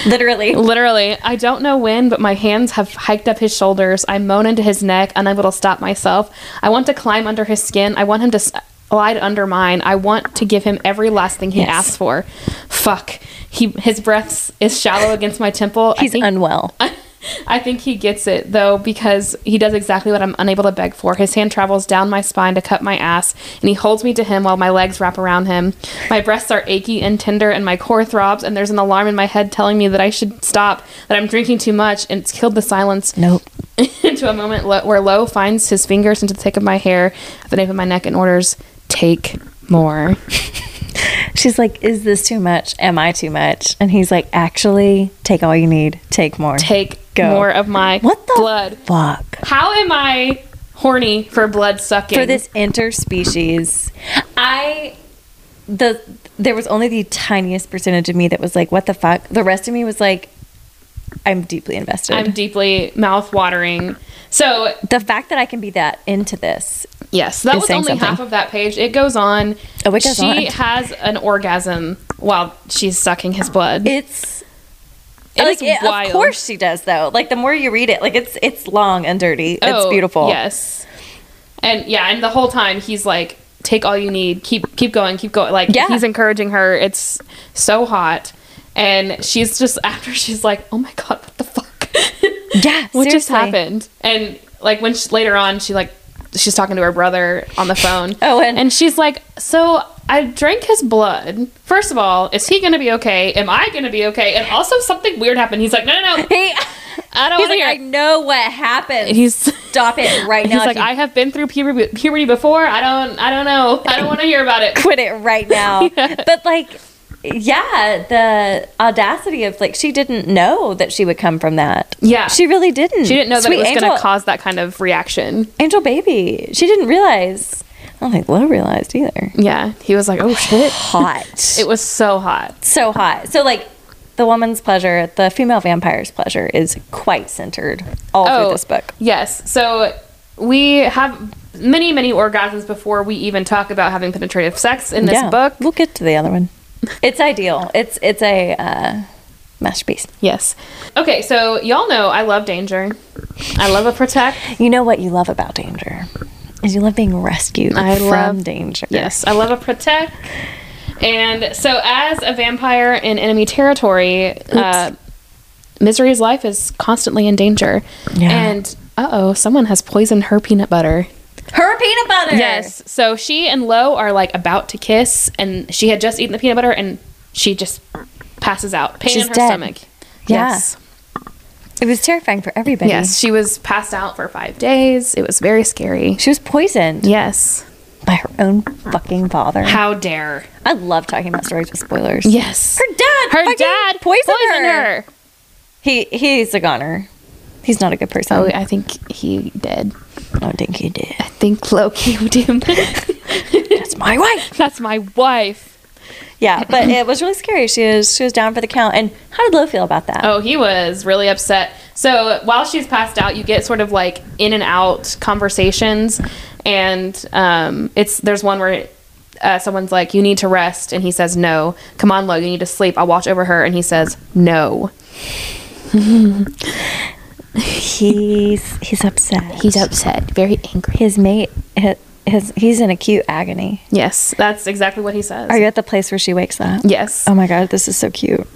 [SPEAKER 2] literally.
[SPEAKER 1] Literally, I don't know when, but my hands have hiked up his shoulders. I moan into his neck, unable to stop myself. I want to climb under his skin. I want him to slide under mine. I want to give him every last thing he
[SPEAKER 2] Yes.
[SPEAKER 1] asks for. Fuck. He his breath is shallow against my temple. I
[SPEAKER 2] He's
[SPEAKER 1] think-
[SPEAKER 2] unwell.
[SPEAKER 1] I think he gets it though because he does exactly what I'm unable to beg for. His hand travels down my spine to cut my ass, and he holds me to him while my legs wrap around him. My breasts are achy and tender, and my core throbs. And there's an alarm in my head telling me that I should stop, that I'm drinking too much, and it's killed the silence
[SPEAKER 2] Nope.
[SPEAKER 1] into a moment lo- where Lo finds his fingers into the thick of my hair, at the nape of my neck, and orders, "Take more."
[SPEAKER 2] She's like, "Is this too much? Am I too much?" And he's like, "Actually, take all you need. Take more.
[SPEAKER 1] Take
[SPEAKER 2] Go.
[SPEAKER 1] more of my
[SPEAKER 2] what the
[SPEAKER 1] blood.
[SPEAKER 2] fuck
[SPEAKER 1] How am I horny for blood sucking?
[SPEAKER 2] for this interspecies?" I the there was only the tiniest percentage of me that was like, "What the fuck?" The rest of me was like, "I'm deeply invested."
[SPEAKER 1] I'm deeply mouth watering. So
[SPEAKER 2] the fact that I can be that into this
[SPEAKER 1] yes, that
[SPEAKER 2] It's
[SPEAKER 1] was
[SPEAKER 2] saying
[SPEAKER 1] only
[SPEAKER 2] something.
[SPEAKER 1] half of that page. It goes on.
[SPEAKER 2] Oh, it goes
[SPEAKER 1] she
[SPEAKER 2] on.
[SPEAKER 1] has an orgasm while she's sucking his blood.
[SPEAKER 2] It's
[SPEAKER 1] It
[SPEAKER 2] like
[SPEAKER 1] is
[SPEAKER 2] it-
[SPEAKER 1] wild.
[SPEAKER 2] of course she does though. Like the more you read it, like it's it's long and dirty. it's
[SPEAKER 1] Oh,
[SPEAKER 2] beautiful.
[SPEAKER 1] Yes. And yeah, and the whole time he's like, "Take all you need. Keep keep going. Keep going." Like
[SPEAKER 2] Yeah.
[SPEAKER 1] he's encouraging her. It's so hot, and she's just after she's like, "Oh my god, what the fuck."
[SPEAKER 2] Yeah.
[SPEAKER 1] what just
[SPEAKER 2] seriously.
[SPEAKER 1] happened and like when she, later on she like she's talking to her brother on the phone
[SPEAKER 2] Oh, and-
[SPEAKER 1] she's like so i drank his blood first of all is he gonna be okay am i gonna be okay and also something weird happened he's like no no no
[SPEAKER 2] He,
[SPEAKER 1] i don't want to
[SPEAKER 2] he's like,
[SPEAKER 1] hear
[SPEAKER 2] I
[SPEAKER 1] it."
[SPEAKER 2] know what happened.
[SPEAKER 1] he's
[SPEAKER 2] Stop it right
[SPEAKER 1] he's
[SPEAKER 2] now. if
[SPEAKER 1] like
[SPEAKER 2] you
[SPEAKER 1] i have been through puberty, puberty before i don't i don't know i don't want to hear about it
[SPEAKER 2] quit it right now. But like, yeah, the audacity of like she didn't know that she would come from that.
[SPEAKER 1] Yeah.
[SPEAKER 2] she really didn't.
[SPEAKER 1] she didn't know that
[SPEAKER 2] Sweet
[SPEAKER 1] it was
[SPEAKER 2] angel,
[SPEAKER 1] gonna cause that kind of reaction
[SPEAKER 2] angel baby. She didn't realize. I don't think Lo realized either.
[SPEAKER 1] yeah he was like oh shit
[SPEAKER 2] Hot.
[SPEAKER 1] it was so hot
[SPEAKER 2] so hot. So like the woman's pleasure, the female vampire's pleasure is quite centered all through this book.
[SPEAKER 1] Oh, Yes. So we have many, many orgasms before we even talk about having penetrative sex in this book.
[SPEAKER 2] We'll get to the other one. It's ideal. It's it's a uh, masterpiece.
[SPEAKER 1] Yes. Okay, so y'all know I love danger. I love a protect.
[SPEAKER 2] You know what you love about danger is you love being rescued
[SPEAKER 1] I
[SPEAKER 2] from
[SPEAKER 1] love-
[SPEAKER 2] danger.
[SPEAKER 1] Yes, I love a protect. And so, as a vampire in enemy territory, uh, Misery's life is constantly in danger.
[SPEAKER 2] Yeah.
[SPEAKER 1] And uh oh, someone has poisoned her peanut butter.
[SPEAKER 2] Her peanut butter.
[SPEAKER 1] Yes. So she and Lo are like about to kiss, and she had just eaten the peanut butter, and she just passes out, pain
[SPEAKER 2] She's
[SPEAKER 1] in her
[SPEAKER 2] dead.
[SPEAKER 1] stomach.
[SPEAKER 2] Yeah.
[SPEAKER 1] Yes.
[SPEAKER 2] It was terrifying for everybody.
[SPEAKER 1] Yes. She was passed out for five days. It was very scary.
[SPEAKER 2] She was poisoned
[SPEAKER 1] Yes.
[SPEAKER 2] by her own fucking father.
[SPEAKER 1] How dare?
[SPEAKER 2] I love talking about stories with spoilers.
[SPEAKER 1] Yes.
[SPEAKER 2] Her dad.
[SPEAKER 1] Her
[SPEAKER 2] fucking
[SPEAKER 1] dad
[SPEAKER 2] poisoned,
[SPEAKER 1] poisoned
[SPEAKER 2] her.
[SPEAKER 1] her.
[SPEAKER 2] He he's a goner. He's not a good person.
[SPEAKER 1] Oh, I think he did.
[SPEAKER 2] I don't think he did.
[SPEAKER 1] I think Lo killed him.
[SPEAKER 2] That's my wife.
[SPEAKER 1] That's my wife.
[SPEAKER 2] Yeah, but it was really scary. She was she was down for the count. And how did Lo feel about that?
[SPEAKER 1] Oh, he was really upset. So while she's passed out, you get sort of like in and out conversations, and um, it's there's one where uh, someone's like, "You need to rest," and he says, "No, come on, Lo, you need to sleep. I'll watch over her," and he says, "No."
[SPEAKER 2] He's he's upset.
[SPEAKER 1] He's upset, very angry.
[SPEAKER 2] His mate. His, his he's in acute agony.
[SPEAKER 1] Yes, that's exactly what he says.
[SPEAKER 2] Are you at the place where she wakes up?
[SPEAKER 1] yes.
[SPEAKER 2] Oh my god, this is so cute.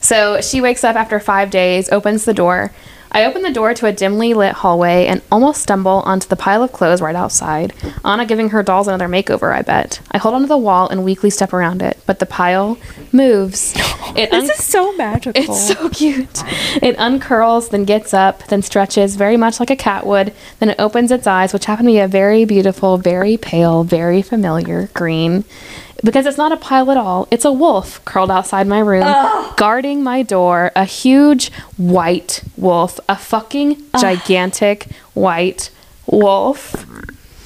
[SPEAKER 1] So she wakes up after five days, opens the door. I open the door to a dimly lit hallway and almost stumble onto the pile of clothes right outside. Anna giving her dolls another makeover, I bet. I hold onto the wall and weakly step around it, but the pile moves. It un-
[SPEAKER 3] This is so magical.
[SPEAKER 1] it's so cute. It uncurls, then gets up, then stretches very much like a cat would. Then it opens its eyes, which happen to be a very beautiful, very pale, very familiar green. Because it's not a pile at all, it's a wolf curled outside my room, guarding my door. A huge white wolf, a fucking gigantic white wolf.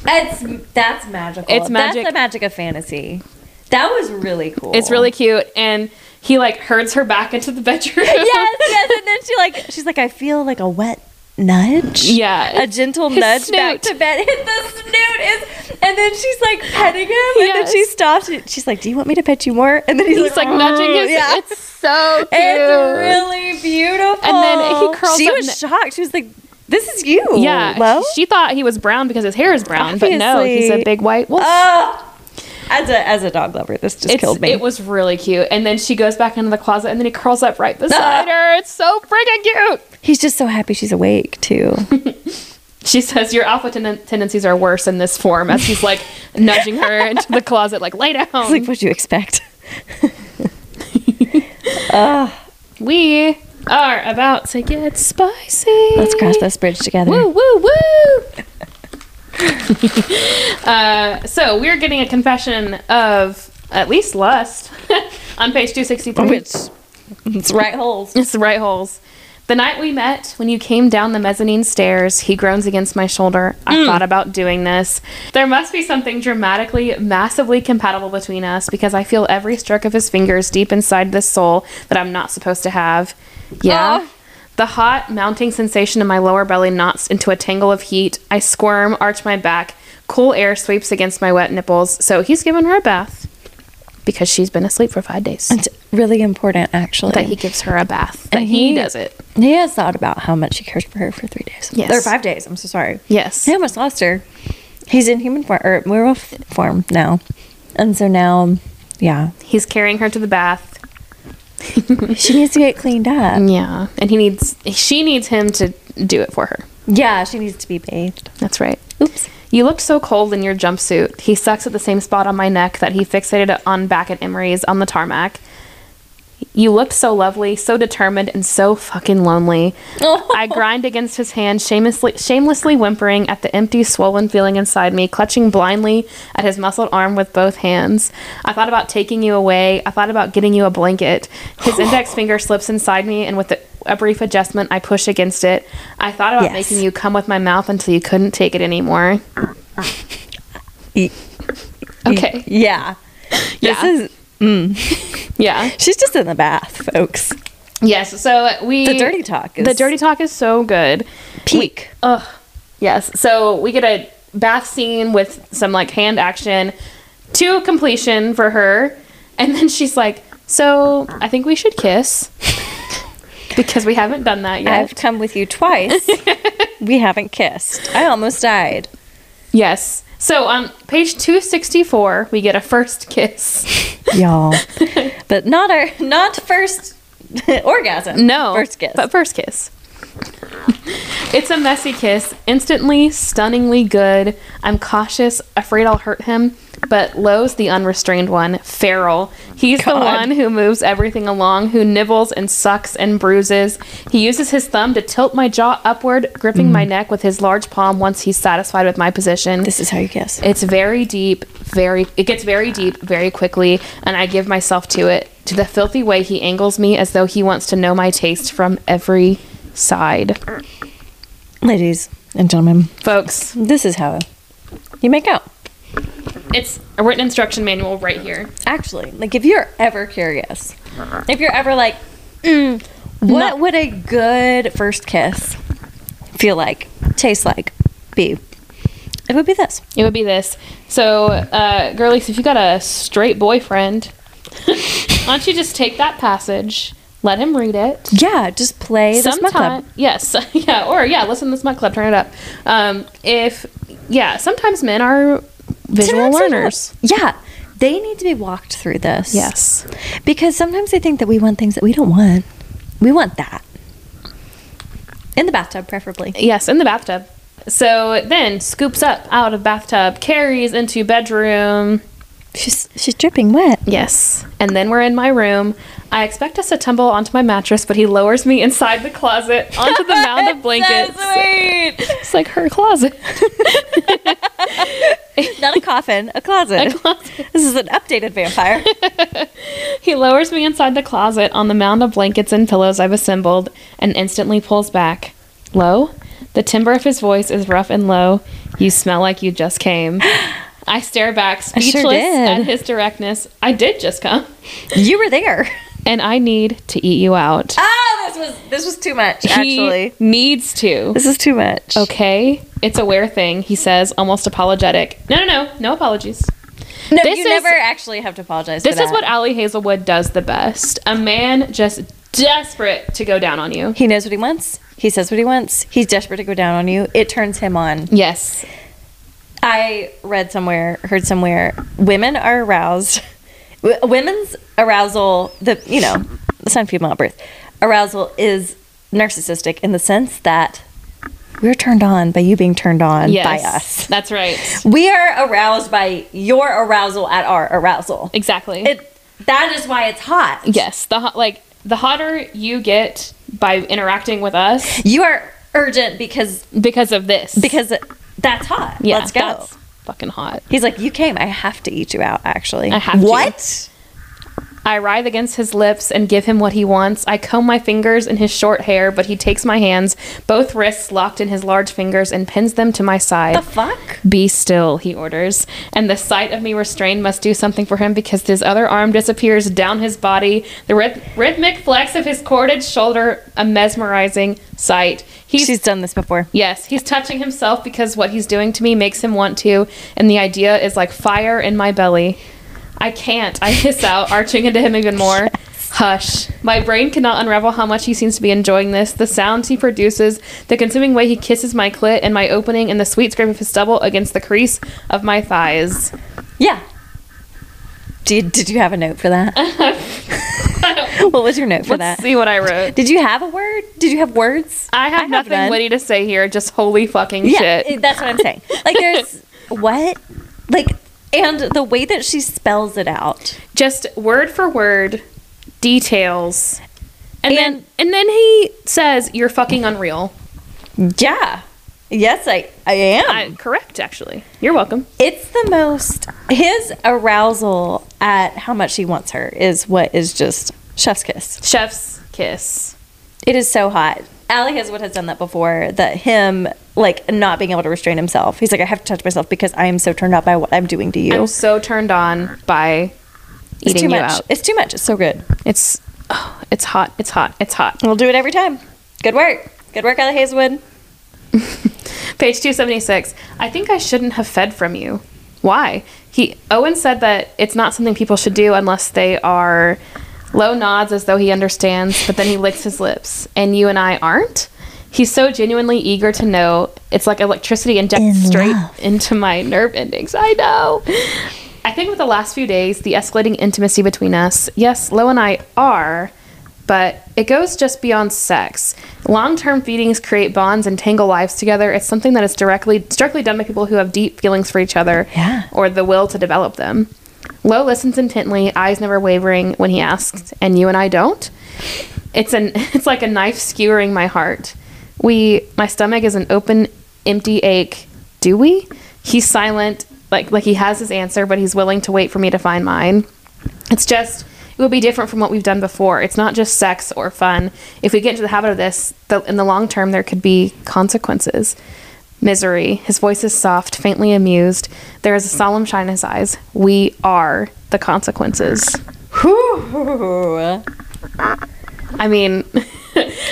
[SPEAKER 2] That's that's magical.
[SPEAKER 1] It's magic.
[SPEAKER 2] That's the magic of fantasy. That was really cool.
[SPEAKER 1] It's really cute, and he like herds her back into the bedroom.
[SPEAKER 2] yes, yes. And then she like she's like I feel like a wet nudge.
[SPEAKER 1] Yeah.
[SPEAKER 2] A gentle
[SPEAKER 1] His
[SPEAKER 2] nudge back
[SPEAKER 1] snoot.
[SPEAKER 2] to bed. Hit the snoot is, and then she's like petting him, and then she
[SPEAKER 1] Yes.
[SPEAKER 2] stops. and She's like, "Do you want me to pet you more?" And then he's,
[SPEAKER 1] He's like nudging his.
[SPEAKER 2] Oh, Yeah.
[SPEAKER 1] It's so cute.
[SPEAKER 2] It's really beautiful.
[SPEAKER 1] And then he curls
[SPEAKER 2] She
[SPEAKER 1] up
[SPEAKER 2] was
[SPEAKER 1] ne-
[SPEAKER 2] shocked. She was like, "This is you."
[SPEAKER 1] Yeah,
[SPEAKER 2] Lo?
[SPEAKER 1] she thought he was brown because his hair is brown, but no, he's a
[SPEAKER 2] Obviously.
[SPEAKER 1] big white wolf.
[SPEAKER 2] Ah! as a as a dog lover, this just
[SPEAKER 1] It's-
[SPEAKER 2] killed me.
[SPEAKER 1] It was really cute. And then she goes back into the closet, and then he curls up right beside
[SPEAKER 2] Ah.
[SPEAKER 1] her. It's so freaking cute.
[SPEAKER 2] he's just so happy she's awake too.
[SPEAKER 1] She says, "Your alpha ten- tendencies are worse in this form." As he's like nudging her into the closet, like lay down.
[SPEAKER 2] It's like, what'd you expect? Ah,
[SPEAKER 1] we are about to get spicy.
[SPEAKER 2] Let's cross this bridge together.
[SPEAKER 1] Woo woo woo. uh, so we're getting a confession of at least lust on page two sixty three.
[SPEAKER 2] Which it's right holes.
[SPEAKER 1] It's the right holes. The night we met, when you came down the mezzanine stairs, he groans against my shoulder. I thought about doing this. There must be something dramatically, massively compatible between us because I feel every stroke of his fingers deep inside this soul that I'm not supposed to have. Yeah.
[SPEAKER 2] Ah.
[SPEAKER 1] The hot, mounting sensation in my lower belly knots into a tangle of heat. I squirm, arch my back. Cool air sweeps against my wet nipples. So he's given her a bath because she's been asleep for five days.
[SPEAKER 2] It's really important, actually.
[SPEAKER 1] That he gives her a bath. That he
[SPEAKER 2] he-
[SPEAKER 1] does it.
[SPEAKER 2] He has thought about how much he cares for her for three days.
[SPEAKER 1] Yes.
[SPEAKER 2] Or five days. I'm so sorry.
[SPEAKER 1] Yes.
[SPEAKER 2] He almost lost her. He's in human form, or werewolf form now. And so now, yeah.
[SPEAKER 1] He's carrying her to the bath.
[SPEAKER 2] She needs to get cleaned up.
[SPEAKER 1] Yeah. And he needs she needs him to do it for her.
[SPEAKER 2] Yeah, she needs to be bathed.
[SPEAKER 1] That's right.
[SPEAKER 2] Oops.
[SPEAKER 1] You look so cold in your jumpsuit. He sucks at the same spot on my neck that he fixated it on back at Emery's on the tarmac. You looked so lovely, so determined, and so fucking lonely. I grind against his hand, shamelessly, shamelessly whimpering at the empty, swollen feeling inside me, clutching blindly at his muscled arm with both hands. I thought about taking you away. I thought about getting you a blanket. His index finger slips inside me, and with a brief adjustment, I push against it. I thought about
[SPEAKER 2] Yes.
[SPEAKER 1] making you come with my mouth until you couldn't take it anymore.
[SPEAKER 2] E-
[SPEAKER 1] Okay.
[SPEAKER 2] Yeah.
[SPEAKER 1] Yeah.
[SPEAKER 2] This is,
[SPEAKER 1] yeah.
[SPEAKER 2] she's just in the bath, folks.
[SPEAKER 1] Yes. So we
[SPEAKER 2] The dirty talk is
[SPEAKER 1] the dirty talk is so good.
[SPEAKER 2] peak.
[SPEAKER 1] Ugh. Yes. So we get a bath scene with some like hand action to completion for her. And then she's like, So I think we should kiss because we haven't done that yet.
[SPEAKER 2] I've come with you twice. we haven't kissed. I almost died.
[SPEAKER 1] yes. So on page 264, we get a first kiss.
[SPEAKER 2] y'all. but not our not first orgasm.
[SPEAKER 1] No.
[SPEAKER 2] first kiss.
[SPEAKER 1] But first kiss. it's a messy kiss, instantly, stunningly good. I'm cautious, afraid I'll hurt him, but Lowe's the unrestrained one, feral. He's the one who moves everything along, who nibbles and sucks and bruises. He uses his thumb to tilt my jaw upward, gripping my neck with his large palm once he's satisfied with my position.
[SPEAKER 2] Mm. this is how you kiss.
[SPEAKER 1] It's very deep, very it gets very deep very quickly, and I give myself to it, to the filthy way he angles me as though he wants to know my taste from every side.
[SPEAKER 2] Ladies and gentlemen,
[SPEAKER 1] Folks,
[SPEAKER 2] this is how you make out.
[SPEAKER 1] it's a written instruction manual right here.
[SPEAKER 2] Actually, like if you're ever curious, if you're ever like, mm, what would a good first kiss feel like, taste like, be? It would be this.
[SPEAKER 1] It would be this. So, uh, girlies, if you got a straight boyfriend, why don't you just take that passage, let him read it,
[SPEAKER 2] Yeah, just play this mug
[SPEAKER 1] Sometime-
[SPEAKER 2] club.
[SPEAKER 1] Yes. Yeah. Or yeah, listen to this Mutt Club. Turn it up. Um, if yeah, sometimes men are visual
[SPEAKER 2] Sometimes they
[SPEAKER 1] learners.
[SPEAKER 2] don't. Yeah. They need to be walked through this.
[SPEAKER 1] Yes.
[SPEAKER 2] Because sometimes they think that we want things that we don't want. We want that. In the bathtub, preferably.
[SPEAKER 1] Yes, in the bathtub. So then scoops up out of bathtub, carries into bedroom.
[SPEAKER 2] She's she's dripping wet.
[SPEAKER 1] Yes. And then we're in my room. I expect us to tumble onto my mattress, but he lowers me inside the closet onto the mound of blankets.
[SPEAKER 2] So sweet.
[SPEAKER 1] It's like her closet.
[SPEAKER 2] Not a coffin, a closet. This is an updated vampire.
[SPEAKER 1] He lowers me inside the closet on the mound of blankets and pillows I've assembled and instantly pulls back. Low? The timbre of his voice is rough and low. You smell like you just came. I stare back,
[SPEAKER 2] sure
[SPEAKER 1] speechless
[SPEAKER 2] did.
[SPEAKER 1] at his directness. I did just come.
[SPEAKER 2] you were there.
[SPEAKER 1] And I need to eat you out.
[SPEAKER 2] Oh, this was this was too much. Actually,
[SPEAKER 1] He needs to.
[SPEAKER 2] this is too much.
[SPEAKER 1] Okay? It's a weird thing, he says, almost apologetic. No, no, no. No apologies.
[SPEAKER 2] no,
[SPEAKER 1] this
[SPEAKER 2] you
[SPEAKER 1] is-
[SPEAKER 2] never actually have to apologize.
[SPEAKER 1] This
[SPEAKER 2] for
[SPEAKER 1] is what Allie Hazelwood does the best. A man just desperate to go down on you.
[SPEAKER 2] he knows. What he wants. He says what he wants. He's desperate to go down on you. It turns him on.
[SPEAKER 1] Yes.
[SPEAKER 2] I read somewhere, heard somewhere, women are aroused. W- women's arousal, the you know, sun female at birth, arousal is narcissistic in the sense that we're turned on by you being turned on
[SPEAKER 1] Yes.
[SPEAKER 2] by us.
[SPEAKER 1] That's right.
[SPEAKER 2] We are aroused by your arousal at our arousal.
[SPEAKER 1] Exactly.
[SPEAKER 2] It that is why it's hot.
[SPEAKER 1] yes. The hot, like the hotter you get by interacting with us
[SPEAKER 2] You are urgent because
[SPEAKER 1] because of this.
[SPEAKER 2] because that's hot.
[SPEAKER 1] yeah,
[SPEAKER 2] Let's go.
[SPEAKER 1] That's fucking hot.
[SPEAKER 2] He's like, you came. I have to eat you out. Actually,
[SPEAKER 1] I have to.
[SPEAKER 2] What?
[SPEAKER 1] I writhe against his lips and give him what he wants. I comb my fingers in his short hair, but he takes my hands, both wrists locked in his large fingers, and pins them to my side.
[SPEAKER 2] The fuck?
[SPEAKER 1] Be still, he orders, and the sight of me restrained must do something for him because his other arm disappears down his body. The ryth- rhythmic flex of his corded shoulder, a mesmerizing sight. He's
[SPEAKER 2] She's done this before.
[SPEAKER 1] yes, he's touching himself because what he's doing to me makes him want to, and the idea is like fire in my belly. I can't. I hiss out, arching into him even more. Hush. My brain cannot unravel how much he seems to be enjoying this. The sounds he produces, the consuming way he kisses my clit and my opening, and the sweet scrape of his stubble against the crease of my thighs.
[SPEAKER 2] Yeah. Did Did you have a note for that? what was your note for
[SPEAKER 1] Uh, Let's
[SPEAKER 2] that?
[SPEAKER 1] see what I wrote.
[SPEAKER 2] Did you have a word? Did you have words?
[SPEAKER 1] I have nothing
[SPEAKER 2] none.
[SPEAKER 1] witty to say here. Just holy fucking
[SPEAKER 2] Yeah,
[SPEAKER 1] shit.
[SPEAKER 2] it- that's what I'm saying. Like, there's what, like, and the way that she spells it out.
[SPEAKER 1] just word for word details and,
[SPEAKER 2] And-
[SPEAKER 1] then and then he says you're fucking unreal
[SPEAKER 2] Yeah. Yes, I I am.
[SPEAKER 1] I, correct actually you're welcome
[SPEAKER 2] it's the most his arousal at how much he wants her is what is just chef's kiss.
[SPEAKER 1] chef's kiss
[SPEAKER 2] It is so hot. Allie Hazelwood has done that before. That him like not being able to restrain himself. He's like, I have to touch myself because I am so turned up by what I'm doing to you.
[SPEAKER 1] i'm so turned on by
[SPEAKER 2] it's too
[SPEAKER 1] eating you
[SPEAKER 2] much.
[SPEAKER 1] out
[SPEAKER 2] It's too much. It's so good.
[SPEAKER 1] it's oh, it's hot it's hot it's hot
[SPEAKER 2] We'll do it every time. Good work. Good work, Allie Hazelwood.
[SPEAKER 1] Page 276. I think I shouldn't have fed from you. Why? He Owen said that it's not something people should do unless they are low nods as though he understands, but then he licks his lips. And you and I aren't? He's so genuinely eager to know. It's like electricity injected straight into my nerve endings. I know. I think with the last few days, the escalating intimacy between us, yes, Lo and I are, but it goes just beyond sex. Long-term feedings create bonds and tangle lives together. It's something that is directly directly done by people who have deep feelings for each other
[SPEAKER 2] Yeah.
[SPEAKER 1] or the will to develop them. Lo listens intently, eyes never wavering when he asks, and you and I don't. It's an it's like a knife skewering my heart. We my stomach is an open, empty ache. Do we? He's silent, like like he has his answer, but he's willing to wait for me to find mine. It's just it would be different from what we've done before. It's not just sex or fun. If we get into the habit of this, the, in the long term, there could be consequences. Misery. His voice is soft, faintly amused. There is a solemn shine in his eyes. We are the consequences.
[SPEAKER 2] Whew.
[SPEAKER 1] I mean,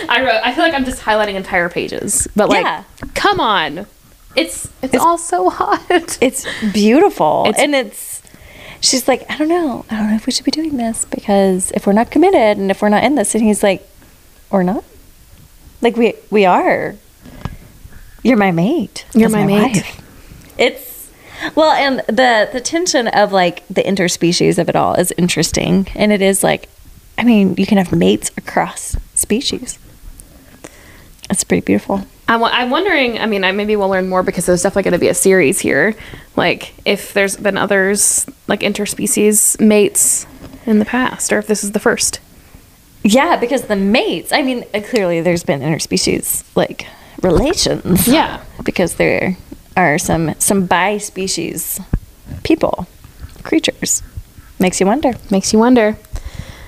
[SPEAKER 1] I wrote. I feel like I'm just highlighting entire pages, but like,
[SPEAKER 2] Yeah.
[SPEAKER 1] come on, it's it's, all so hot.
[SPEAKER 2] It's beautiful.
[SPEAKER 1] It's-
[SPEAKER 2] and it's she's like, I don't know. I don't know if we should be doing this because if we're not committed and if we're not in this and he's like, Or not? Like we we are. You're my mate.
[SPEAKER 1] You're
[SPEAKER 2] as
[SPEAKER 1] my mate.
[SPEAKER 2] wife." It's Well, and the the tension of like the interspecies of it all is interesting, and it is like, I mean, you can have mates across species. It's pretty beautiful.
[SPEAKER 1] I'm, I'm wondering. I mean, I maybe we'll learn more because there's definitely going to be a series here. Like, if there's been others like interspecies mates in the past, or if this is the first.
[SPEAKER 2] Yeah, because the mates. I mean, uh, clearly there's been interspecies like relations.
[SPEAKER 1] Yeah.
[SPEAKER 2] because there are some some bi species people creatures. Makes you wonder.
[SPEAKER 1] Makes you wonder.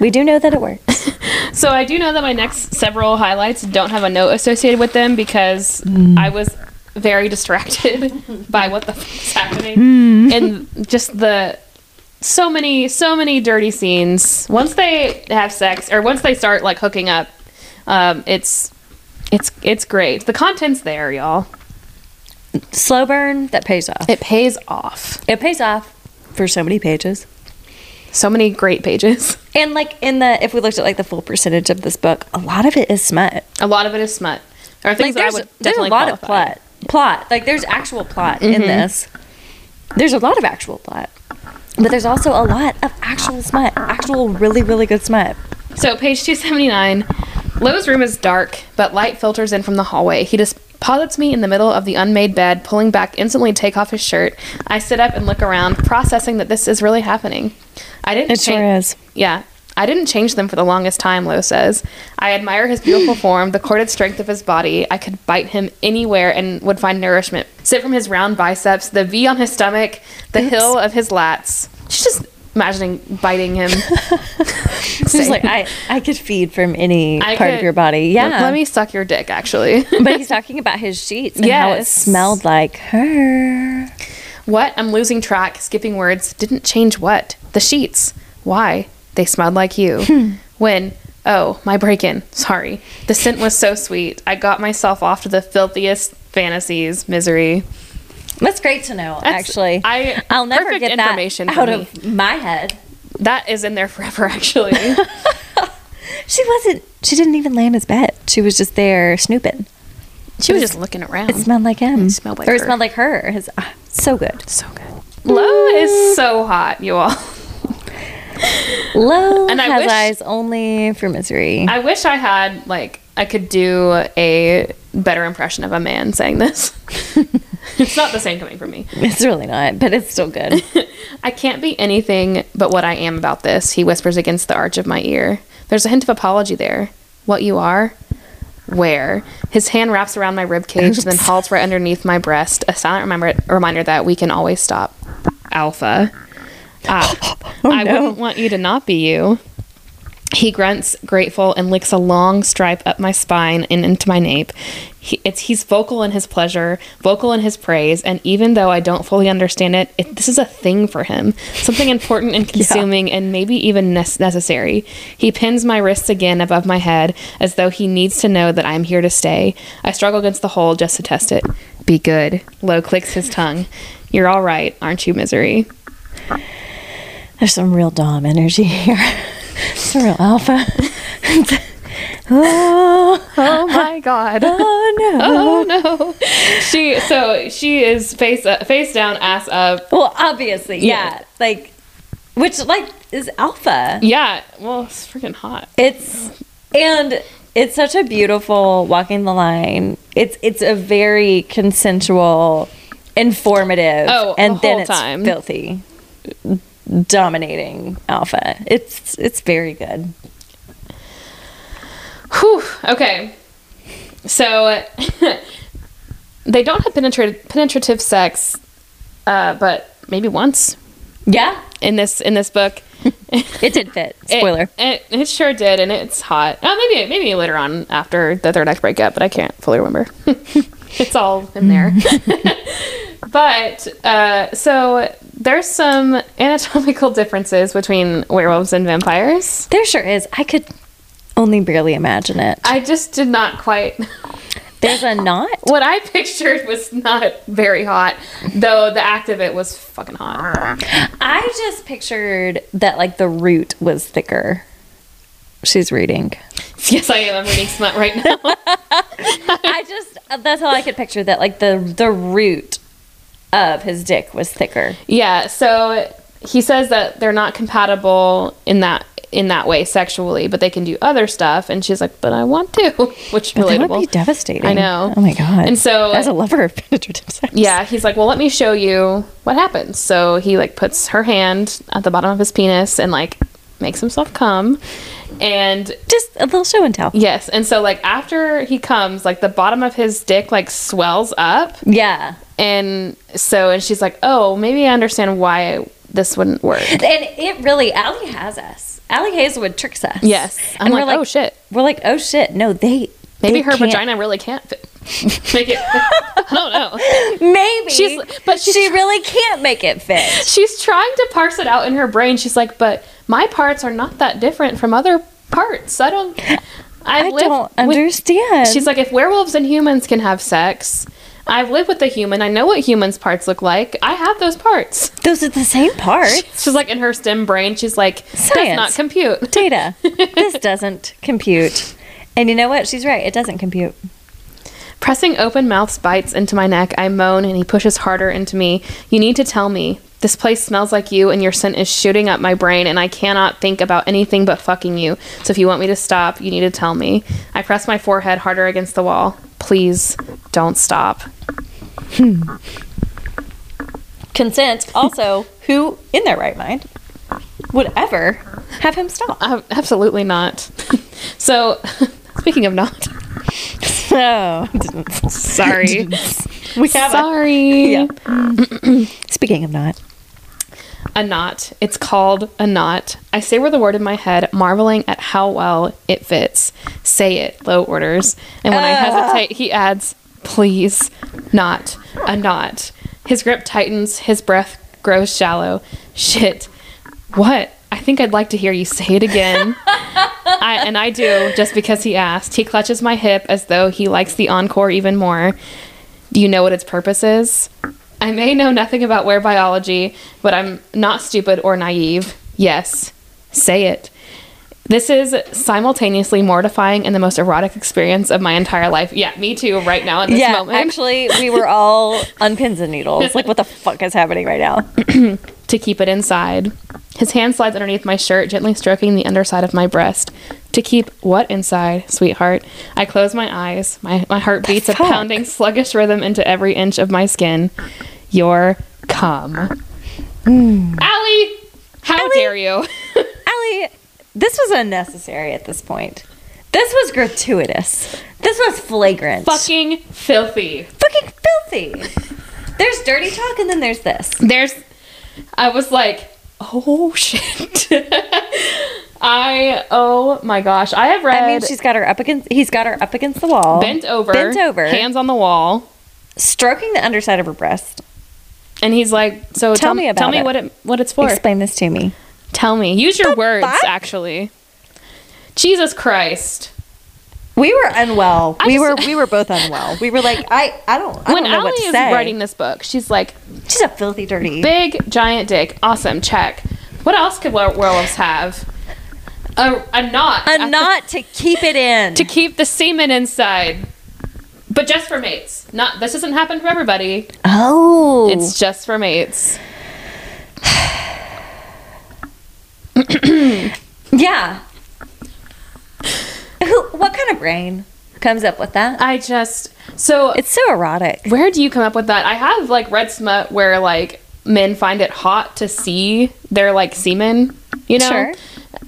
[SPEAKER 2] We do know that it works.
[SPEAKER 1] So I do know that my next several highlights don't have a note associated with them because
[SPEAKER 2] Hmm.
[SPEAKER 1] I was very distracted by what the fuck is happening
[SPEAKER 2] Hmm.
[SPEAKER 1] and just the so many so many dirty scenes. Once they have sex or once they start like hooking up, um, it's it's it's great. The content's there, y'all.
[SPEAKER 2] Slow burn that pays off.
[SPEAKER 1] It pays off.
[SPEAKER 2] It pays off for so many pages.
[SPEAKER 1] So many great pages.
[SPEAKER 2] And like in the if we looked at like the full percentage of this book, a lot of it is smut.
[SPEAKER 1] A lot of it is smut. Or
[SPEAKER 2] Like
[SPEAKER 1] things that I
[SPEAKER 2] there's,
[SPEAKER 1] would
[SPEAKER 2] there's a
[SPEAKER 1] definitely
[SPEAKER 2] lot of
[SPEAKER 1] qualify. Mm-hmm.
[SPEAKER 2] plot. Plot. Like there's actual plot in this. There's a lot of actual plot. But there's also a lot of actual smut. Actual really, really good smut.
[SPEAKER 1] So, page 279. Lowe's room is dark, but light filters in from the hallway. He deposits me in the middle of the unmade bed, pulling back instantly to take off his shirt. I sit up and look around, processing that this is really happening. I didn't
[SPEAKER 2] It sure
[SPEAKER 1] cha-
[SPEAKER 2] is.
[SPEAKER 1] Yeah. I didn't change them for the longest time, Lowe says. I admire his beautiful form, the corded strength of his body. I could bite him anywhere and would find nourishment. Sit from his round biceps, the V on his stomach, the hill of his lats. She's just imagining biting him.
[SPEAKER 2] She's like, I, I could feed from any
[SPEAKER 1] I
[SPEAKER 2] part of
[SPEAKER 1] could-
[SPEAKER 2] your body. Yeah.
[SPEAKER 1] Let me suck your dick, actually.
[SPEAKER 2] but he's talking about his sheets and how it
[SPEAKER 1] Yes.
[SPEAKER 2] smelled like her.
[SPEAKER 1] what? I'm losing track, skipping words. Didn't change what? The sheets. Why? They smelled like
[SPEAKER 2] Hmm.
[SPEAKER 1] you. when? Oh, my break in. Sorry. The scent was so sweet. I got myself off to the filthiest fantasies, misery.
[SPEAKER 2] That's great to know,
[SPEAKER 1] That's-
[SPEAKER 2] actually.
[SPEAKER 1] I-
[SPEAKER 2] I'll never
[SPEAKER 1] perfect
[SPEAKER 2] get that
[SPEAKER 1] information for
[SPEAKER 2] out
[SPEAKER 1] me.
[SPEAKER 2] of my head.
[SPEAKER 1] That is in there forever, actually.
[SPEAKER 2] She wasn't. She didn't even lay in his bed. She was just there snooping.
[SPEAKER 1] she was just looking around.
[SPEAKER 2] It smelled like him.
[SPEAKER 1] It smelled like
[SPEAKER 2] or it
[SPEAKER 1] her.
[SPEAKER 2] smelled like her. His, ah, so good.
[SPEAKER 1] so good. Lo is so hot, you all.
[SPEAKER 2] Low
[SPEAKER 1] And I
[SPEAKER 2] has
[SPEAKER 1] wish-
[SPEAKER 2] eyes only for misery.
[SPEAKER 1] I wish I had like I could do a better impression of a man saying this. it's not the same coming from me.
[SPEAKER 2] it's really not, but it's still good.
[SPEAKER 1] I can't be anything but what I am about this, he whispers against the arch of my ear. There's a hint of apology there. What you are? Where? His hand wraps around my rib cage, then halts right underneath my breast, a silent remember- reminder that we can always stop. Alpha. Ah, I
[SPEAKER 2] no.
[SPEAKER 1] wouldn't want you to not be you. He grunts, grateful, and licks a long stripe up my spine and into my nape. He, it's, he's vocal in his pleasure, vocal in his praise, and even though I don't fully understand it, it this is a thing for him. Something important and consuming, and maybe even nes- necessary. He pins my wrists again above my head, as though he needs to know that I'm here to stay. I struggle against the hole just to test it. Be good. Low clicks his tongue. You're all right, aren't you, misery?
[SPEAKER 2] There's some real Dom energy here. some real alpha. oh,
[SPEAKER 1] Oh my god.
[SPEAKER 2] oh no.
[SPEAKER 1] oh no she so she is face up, face down ass up
[SPEAKER 2] Well, obviously, yeah.
[SPEAKER 1] Yeah.
[SPEAKER 2] Like, which like is alpha.
[SPEAKER 1] yeah well it's freaking hot
[SPEAKER 2] It's and it's such a beautiful walking the line. It's it's a very consensual, informative,
[SPEAKER 1] Oh, the
[SPEAKER 2] and then
[SPEAKER 1] whole
[SPEAKER 2] it's
[SPEAKER 1] time.
[SPEAKER 2] filthy, dominating alpha. It's it's very good.
[SPEAKER 1] Whew. okay so they don't have penetrative penetrative sex uh, but maybe once
[SPEAKER 2] Yeah,
[SPEAKER 1] in this in this book
[SPEAKER 2] it did fit.
[SPEAKER 1] It-
[SPEAKER 2] Spoiler.
[SPEAKER 1] It, it, sure did, and it's hot. Oh, maybe maybe later on after the third act breakup, but I can't fully remember. it's all in there. but uh, so there's some anatomical differences between werewolves and vampires.
[SPEAKER 2] there sure is. I could only barely imagine it.
[SPEAKER 1] I just did not quite.
[SPEAKER 2] There's a knot.
[SPEAKER 1] What I pictured was not very hot, though the act of it was fucking hot.
[SPEAKER 2] I just pictured that like the root was thicker. She's reading.
[SPEAKER 1] Yes, I am. I'm reading smut right now.
[SPEAKER 2] I just that's all I could picture that like the the root up, his dick was thicker.
[SPEAKER 1] Yeah, so he says that they're not compatible in that in that way sexually, but they can do other stuff. And she's like, "But I want to," which relatable.
[SPEAKER 2] That would be devastating.
[SPEAKER 1] I know.
[SPEAKER 2] Oh my god.
[SPEAKER 1] And so-
[SPEAKER 2] as a lover of penetrative sex,
[SPEAKER 1] Yeah, he's like, "Well, let me show you what happens." So he like puts her hand at the bottom of his penis and like makes himself come. And
[SPEAKER 2] just a little show and tell.
[SPEAKER 1] yes, and so like after he comes, like the bottom of his dick like swells up
[SPEAKER 2] Yeah.
[SPEAKER 1] and so and she's like, "Oh, maybe I understand why this wouldn't work."
[SPEAKER 2] And it really, Allie has us. Allie Hazelwood tricks us.
[SPEAKER 1] Yes. I'm
[SPEAKER 2] and we're
[SPEAKER 1] like, "Oh, shit."
[SPEAKER 2] We're like, oh shit. No, they.
[SPEAKER 1] Maybe
[SPEAKER 2] they
[SPEAKER 1] her
[SPEAKER 2] can't-
[SPEAKER 1] vagina really can't fit. Make it. I don't know.
[SPEAKER 2] Maybe
[SPEAKER 1] She's- but she's-
[SPEAKER 2] she really can't make it fit.
[SPEAKER 1] She's trying to parse it out in her brain. She's like, but my parts are not that different from other parts. I don't. I,
[SPEAKER 2] I
[SPEAKER 1] live
[SPEAKER 2] don't
[SPEAKER 1] with-
[SPEAKER 2] understand.
[SPEAKER 1] she's like, if werewolves and humans can have sex, I've lived with a human. I know what humans' parts look like. I have those parts.
[SPEAKER 2] those are the same parts.
[SPEAKER 1] She's like in her STEM brain. She's like, does
[SPEAKER 2] Science.
[SPEAKER 1] not compute.
[SPEAKER 2] Data. this doesn't compute. And you know what? She's right. It doesn't compute.
[SPEAKER 1] Pressing open mouths bites into my neck. I moan and he pushes harder into me. You need to tell me. This place smells like you and your scent is shooting up my brain and I cannot think about anything but fucking you. So if you want me to stop, you need to tell me. I press my forehead harder against the wall. Please don't stop.
[SPEAKER 2] Consent. Also, who in their right mind would ever have him stop?
[SPEAKER 1] Uh, absolutely not. so, speaking of not,
[SPEAKER 2] Oh,
[SPEAKER 1] sorry.
[SPEAKER 2] we have. a-
[SPEAKER 1] sorry.
[SPEAKER 2] Yeah. Speaking of not,
[SPEAKER 1] a knot. It's called a knot. I savor the word in my head, marveling at how well it fits. Say it, low orders. And when I hesitate, he adds, please, not a knot. His grip tightens, his breath grows shallow. Shit. What? I think I'd like to hear you say it again. I, and I do, just because he asked. He clutches my hip as though he likes the encore even more. Do you know what its purpose is? I may know nothing about where biology, but I'm not stupid or naive. Yes, say it. This is simultaneously mortifying and the most erotic experience of my entire life. Yeah, me too, right now in this
[SPEAKER 2] yeah,
[SPEAKER 1] moment.
[SPEAKER 2] actually, we were all on pins and needles. Like, what the fuck is happening right now?
[SPEAKER 1] to keep it inside. His hand slides underneath my shirt, gently stroking the underside of my breast. To keep what inside, sweetheart? I close my eyes. My, my heart beats a
[SPEAKER 2] fuck?
[SPEAKER 1] pounding, sluggish rhythm into every inch of my skin. Your cum. Allie! How
[SPEAKER 2] Hmm. Allie!
[SPEAKER 1] dare you?
[SPEAKER 2] Allie, this was unnecessary at this point. This was gratuitous. This was flagrant.
[SPEAKER 1] Fucking filthy.
[SPEAKER 2] Fucking filthy. There's dirty talk and then there's this.
[SPEAKER 1] there's i was like oh shit i oh my gosh i have read
[SPEAKER 2] I mean, she's got her up against. He's got her up against the wall,
[SPEAKER 1] bent over
[SPEAKER 2] bent over,
[SPEAKER 1] hands on the wall
[SPEAKER 2] stroking the underside of her breast.
[SPEAKER 1] and he's like so tell, me about tell me
[SPEAKER 2] it.
[SPEAKER 1] what it what it's for
[SPEAKER 2] Explain this to me.
[SPEAKER 1] tell me use your words
[SPEAKER 2] fuck?
[SPEAKER 1] actually jesus christ
[SPEAKER 2] We were unwell. we
[SPEAKER 1] just-
[SPEAKER 2] were we were both unwell. We were like, I I don't I
[SPEAKER 1] when
[SPEAKER 2] don't know
[SPEAKER 1] Allie
[SPEAKER 2] what to
[SPEAKER 1] is
[SPEAKER 2] say.
[SPEAKER 1] writing this book she's like
[SPEAKER 2] she's a filthy dirty.
[SPEAKER 1] big giant dick awesome check what else could were- werewolves have a, a knot at the-
[SPEAKER 2] and not to keep it in.
[SPEAKER 1] to keep the semen inside, but just for mates. Not this doesn't happen for everybody.
[SPEAKER 2] oh,
[SPEAKER 1] It's just for mates.
[SPEAKER 2] yeah. Who? What kind of brain comes up with that?
[SPEAKER 1] I just so
[SPEAKER 2] It's so erotic.
[SPEAKER 1] where do you come up with that? I have like red smut where like men find it hot to see their like semen, you know.
[SPEAKER 2] Sure.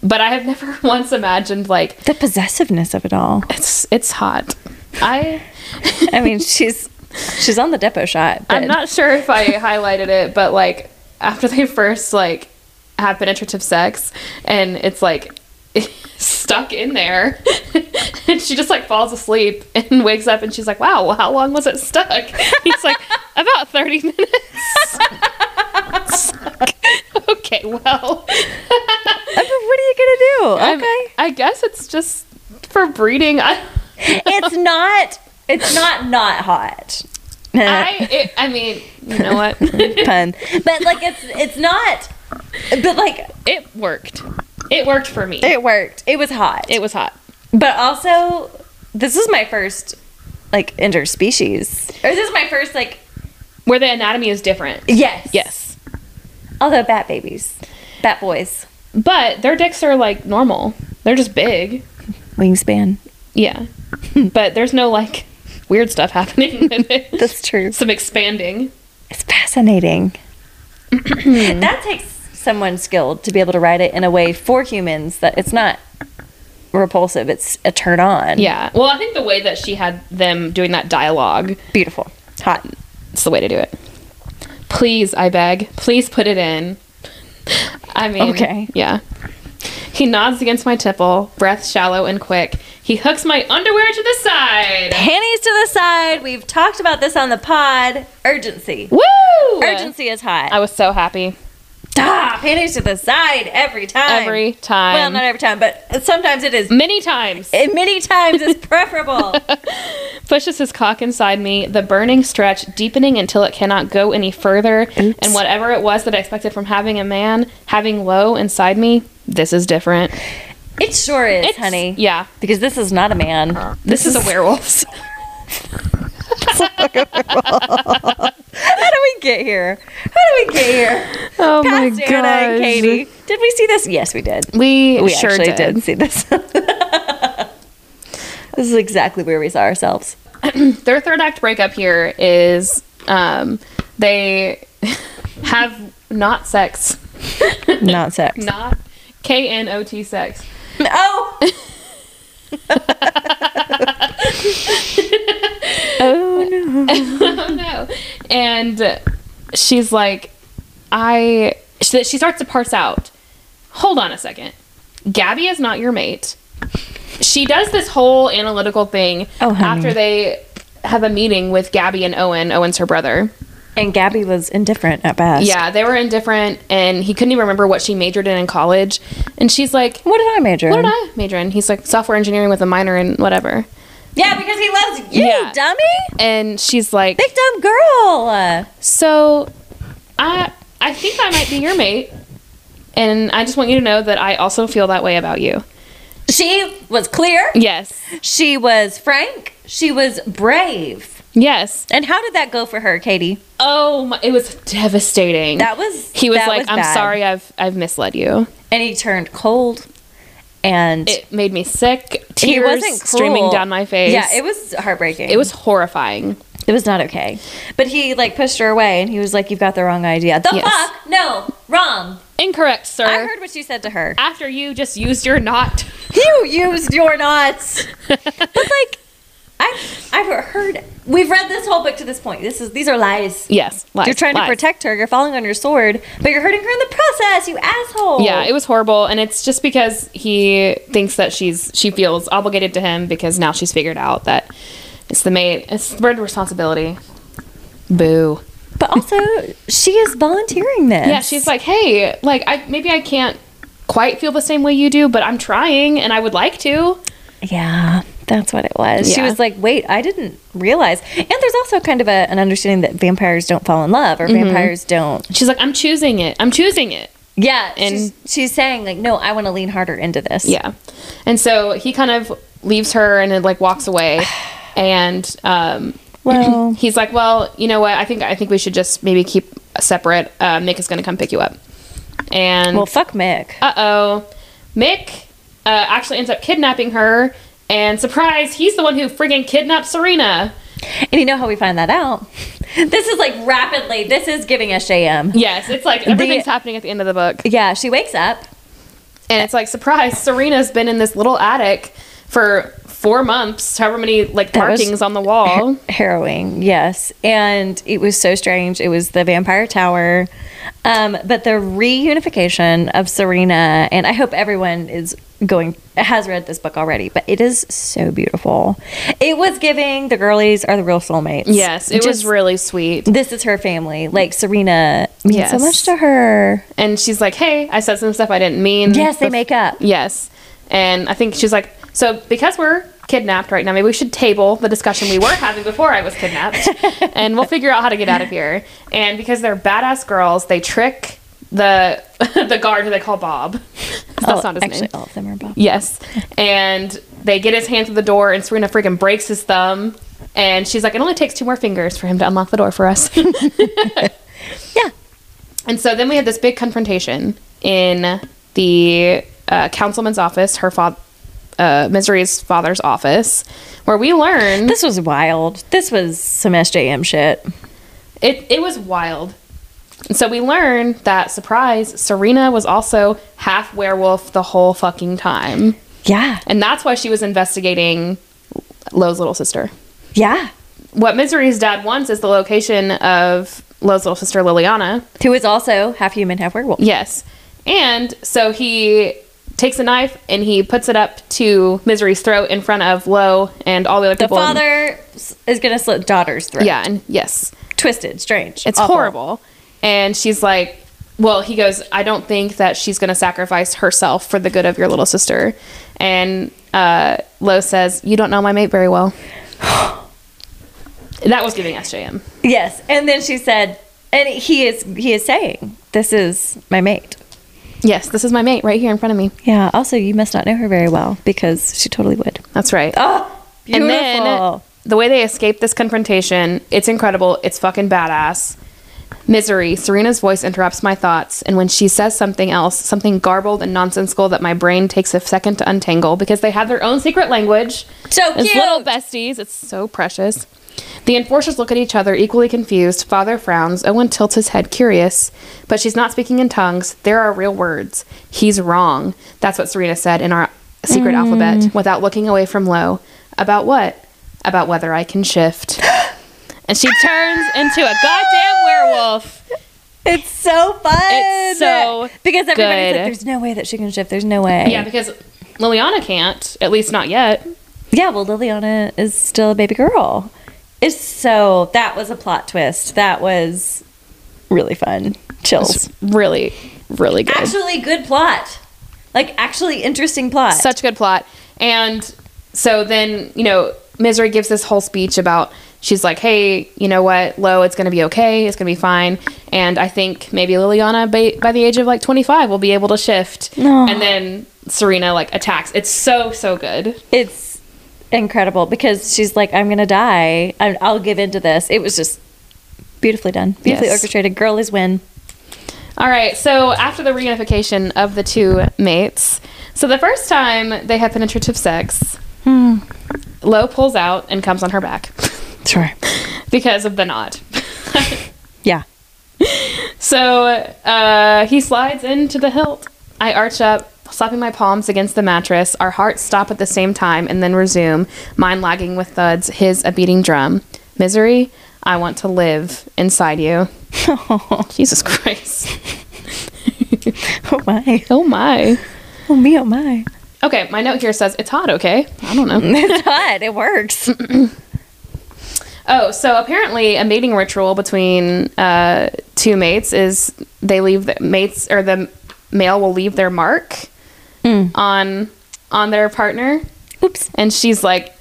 [SPEAKER 1] But I have never once imagined like
[SPEAKER 2] The possessiveness of it all.
[SPEAKER 1] it's it's hot. I
[SPEAKER 2] I mean, she's she's on the depot shot.
[SPEAKER 1] I'm
[SPEAKER 2] but-
[SPEAKER 1] not sure if I highlighted it, but like after they first like have penetrative sex and it's like stuck in there and she just like falls asleep and wakes up and she's like, Wow, well, how long was it stuck? He's like, About thirty minutes. It's like, okay, well
[SPEAKER 2] I mean, what are you gonna do?
[SPEAKER 1] I'm-
[SPEAKER 2] okay.
[SPEAKER 1] I guess it's just for breeding. I
[SPEAKER 2] it's not it's not not hot
[SPEAKER 1] I it, I mean, you know what?
[SPEAKER 2] pun but like it's it's not but like
[SPEAKER 1] it worked. It worked for me.
[SPEAKER 2] it worked it was hot
[SPEAKER 1] it was hot.
[SPEAKER 2] but also this is my first like interspecies or this is my first like
[SPEAKER 1] where the anatomy is different.
[SPEAKER 2] Yes.
[SPEAKER 1] Yes.
[SPEAKER 2] Although bat babies, bat boys,
[SPEAKER 1] But their dicks are like normal. They're just big.
[SPEAKER 2] wingspan.
[SPEAKER 1] Yeah. but there's no like weird stuff happening with it.
[SPEAKER 2] That's true.
[SPEAKER 1] Some expanding.
[SPEAKER 2] It's fascinating. that takes someone skilled to be able to write it in a way for humans that it's not repulsive. It's a turn on.
[SPEAKER 1] Yeah. Well, I think the way that she had them doing that dialogue,
[SPEAKER 2] Beautiful. Hot.
[SPEAKER 1] it's the way to do it. Please, I beg. Please put it in. I mean,
[SPEAKER 2] Okay.
[SPEAKER 1] Yeah. He nods against my tipple, breath shallow and quick. He hooks my underwear to the side.
[SPEAKER 2] Panties to the side. We've talked about this on the pod. Urgency.
[SPEAKER 1] Woo!
[SPEAKER 2] Urgency is hot.
[SPEAKER 1] I was so happy
[SPEAKER 2] Ah, panties to the side every time.
[SPEAKER 1] every time. Mm.
[SPEAKER 2] Well, not every time, but sometimes it is.
[SPEAKER 1] Many times.
[SPEAKER 2] It many times is preferable.
[SPEAKER 1] Pushes his cock inside me, the burning stretch deepening until it cannot go any further. And whatever it was that I expected from having a man, having low inside me, this is different.
[SPEAKER 2] it sure is,
[SPEAKER 1] It's- Uh.
[SPEAKER 2] honey.
[SPEAKER 1] Yeah.
[SPEAKER 2] Because this is not a man.
[SPEAKER 1] This, is, a werewolf.
[SPEAKER 2] How do we get here? How do we get here?
[SPEAKER 1] oh
[SPEAKER 2] Past Anna and Katie. Did we see this? Yes, we did.
[SPEAKER 1] We,
[SPEAKER 2] We
[SPEAKER 1] sure
[SPEAKER 2] actually
[SPEAKER 1] did.
[SPEAKER 2] did. see this. this is exactly where we saw ourselves.
[SPEAKER 1] Their third act breakup here is um, they have not sex,
[SPEAKER 2] Not sex.
[SPEAKER 1] not K N O T sex.
[SPEAKER 2] Oh. oh no.
[SPEAKER 1] oh no and she's like i she, she starts to parse out hold on a second gabby is not your mate she does this whole analytical thing
[SPEAKER 2] Oh, honey.
[SPEAKER 1] after they have a meeting with gabby and owen owen's her brother
[SPEAKER 2] And Gabby was indifferent at best.
[SPEAKER 1] yeah they were indifferent and he couldn't even remember what she majored in in college and she's like
[SPEAKER 2] What did I major?
[SPEAKER 1] what
[SPEAKER 2] in?
[SPEAKER 1] did i major in he's like software engineering with a minor in whatever
[SPEAKER 2] Yeah, because he loves you,
[SPEAKER 1] Yeah.
[SPEAKER 2] dummy.
[SPEAKER 1] and she's like
[SPEAKER 2] Big dumb girl. Uh,
[SPEAKER 1] So, I I think I might be your mate, and I just want you to know that I also feel that way about you.
[SPEAKER 2] She was clear.
[SPEAKER 1] Yes,
[SPEAKER 2] She was frank. She was brave.
[SPEAKER 1] yes.
[SPEAKER 2] And how did that go for her, Katie?
[SPEAKER 1] Oh, my, it was devastating.
[SPEAKER 2] That was
[SPEAKER 1] he was
[SPEAKER 2] that
[SPEAKER 1] like, "I'm
[SPEAKER 2] bad."
[SPEAKER 1] sorry, I've I've misled you."
[SPEAKER 2] And he turned cold. And
[SPEAKER 1] It made me sick.
[SPEAKER 2] he
[SPEAKER 1] Tears
[SPEAKER 2] wasn't cruel.
[SPEAKER 1] streaming down my face.
[SPEAKER 2] Yeah, it was heartbreaking.
[SPEAKER 1] it was horrifying.
[SPEAKER 2] it was not okay. But he like pushed her away, and he was like, "You've got the wrong idea." The
[SPEAKER 1] Yes.
[SPEAKER 2] fuck? No, wrong.
[SPEAKER 1] Incorrect, sir.
[SPEAKER 2] I heard what you said to her.
[SPEAKER 1] After you just used your knot.
[SPEAKER 2] You used your knots. but like, I I've heard we've read this whole book to this point. This is these are lies.
[SPEAKER 1] Yes, lies,
[SPEAKER 2] You're trying
[SPEAKER 1] lies.
[SPEAKER 2] to protect her. You're falling on your sword, but you're hurting her in the process. You asshole.
[SPEAKER 1] Yeah, it was horrible, and it's just because he thinks that she's she feels obligated to him because now she's figured out that it's the mate, it's the bird responsibility. Boo.
[SPEAKER 2] but also, she is volunteering this.
[SPEAKER 1] Yeah, she's like, hey, like I maybe I can't quite feel the same way you do, but I'm trying, and I would like to.
[SPEAKER 2] Yeah, that's what it was. She
[SPEAKER 1] Yeah.
[SPEAKER 2] was like, wait, I didn't realize. And there's also kind of a, an understanding that vampires don't fall in love or
[SPEAKER 1] Mm-hmm.
[SPEAKER 2] vampires don't.
[SPEAKER 1] She's like, I'm choosing it. I'm choosing it.
[SPEAKER 2] Yeah.
[SPEAKER 1] And-
[SPEAKER 2] she's, she's saying, like, no, I want to lean harder into this.
[SPEAKER 1] Yeah. And so he kind of leaves her and then like walks away, and um,
[SPEAKER 2] Well,
[SPEAKER 1] he's like, well, you know what? I think I think we should just maybe keep separate. Uh, Mick is going to come pick you up. And
[SPEAKER 2] well, fuck Mick.
[SPEAKER 1] uh oh, Mick uh, actually ends up kidnapping her, and surprise, he's the one who friggin' kidnapped Serena.
[SPEAKER 2] And you know how we find that out? this is like rapidly, this is giving us JM.
[SPEAKER 1] Yes, it's like everything's happening at the end of the book,
[SPEAKER 2] Yeah, she wakes up.
[SPEAKER 1] and it's like surprise, Serena's been in this little attic for four months, however many like
[SPEAKER 2] was-
[SPEAKER 1] markings on the wall.
[SPEAKER 2] harrowing yes and it was so strange it was the vampire tower um, but the reunification of serena and i hope everyone is going has read this book already but it is so beautiful it was giving the girlies are the real soulmates
[SPEAKER 1] Yes, it was
[SPEAKER 2] Just,
[SPEAKER 1] really sweet,
[SPEAKER 2] this is her family like serena means so
[SPEAKER 1] Yes.
[SPEAKER 2] much to her
[SPEAKER 1] and she's like, "Hey, I said some stuff I didn't mean."
[SPEAKER 2] yes they
[SPEAKER 1] bef-
[SPEAKER 2] make up
[SPEAKER 1] Yes. And I think she's like, so because we're kidnapped right now, maybe we should table the discussion we were having before I was kidnapped and we'll figure out how to get out of here. And because they're badass girls, they trick the the guard who they call Bob. That's
[SPEAKER 2] Oh,
[SPEAKER 1] not his
[SPEAKER 2] actually
[SPEAKER 1] name.
[SPEAKER 2] all of them are both
[SPEAKER 1] Yes. And they get his hand through the door and Serena freaking breaks his thumb And she's like, it only takes two more fingers for him to unlock the door for us.
[SPEAKER 2] Yeah.
[SPEAKER 1] And so then we had this big confrontation in the uh, councilman's office, her father, uh, Misery's father's office, where we learned
[SPEAKER 2] This was wild. This was some SJM shit.
[SPEAKER 1] it, it was wild. And so we learned that, surprise, Serena was also half werewolf the whole fucking time.
[SPEAKER 2] Yeah.
[SPEAKER 1] And that's why she was investigating Lowe's little sister.
[SPEAKER 2] Yeah.
[SPEAKER 1] What Misery's dad wants is the location of Lowe's little sister, Liliana.
[SPEAKER 2] Who is also half human, half werewolf.
[SPEAKER 1] Yes. And so he takes a knife and he puts it up to Misery's throat in front of Lo and all the other
[SPEAKER 2] The
[SPEAKER 1] people. in-
[SPEAKER 2] father s- is going to slit daughter's throat.
[SPEAKER 1] yeah, and yes.
[SPEAKER 2] Twisted, strange.
[SPEAKER 1] It's
[SPEAKER 2] awful.
[SPEAKER 1] horrible. And she's like, well, he goes, I don't think that she's going to sacrifice herself for the good of your little sister. And uh, Lo says, You don't know my mate very well. that was giving SJM.
[SPEAKER 2] Yes. And then she said, and he is he is saying, this is my mate.
[SPEAKER 1] Yes, this is my mate right here in front of me.
[SPEAKER 2] Yeah. Also, you must not know her very well because she totally would.
[SPEAKER 1] That's right.
[SPEAKER 2] Oh,
[SPEAKER 1] And
[SPEAKER 2] beautiful.
[SPEAKER 1] then the way they escape this confrontation, it's incredible. It's fucking badass. Misery, Serena's voice interrupts my thoughts, and when she says something else, something garbled and nonsensical that my brain takes a second to untangle because they have their own secret language.
[SPEAKER 2] So
[SPEAKER 1] As
[SPEAKER 2] cute.
[SPEAKER 1] little besties, it's so precious. The enforcers look at each other, equally confused. Father frowns. Owen tilts his head, curious. But she's not speaking in tongues. There are real words. He's wrong. That's what Serena said in our secret alphabet, without looking away from Lo. About what? About whether I can shift. and she turns into a goddamn werewolf.
[SPEAKER 2] It's so fun.
[SPEAKER 1] It's so
[SPEAKER 2] because everybody's
[SPEAKER 1] good.
[SPEAKER 2] like, there's no way that she can shift. There's no way.
[SPEAKER 1] Yeah, because Liliana can't, at least not yet.
[SPEAKER 2] Yeah, well, Liliana is still a baby girl. It's so that was a plot twist. That was really fun. Chills.
[SPEAKER 1] It's really, really good.
[SPEAKER 2] Actually, good plot. Like actually interesting plot.
[SPEAKER 1] such good plot. And so then, you know, Misery gives this whole speech about she's like, "Hey, you know what? Lo, it's going to be okay. It's going to be fine." And I think maybe Liliana by, by the age of like 25 will be able to shift.
[SPEAKER 2] No.
[SPEAKER 1] And then Serena like attacks. It's so so good.
[SPEAKER 2] it's incredible because she's like, I'm gonna die. I, I'll give into this. It was just beautifully done, beautifully
[SPEAKER 1] Yes.
[SPEAKER 2] orchestrated. Girl is win.
[SPEAKER 1] All right. So after the reunification of the two mates, so the first time they have penetrative sex, Lo pulls out and comes on her back
[SPEAKER 2] Sure.
[SPEAKER 1] because of the knot.
[SPEAKER 2] Yeah.
[SPEAKER 1] So uh, he slides into the hilt. I arch up, slapping my palms against the mattress. Our hearts stop at the same time and then resume, mine lagging with thuds, his a beating drum. Misery, I want to live inside you. Jesus Christ.
[SPEAKER 2] Oh my.
[SPEAKER 1] Oh my.
[SPEAKER 2] Oh me. Oh my.
[SPEAKER 1] Okay, my note here says it's hot, okay? I don't know.
[SPEAKER 2] It's hot. It works.
[SPEAKER 1] Oh, so apparently a mating ritual between uh, two mates is they leave the mates or the male will leave their mark on on their partner.
[SPEAKER 2] Oops.
[SPEAKER 1] And she's like,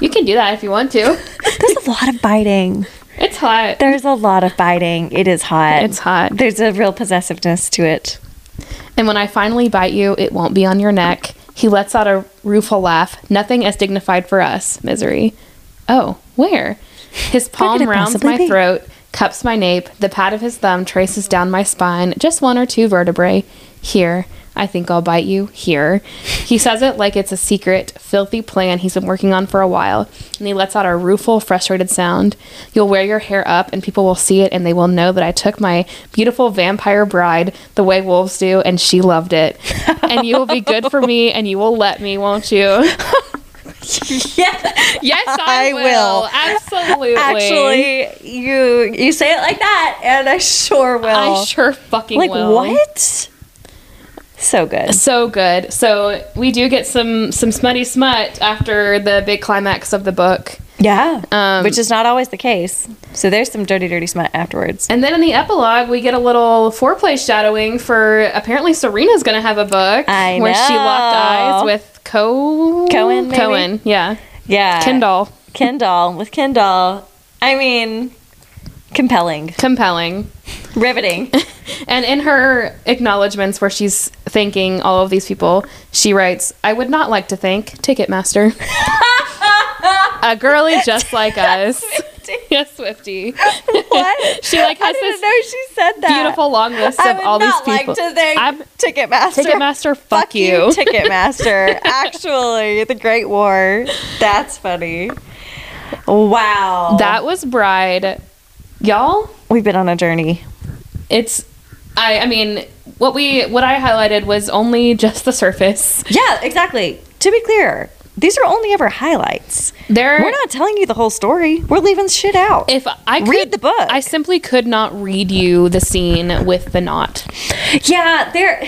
[SPEAKER 1] You can do that if you want to.
[SPEAKER 2] There's a lot of biting.
[SPEAKER 1] It's hot.
[SPEAKER 2] There's a lot of biting. It is hot.
[SPEAKER 1] It's hot.
[SPEAKER 2] There's a real possessiveness to it.
[SPEAKER 1] And when I finally bite you, it won't be on your neck. He lets out a rueful laugh. Nothing as dignified for us, misery. Oh, where? His palm
[SPEAKER 2] it
[SPEAKER 1] rounds
[SPEAKER 2] possibly
[SPEAKER 1] my
[SPEAKER 2] be?
[SPEAKER 1] throat, cups my nape. The pad of his thumb traces down my spine, just one or two vertebrae. Here. I think I'll bite you here. He says it like it's a secret, filthy plan he's been working on for a while, and he lets out a rueful, frustrated sound. You'll wear your hair up, and people will see it, and they will know that I took my beautiful vampire bride the way wolves do, and she loved it. And you will be good for me, and you will let me, won't you?
[SPEAKER 2] Yeah.
[SPEAKER 1] Yes, I,
[SPEAKER 2] I
[SPEAKER 1] will.
[SPEAKER 2] will.
[SPEAKER 1] Absolutely.
[SPEAKER 2] Actually, you you say it like that, and I sure will.
[SPEAKER 1] I sure fucking
[SPEAKER 2] like
[SPEAKER 1] will.
[SPEAKER 2] what? So good.
[SPEAKER 1] So good. So we do get some some smutty smut after the big climax of the book.
[SPEAKER 2] Yeah.
[SPEAKER 1] Um,
[SPEAKER 2] Which is not always the case. So there's some dirty, dirty smut afterwards.
[SPEAKER 1] And then in the epilogue, we get a little foreplay shadowing for apparently Serena's going to have a book
[SPEAKER 2] I
[SPEAKER 1] where she locked
[SPEAKER 2] know.
[SPEAKER 1] eyes with Co-
[SPEAKER 2] Cohen, maybe? Uh,
[SPEAKER 1] Cohen, yeah,
[SPEAKER 2] Yeah.
[SPEAKER 1] Kendall.
[SPEAKER 2] Kendall with Kendall. I mean, compelling,
[SPEAKER 1] Compelling.
[SPEAKER 2] riveting.
[SPEAKER 1] And in her acknowledgments, where she's thanking all of these people, she writes, "I would not like to thank Ticketmaster." a girly just like us.
[SPEAKER 2] Swiftie.
[SPEAKER 1] Yes, Swifty.
[SPEAKER 2] What?
[SPEAKER 1] she like
[SPEAKER 2] I
[SPEAKER 1] has this
[SPEAKER 2] didn't know she said that.
[SPEAKER 1] beautiful long list
[SPEAKER 2] I
[SPEAKER 1] of
[SPEAKER 2] would
[SPEAKER 1] all these
[SPEAKER 2] not
[SPEAKER 1] people.
[SPEAKER 2] like to thank
[SPEAKER 1] I'm-
[SPEAKER 2] Ticketmaster.
[SPEAKER 1] Ticketmaster, fuck, you.
[SPEAKER 2] Ticketmaster. Actually, the Great War. That's funny. Wow.
[SPEAKER 1] that was Bride. Y'all,
[SPEAKER 2] we've been on a journey.
[SPEAKER 1] it's I I mean, what we what I highlighted was only just the surface.
[SPEAKER 2] Yeah, exactly. To be clear, these are only ever highlights.
[SPEAKER 1] There
[SPEAKER 2] We're not telling you the whole story. We're leaving shit out.
[SPEAKER 1] if I could,
[SPEAKER 2] Read the book.
[SPEAKER 1] I simply could not read you the scene with the knot.
[SPEAKER 2] yeah, there.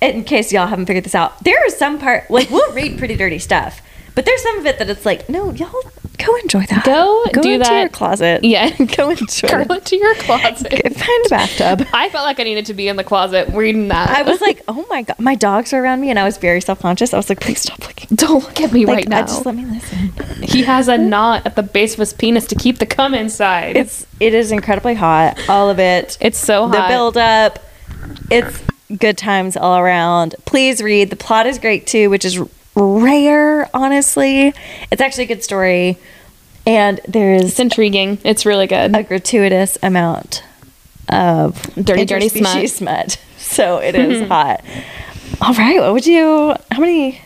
[SPEAKER 2] In case y'all haven't figured this out, there is some part like we'll read pretty dirty stuff, but there's some of it that it's like, no, y'all go enjoy that.
[SPEAKER 1] Go do
[SPEAKER 2] into
[SPEAKER 1] that.
[SPEAKER 2] your closet.
[SPEAKER 1] Yeah.
[SPEAKER 2] go enjoy.
[SPEAKER 1] Curl
[SPEAKER 2] it.
[SPEAKER 1] into your closet.
[SPEAKER 2] Find a bathtub.
[SPEAKER 1] I felt like I needed to be in the closet reading that.
[SPEAKER 2] I was like, oh my god, my dogs are around me, and I was very self conscious. I was like, please stop looking.
[SPEAKER 1] don't look at me
[SPEAKER 2] Like,
[SPEAKER 1] right now.
[SPEAKER 2] I just let me listen.
[SPEAKER 1] he has a knot at the base of his penis to keep the cum inside. It's,
[SPEAKER 2] It's it is incredibly hot. All of it.
[SPEAKER 1] so hot.
[SPEAKER 2] the build up. It's good times all around. Please read. The plot is great too, which is r- rare. Honestly, it's actually a good story, and there is
[SPEAKER 1] It's intriguing. It's really good.
[SPEAKER 2] a gratuitous amount of
[SPEAKER 1] Dirty, dirty
[SPEAKER 2] interspecies smut. So it is hot. All right, what would you? How many?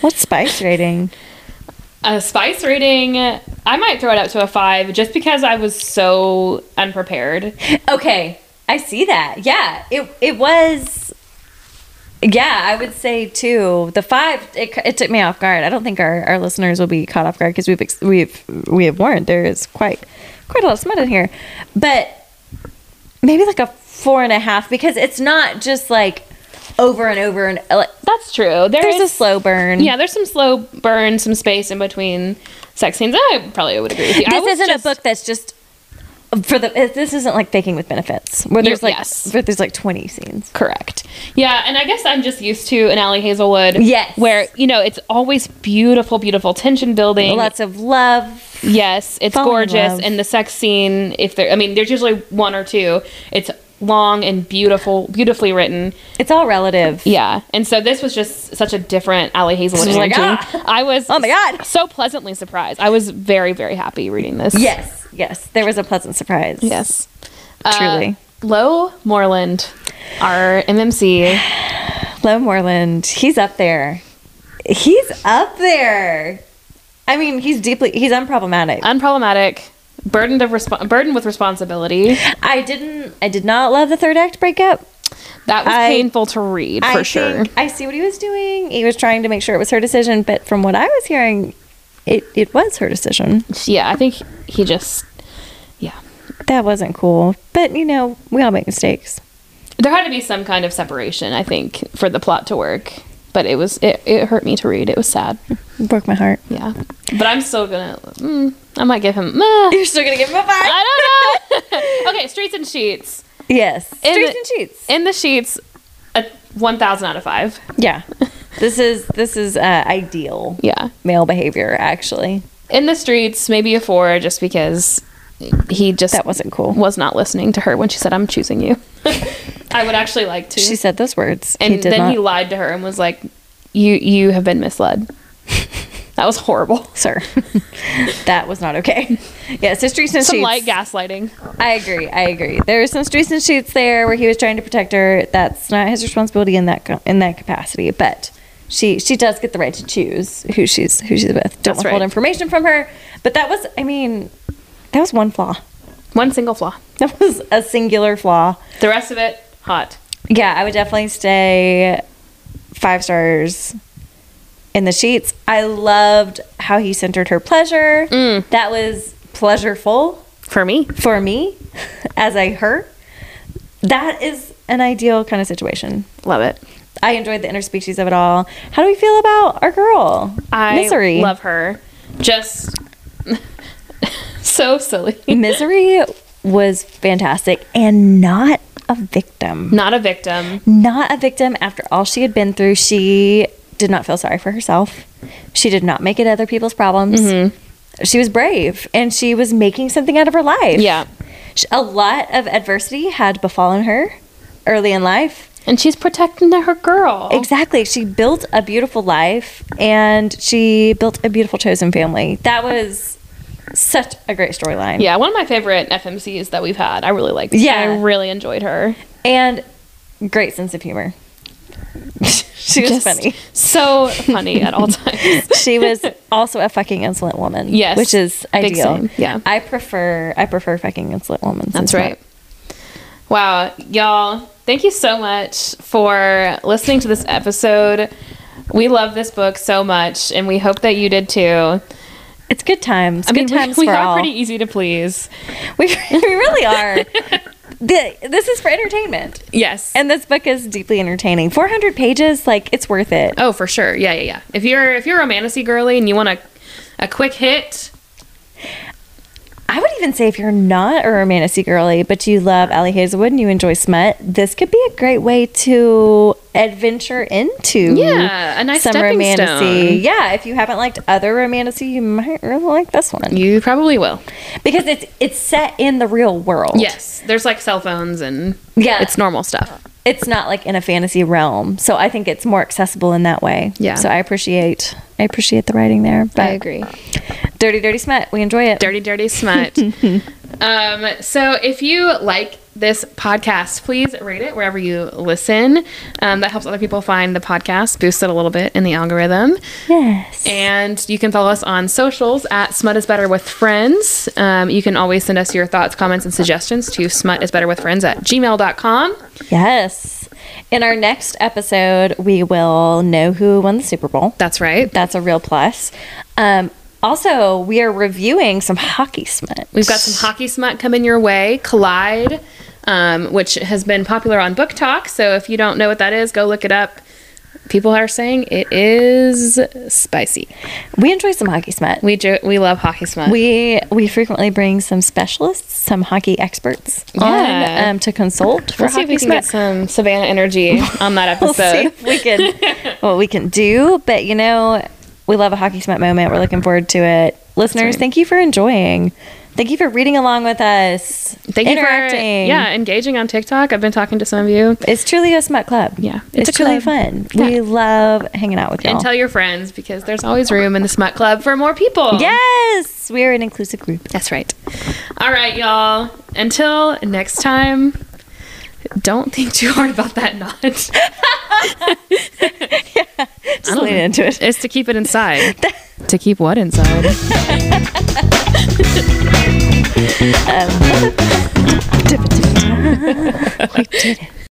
[SPEAKER 2] What's spice rating?
[SPEAKER 1] A spice rating. I might throw it up to a five just because I was so unprepared.
[SPEAKER 2] Okay, I see that. Yeah, it it was. Yeah, I would say two. The five, it, it took me off guard. I don't think our, our listeners will be caught off guard because we've ex- we've we have warned there is quite quite a lot of smut in here, but maybe like a four and a half because it's not just like over and over and uh, like,
[SPEAKER 1] That's true. There
[SPEAKER 2] there's a
[SPEAKER 1] is-
[SPEAKER 2] slow burn.
[SPEAKER 1] Yeah, there's some slow burn, some space in between sex scenes. I probably would agree with you. I
[SPEAKER 2] this
[SPEAKER 1] was
[SPEAKER 2] isn't
[SPEAKER 1] just-
[SPEAKER 2] a book that's just for the. This isn't like faking with benefits where there's like
[SPEAKER 1] Yes.
[SPEAKER 2] where there's like twenty scenes.
[SPEAKER 1] Correct. Yeah, and I guess I'm just used to an Allie Hazelwood.
[SPEAKER 2] Yes.
[SPEAKER 1] Where, you know, it's always beautiful, beautiful tension building.
[SPEAKER 2] Lots of love.
[SPEAKER 1] Yes, it's
[SPEAKER 2] Fall in
[SPEAKER 1] gorgeous.
[SPEAKER 2] love.
[SPEAKER 1] And the sex scene, if there, I mean, there's usually one or two. It's long and beautiful, beautifully written.
[SPEAKER 2] It's all relative.
[SPEAKER 1] Yeah. And so this was just such a different Allie Hazelwood
[SPEAKER 2] This was like,
[SPEAKER 1] energy.
[SPEAKER 2] "Ah!"
[SPEAKER 1] I was,
[SPEAKER 2] Oh my God.
[SPEAKER 1] so pleasantly surprised. I was very, very happy reading this.
[SPEAKER 2] Yes, yes. There was a pleasant surprise.
[SPEAKER 1] Yes.
[SPEAKER 2] Truly.
[SPEAKER 1] Uh, Lo Moreland, our MMC.
[SPEAKER 2] Lo Moreland, he's up there. He's up there. I mean, he's deeply he's unproblematic.
[SPEAKER 1] unproblematic, burdened of resp- burdened with responsibility.
[SPEAKER 2] I didn't I did not love the third act breakup.
[SPEAKER 1] That was
[SPEAKER 2] I-
[SPEAKER 1] painful to read
[SPEAKER 2] I
[SPEAKER 1] for sure.
[SPEAKER 2] think I see what he was doing. He was trying to make sure it was her decision, but from what I was hearing, it, it was her decision.
[SPEAKER 1] Yeah, I think he just yeah.
[SPEAKER 2] That wasn't cool. But you know, we all make mistakes.
[SPEAKER 1] There had to be some kind of separation, I think, for the plot to work. But it was it, it hurt me to read. It was sad.
[SPEAKER 2] It broke my heart.
[SPEAKER 1] Yeah. But I'm still gonna mm, I might give him meh.
[SPEAKER 2] You're still gonna give him a five.
[SPEAKER 1] I don't know. okay, Streets and Sheets.
[SPEAKER 2] Yes.
[SPEAKER 1] In
[SPEAKER 2] Streets
[SPEAKER 1] the-
[SPEAKER 2] and cheats.
[SPEAKER 1] In the sheets, a 1000 out of 5.
[SPEAKER 2] Yeah. This is this is uh, ideal
[SPEAKER 1] Yeah.
[SPEAKER 2] male behavior actually.
[SPEAKER 1] In the streets, maybe a 4 just because he just
[SPEAKER 2] That wasn't cool.
[SPEAKER 1] was not listening to her when she said, "I'm choosing you." I would actually like to.
[SPEAKER 2] She said those words.
[SPEAKER 1] and
[SPEAKER 2] he did
[SPEAKER 1] then
[SPEAKER 2] not,
[SPEAKER 1] he lied to her and was like, "You you have been misled." that was horrible.
[SPEAKER 2] sir. that was not okay. Yeah, so streets and
[SPEAKER 1] Some
[SPEAKER 2] sheets.
[SPEAKER 1] light gaslighting.
[SPEAKER 2] I agree. I agree. There was some streets and sheets there where he was trying to protect her. That's not his responsibility in that co- in that capacity, but she she does get the right to choose who she's who she's with. Don't
[SPEAKER 1] That's
[SPEAKER 2] withhold
[SPEAKER 1] right.
[SPEAKER 2] information from her. But that was I mean, that was one flaw.
[SPEAKER 1] One single flaw.
[SPEAKER 2] That was a singular flaw.
[SPEAKER 1] The rest of it hot.
[SPEAKER 2] Yeah, I would definitely stay five stars in the sheets. I loved how he centered her pleasure.
[SPEAKER 1] Mm.
[SPEAKER 2] That was pleasureful
[SPEAKER 1] For me,
[SPEAKER 2] for me as I her. That is an ideal kind of situation.
[SPEAKER 1] love it.
[SPEAKER 2] I enjoyed the interspecies of it all. How do we feel about our girl?
[SPEAKER 1] I
[SPEAKER 2] Misery.
[SPEAKER 1] love her. Just so silly.
[SPEAKER 2] Misery was fantastic and not a victim.
[SPEAKER 1] Not a victim.
[SPEAKER 2] not a victim after all she had been through. She did not feel sorry for herself. She did not make it other people's problems.
[SPEAKER 1] Mm-hmm.
[SPEAKER 2] She was brave and she was making something out of her life.
[SPEAKER 1] Yeah.
[SPEAKER 2] Sh- A lot of adversity had befallen her early in life.
[SPEAKER 1] And she's protecting her girl.
[SPEAKER 2] Exactly. She built a beautiful life and she built a beautiful chosen family. That was such a great storyline.
[SPEAKER 1] Yeah, one of my favorite FMCs that we've had. I really liked.
[SPEAKER 2] Yeah.
[SPEAKER 1] I really enjoyed her.
[SPEAKER 2] And great sense of humor. she was
[SPEAKER 1] Just
[SPEAKER 2] funny.
[SPEAKER 1] So funny at all times.
[SPEAKER 2] She was also a fucking insolent woman.
[SPEAKER 1] Yes.
[SPEAKER 2] Which is
[SPEAKER 1] Big
[SPEAKER 2] ideal.
[SPEAKER 1] same. Yeah.
[SPEAKER 2] I prefer I prefer fucking insolent women.
[SPEAKER 1] That's
[SPEAKER 2] since
[SPEAKER 1] right. Wow, y'all, thank you so much for listening to this episode. We love this book so much, and we hope that you did too.
[SPEAKER 2] It's good times. good
[SPEAKER 1] we-
[SPEAKER 2] times
[SPEAKER 1] we,
[SPEAKER 2] for
[SPEAKER 1] are
[SPEAKER 2] all.
[SPEAKER 1] pretty easy to please.
[SPEAKER 2] we, we really are. The, this is for entertainment.
[SPEAKER 1] Yes.
[SPEAKER 2] And this book is deeply entertaining. 400 pages, like, it's worth it.
[SPEAKER 1] oh, for sure. Yeah, yeah, yeah. If you're if you're a romantasy girly and you want a a quick hit,
[SPEAKER 2] I would even say if you're not a romantasy girly, but you love Allie Hazelwood and you enjoy smut, this could be a great way to adventure into
[SPEAKER 1] Yeah, a nice stepping stone.
[SPEAKER 2] Yeah, if you haven't liked other romantasy, you might really like this one
[SPEAKER 1] you probably will.
[SPEAKER 2] because it's it's set in the real world.
[SPEAKER 1] Yes. There's like cell phones and
[SPEAKER 2] Yeah.
[SPEAKER 1] it's normal stuff.
[SPEAKER 2] it's not like in a fantasy realm, so I think it's more accessible in that way.
[SPEAKER 1] Yeah.
[SPEAKER 2] so I appreciate I appreciate the writing there. But Dirty, dirty smut. We enjoy it.
[SPEAKER 1] dirty dirty smut um, so if you like this podcast please rate it wherever you listen um, that helps other people find the podcast boost it a little bit in the algorithm
[SPEAKER 2] Yes.
[SPEAKER 1] and you can follow us on socials at smut is better with friends um, you can always send us your thoughts comments and suggestions to smut is better with friends at gmail.com
[SPEAKER 2] Yes. In our next episode, we will know who won the Super Bowl.
[SPEAKER 1] that's right
[SPEAKER 2] That's a real plus. Um, also, we are reviewing some hockey smut.
[SPEAKER 1] We've got some hockey smut coming your way. Collide, um, which has been popular on Book Talk. So if you don't know what that is, go look it up. People are saying it is spicy.
[SPEAKER 2] we enjoy some hockey smut.
[SPEAKER 1] We jo- we love hockey smut.
[SPEAKER 2] We we frequently bring some specialists, some hockey experts,
[SPEAKER 1] Yeah.
[SPEAKER 2] on um, to consult for
[SPEAKER 1] we'll see if
[SPEAKER 2] hockey
[SPEAKER 1] we can get
[SPEAKER 2] smut.
[SPEAKER 1] some Savannah energy on that
[SPEAKER 2] We'll see
[SPEAKER 1] episode.
[SPEAKER 2] if we can what we can do. But you know, we love a hockey smut moment. We're looking forward to it,
[SPEAKER 1] right.
[SPEAKER 2] listeners. Thank you for enjoying. Thank you for reading along with us.
[SPEAKER 1] Thank you for
[SPEAKER 2] interacting.
[SPEAKER 1] yeah engaging on TikTok. I've been talking to some of you.
[SPEAKER 2] It's truly a smut club.
[SPEAKER 1] Yeah, it's
[SPEAKER 2] It's,
[SPEAKER 1] a
[SPEAKER 2] truly
[SPEAKER 1] club.
[SPEAKER 2] fun.
[SPEAKER 1] Yeah.
[SPEAKER 2] We love hanging out with y'all.
[SPEAKER 1] And tell your friends because there's always room in the Smut Club for more people.
[SPEAKER 2] yes, we are an inclusive group.
[SPEAKER 1] That's right. All right, y'all. Until next time, don't think too hard about that knot.
[SPEAKER 2] Just
[SPEAKER 1] don't
[SPEAKER 2] lean
[SPEAKER 1] know.
[SPEAKER 2] into it.
[SPEAKER 1] It's to keep it inside. to keep what inside?
[SPEAKER 2] Um, we did it.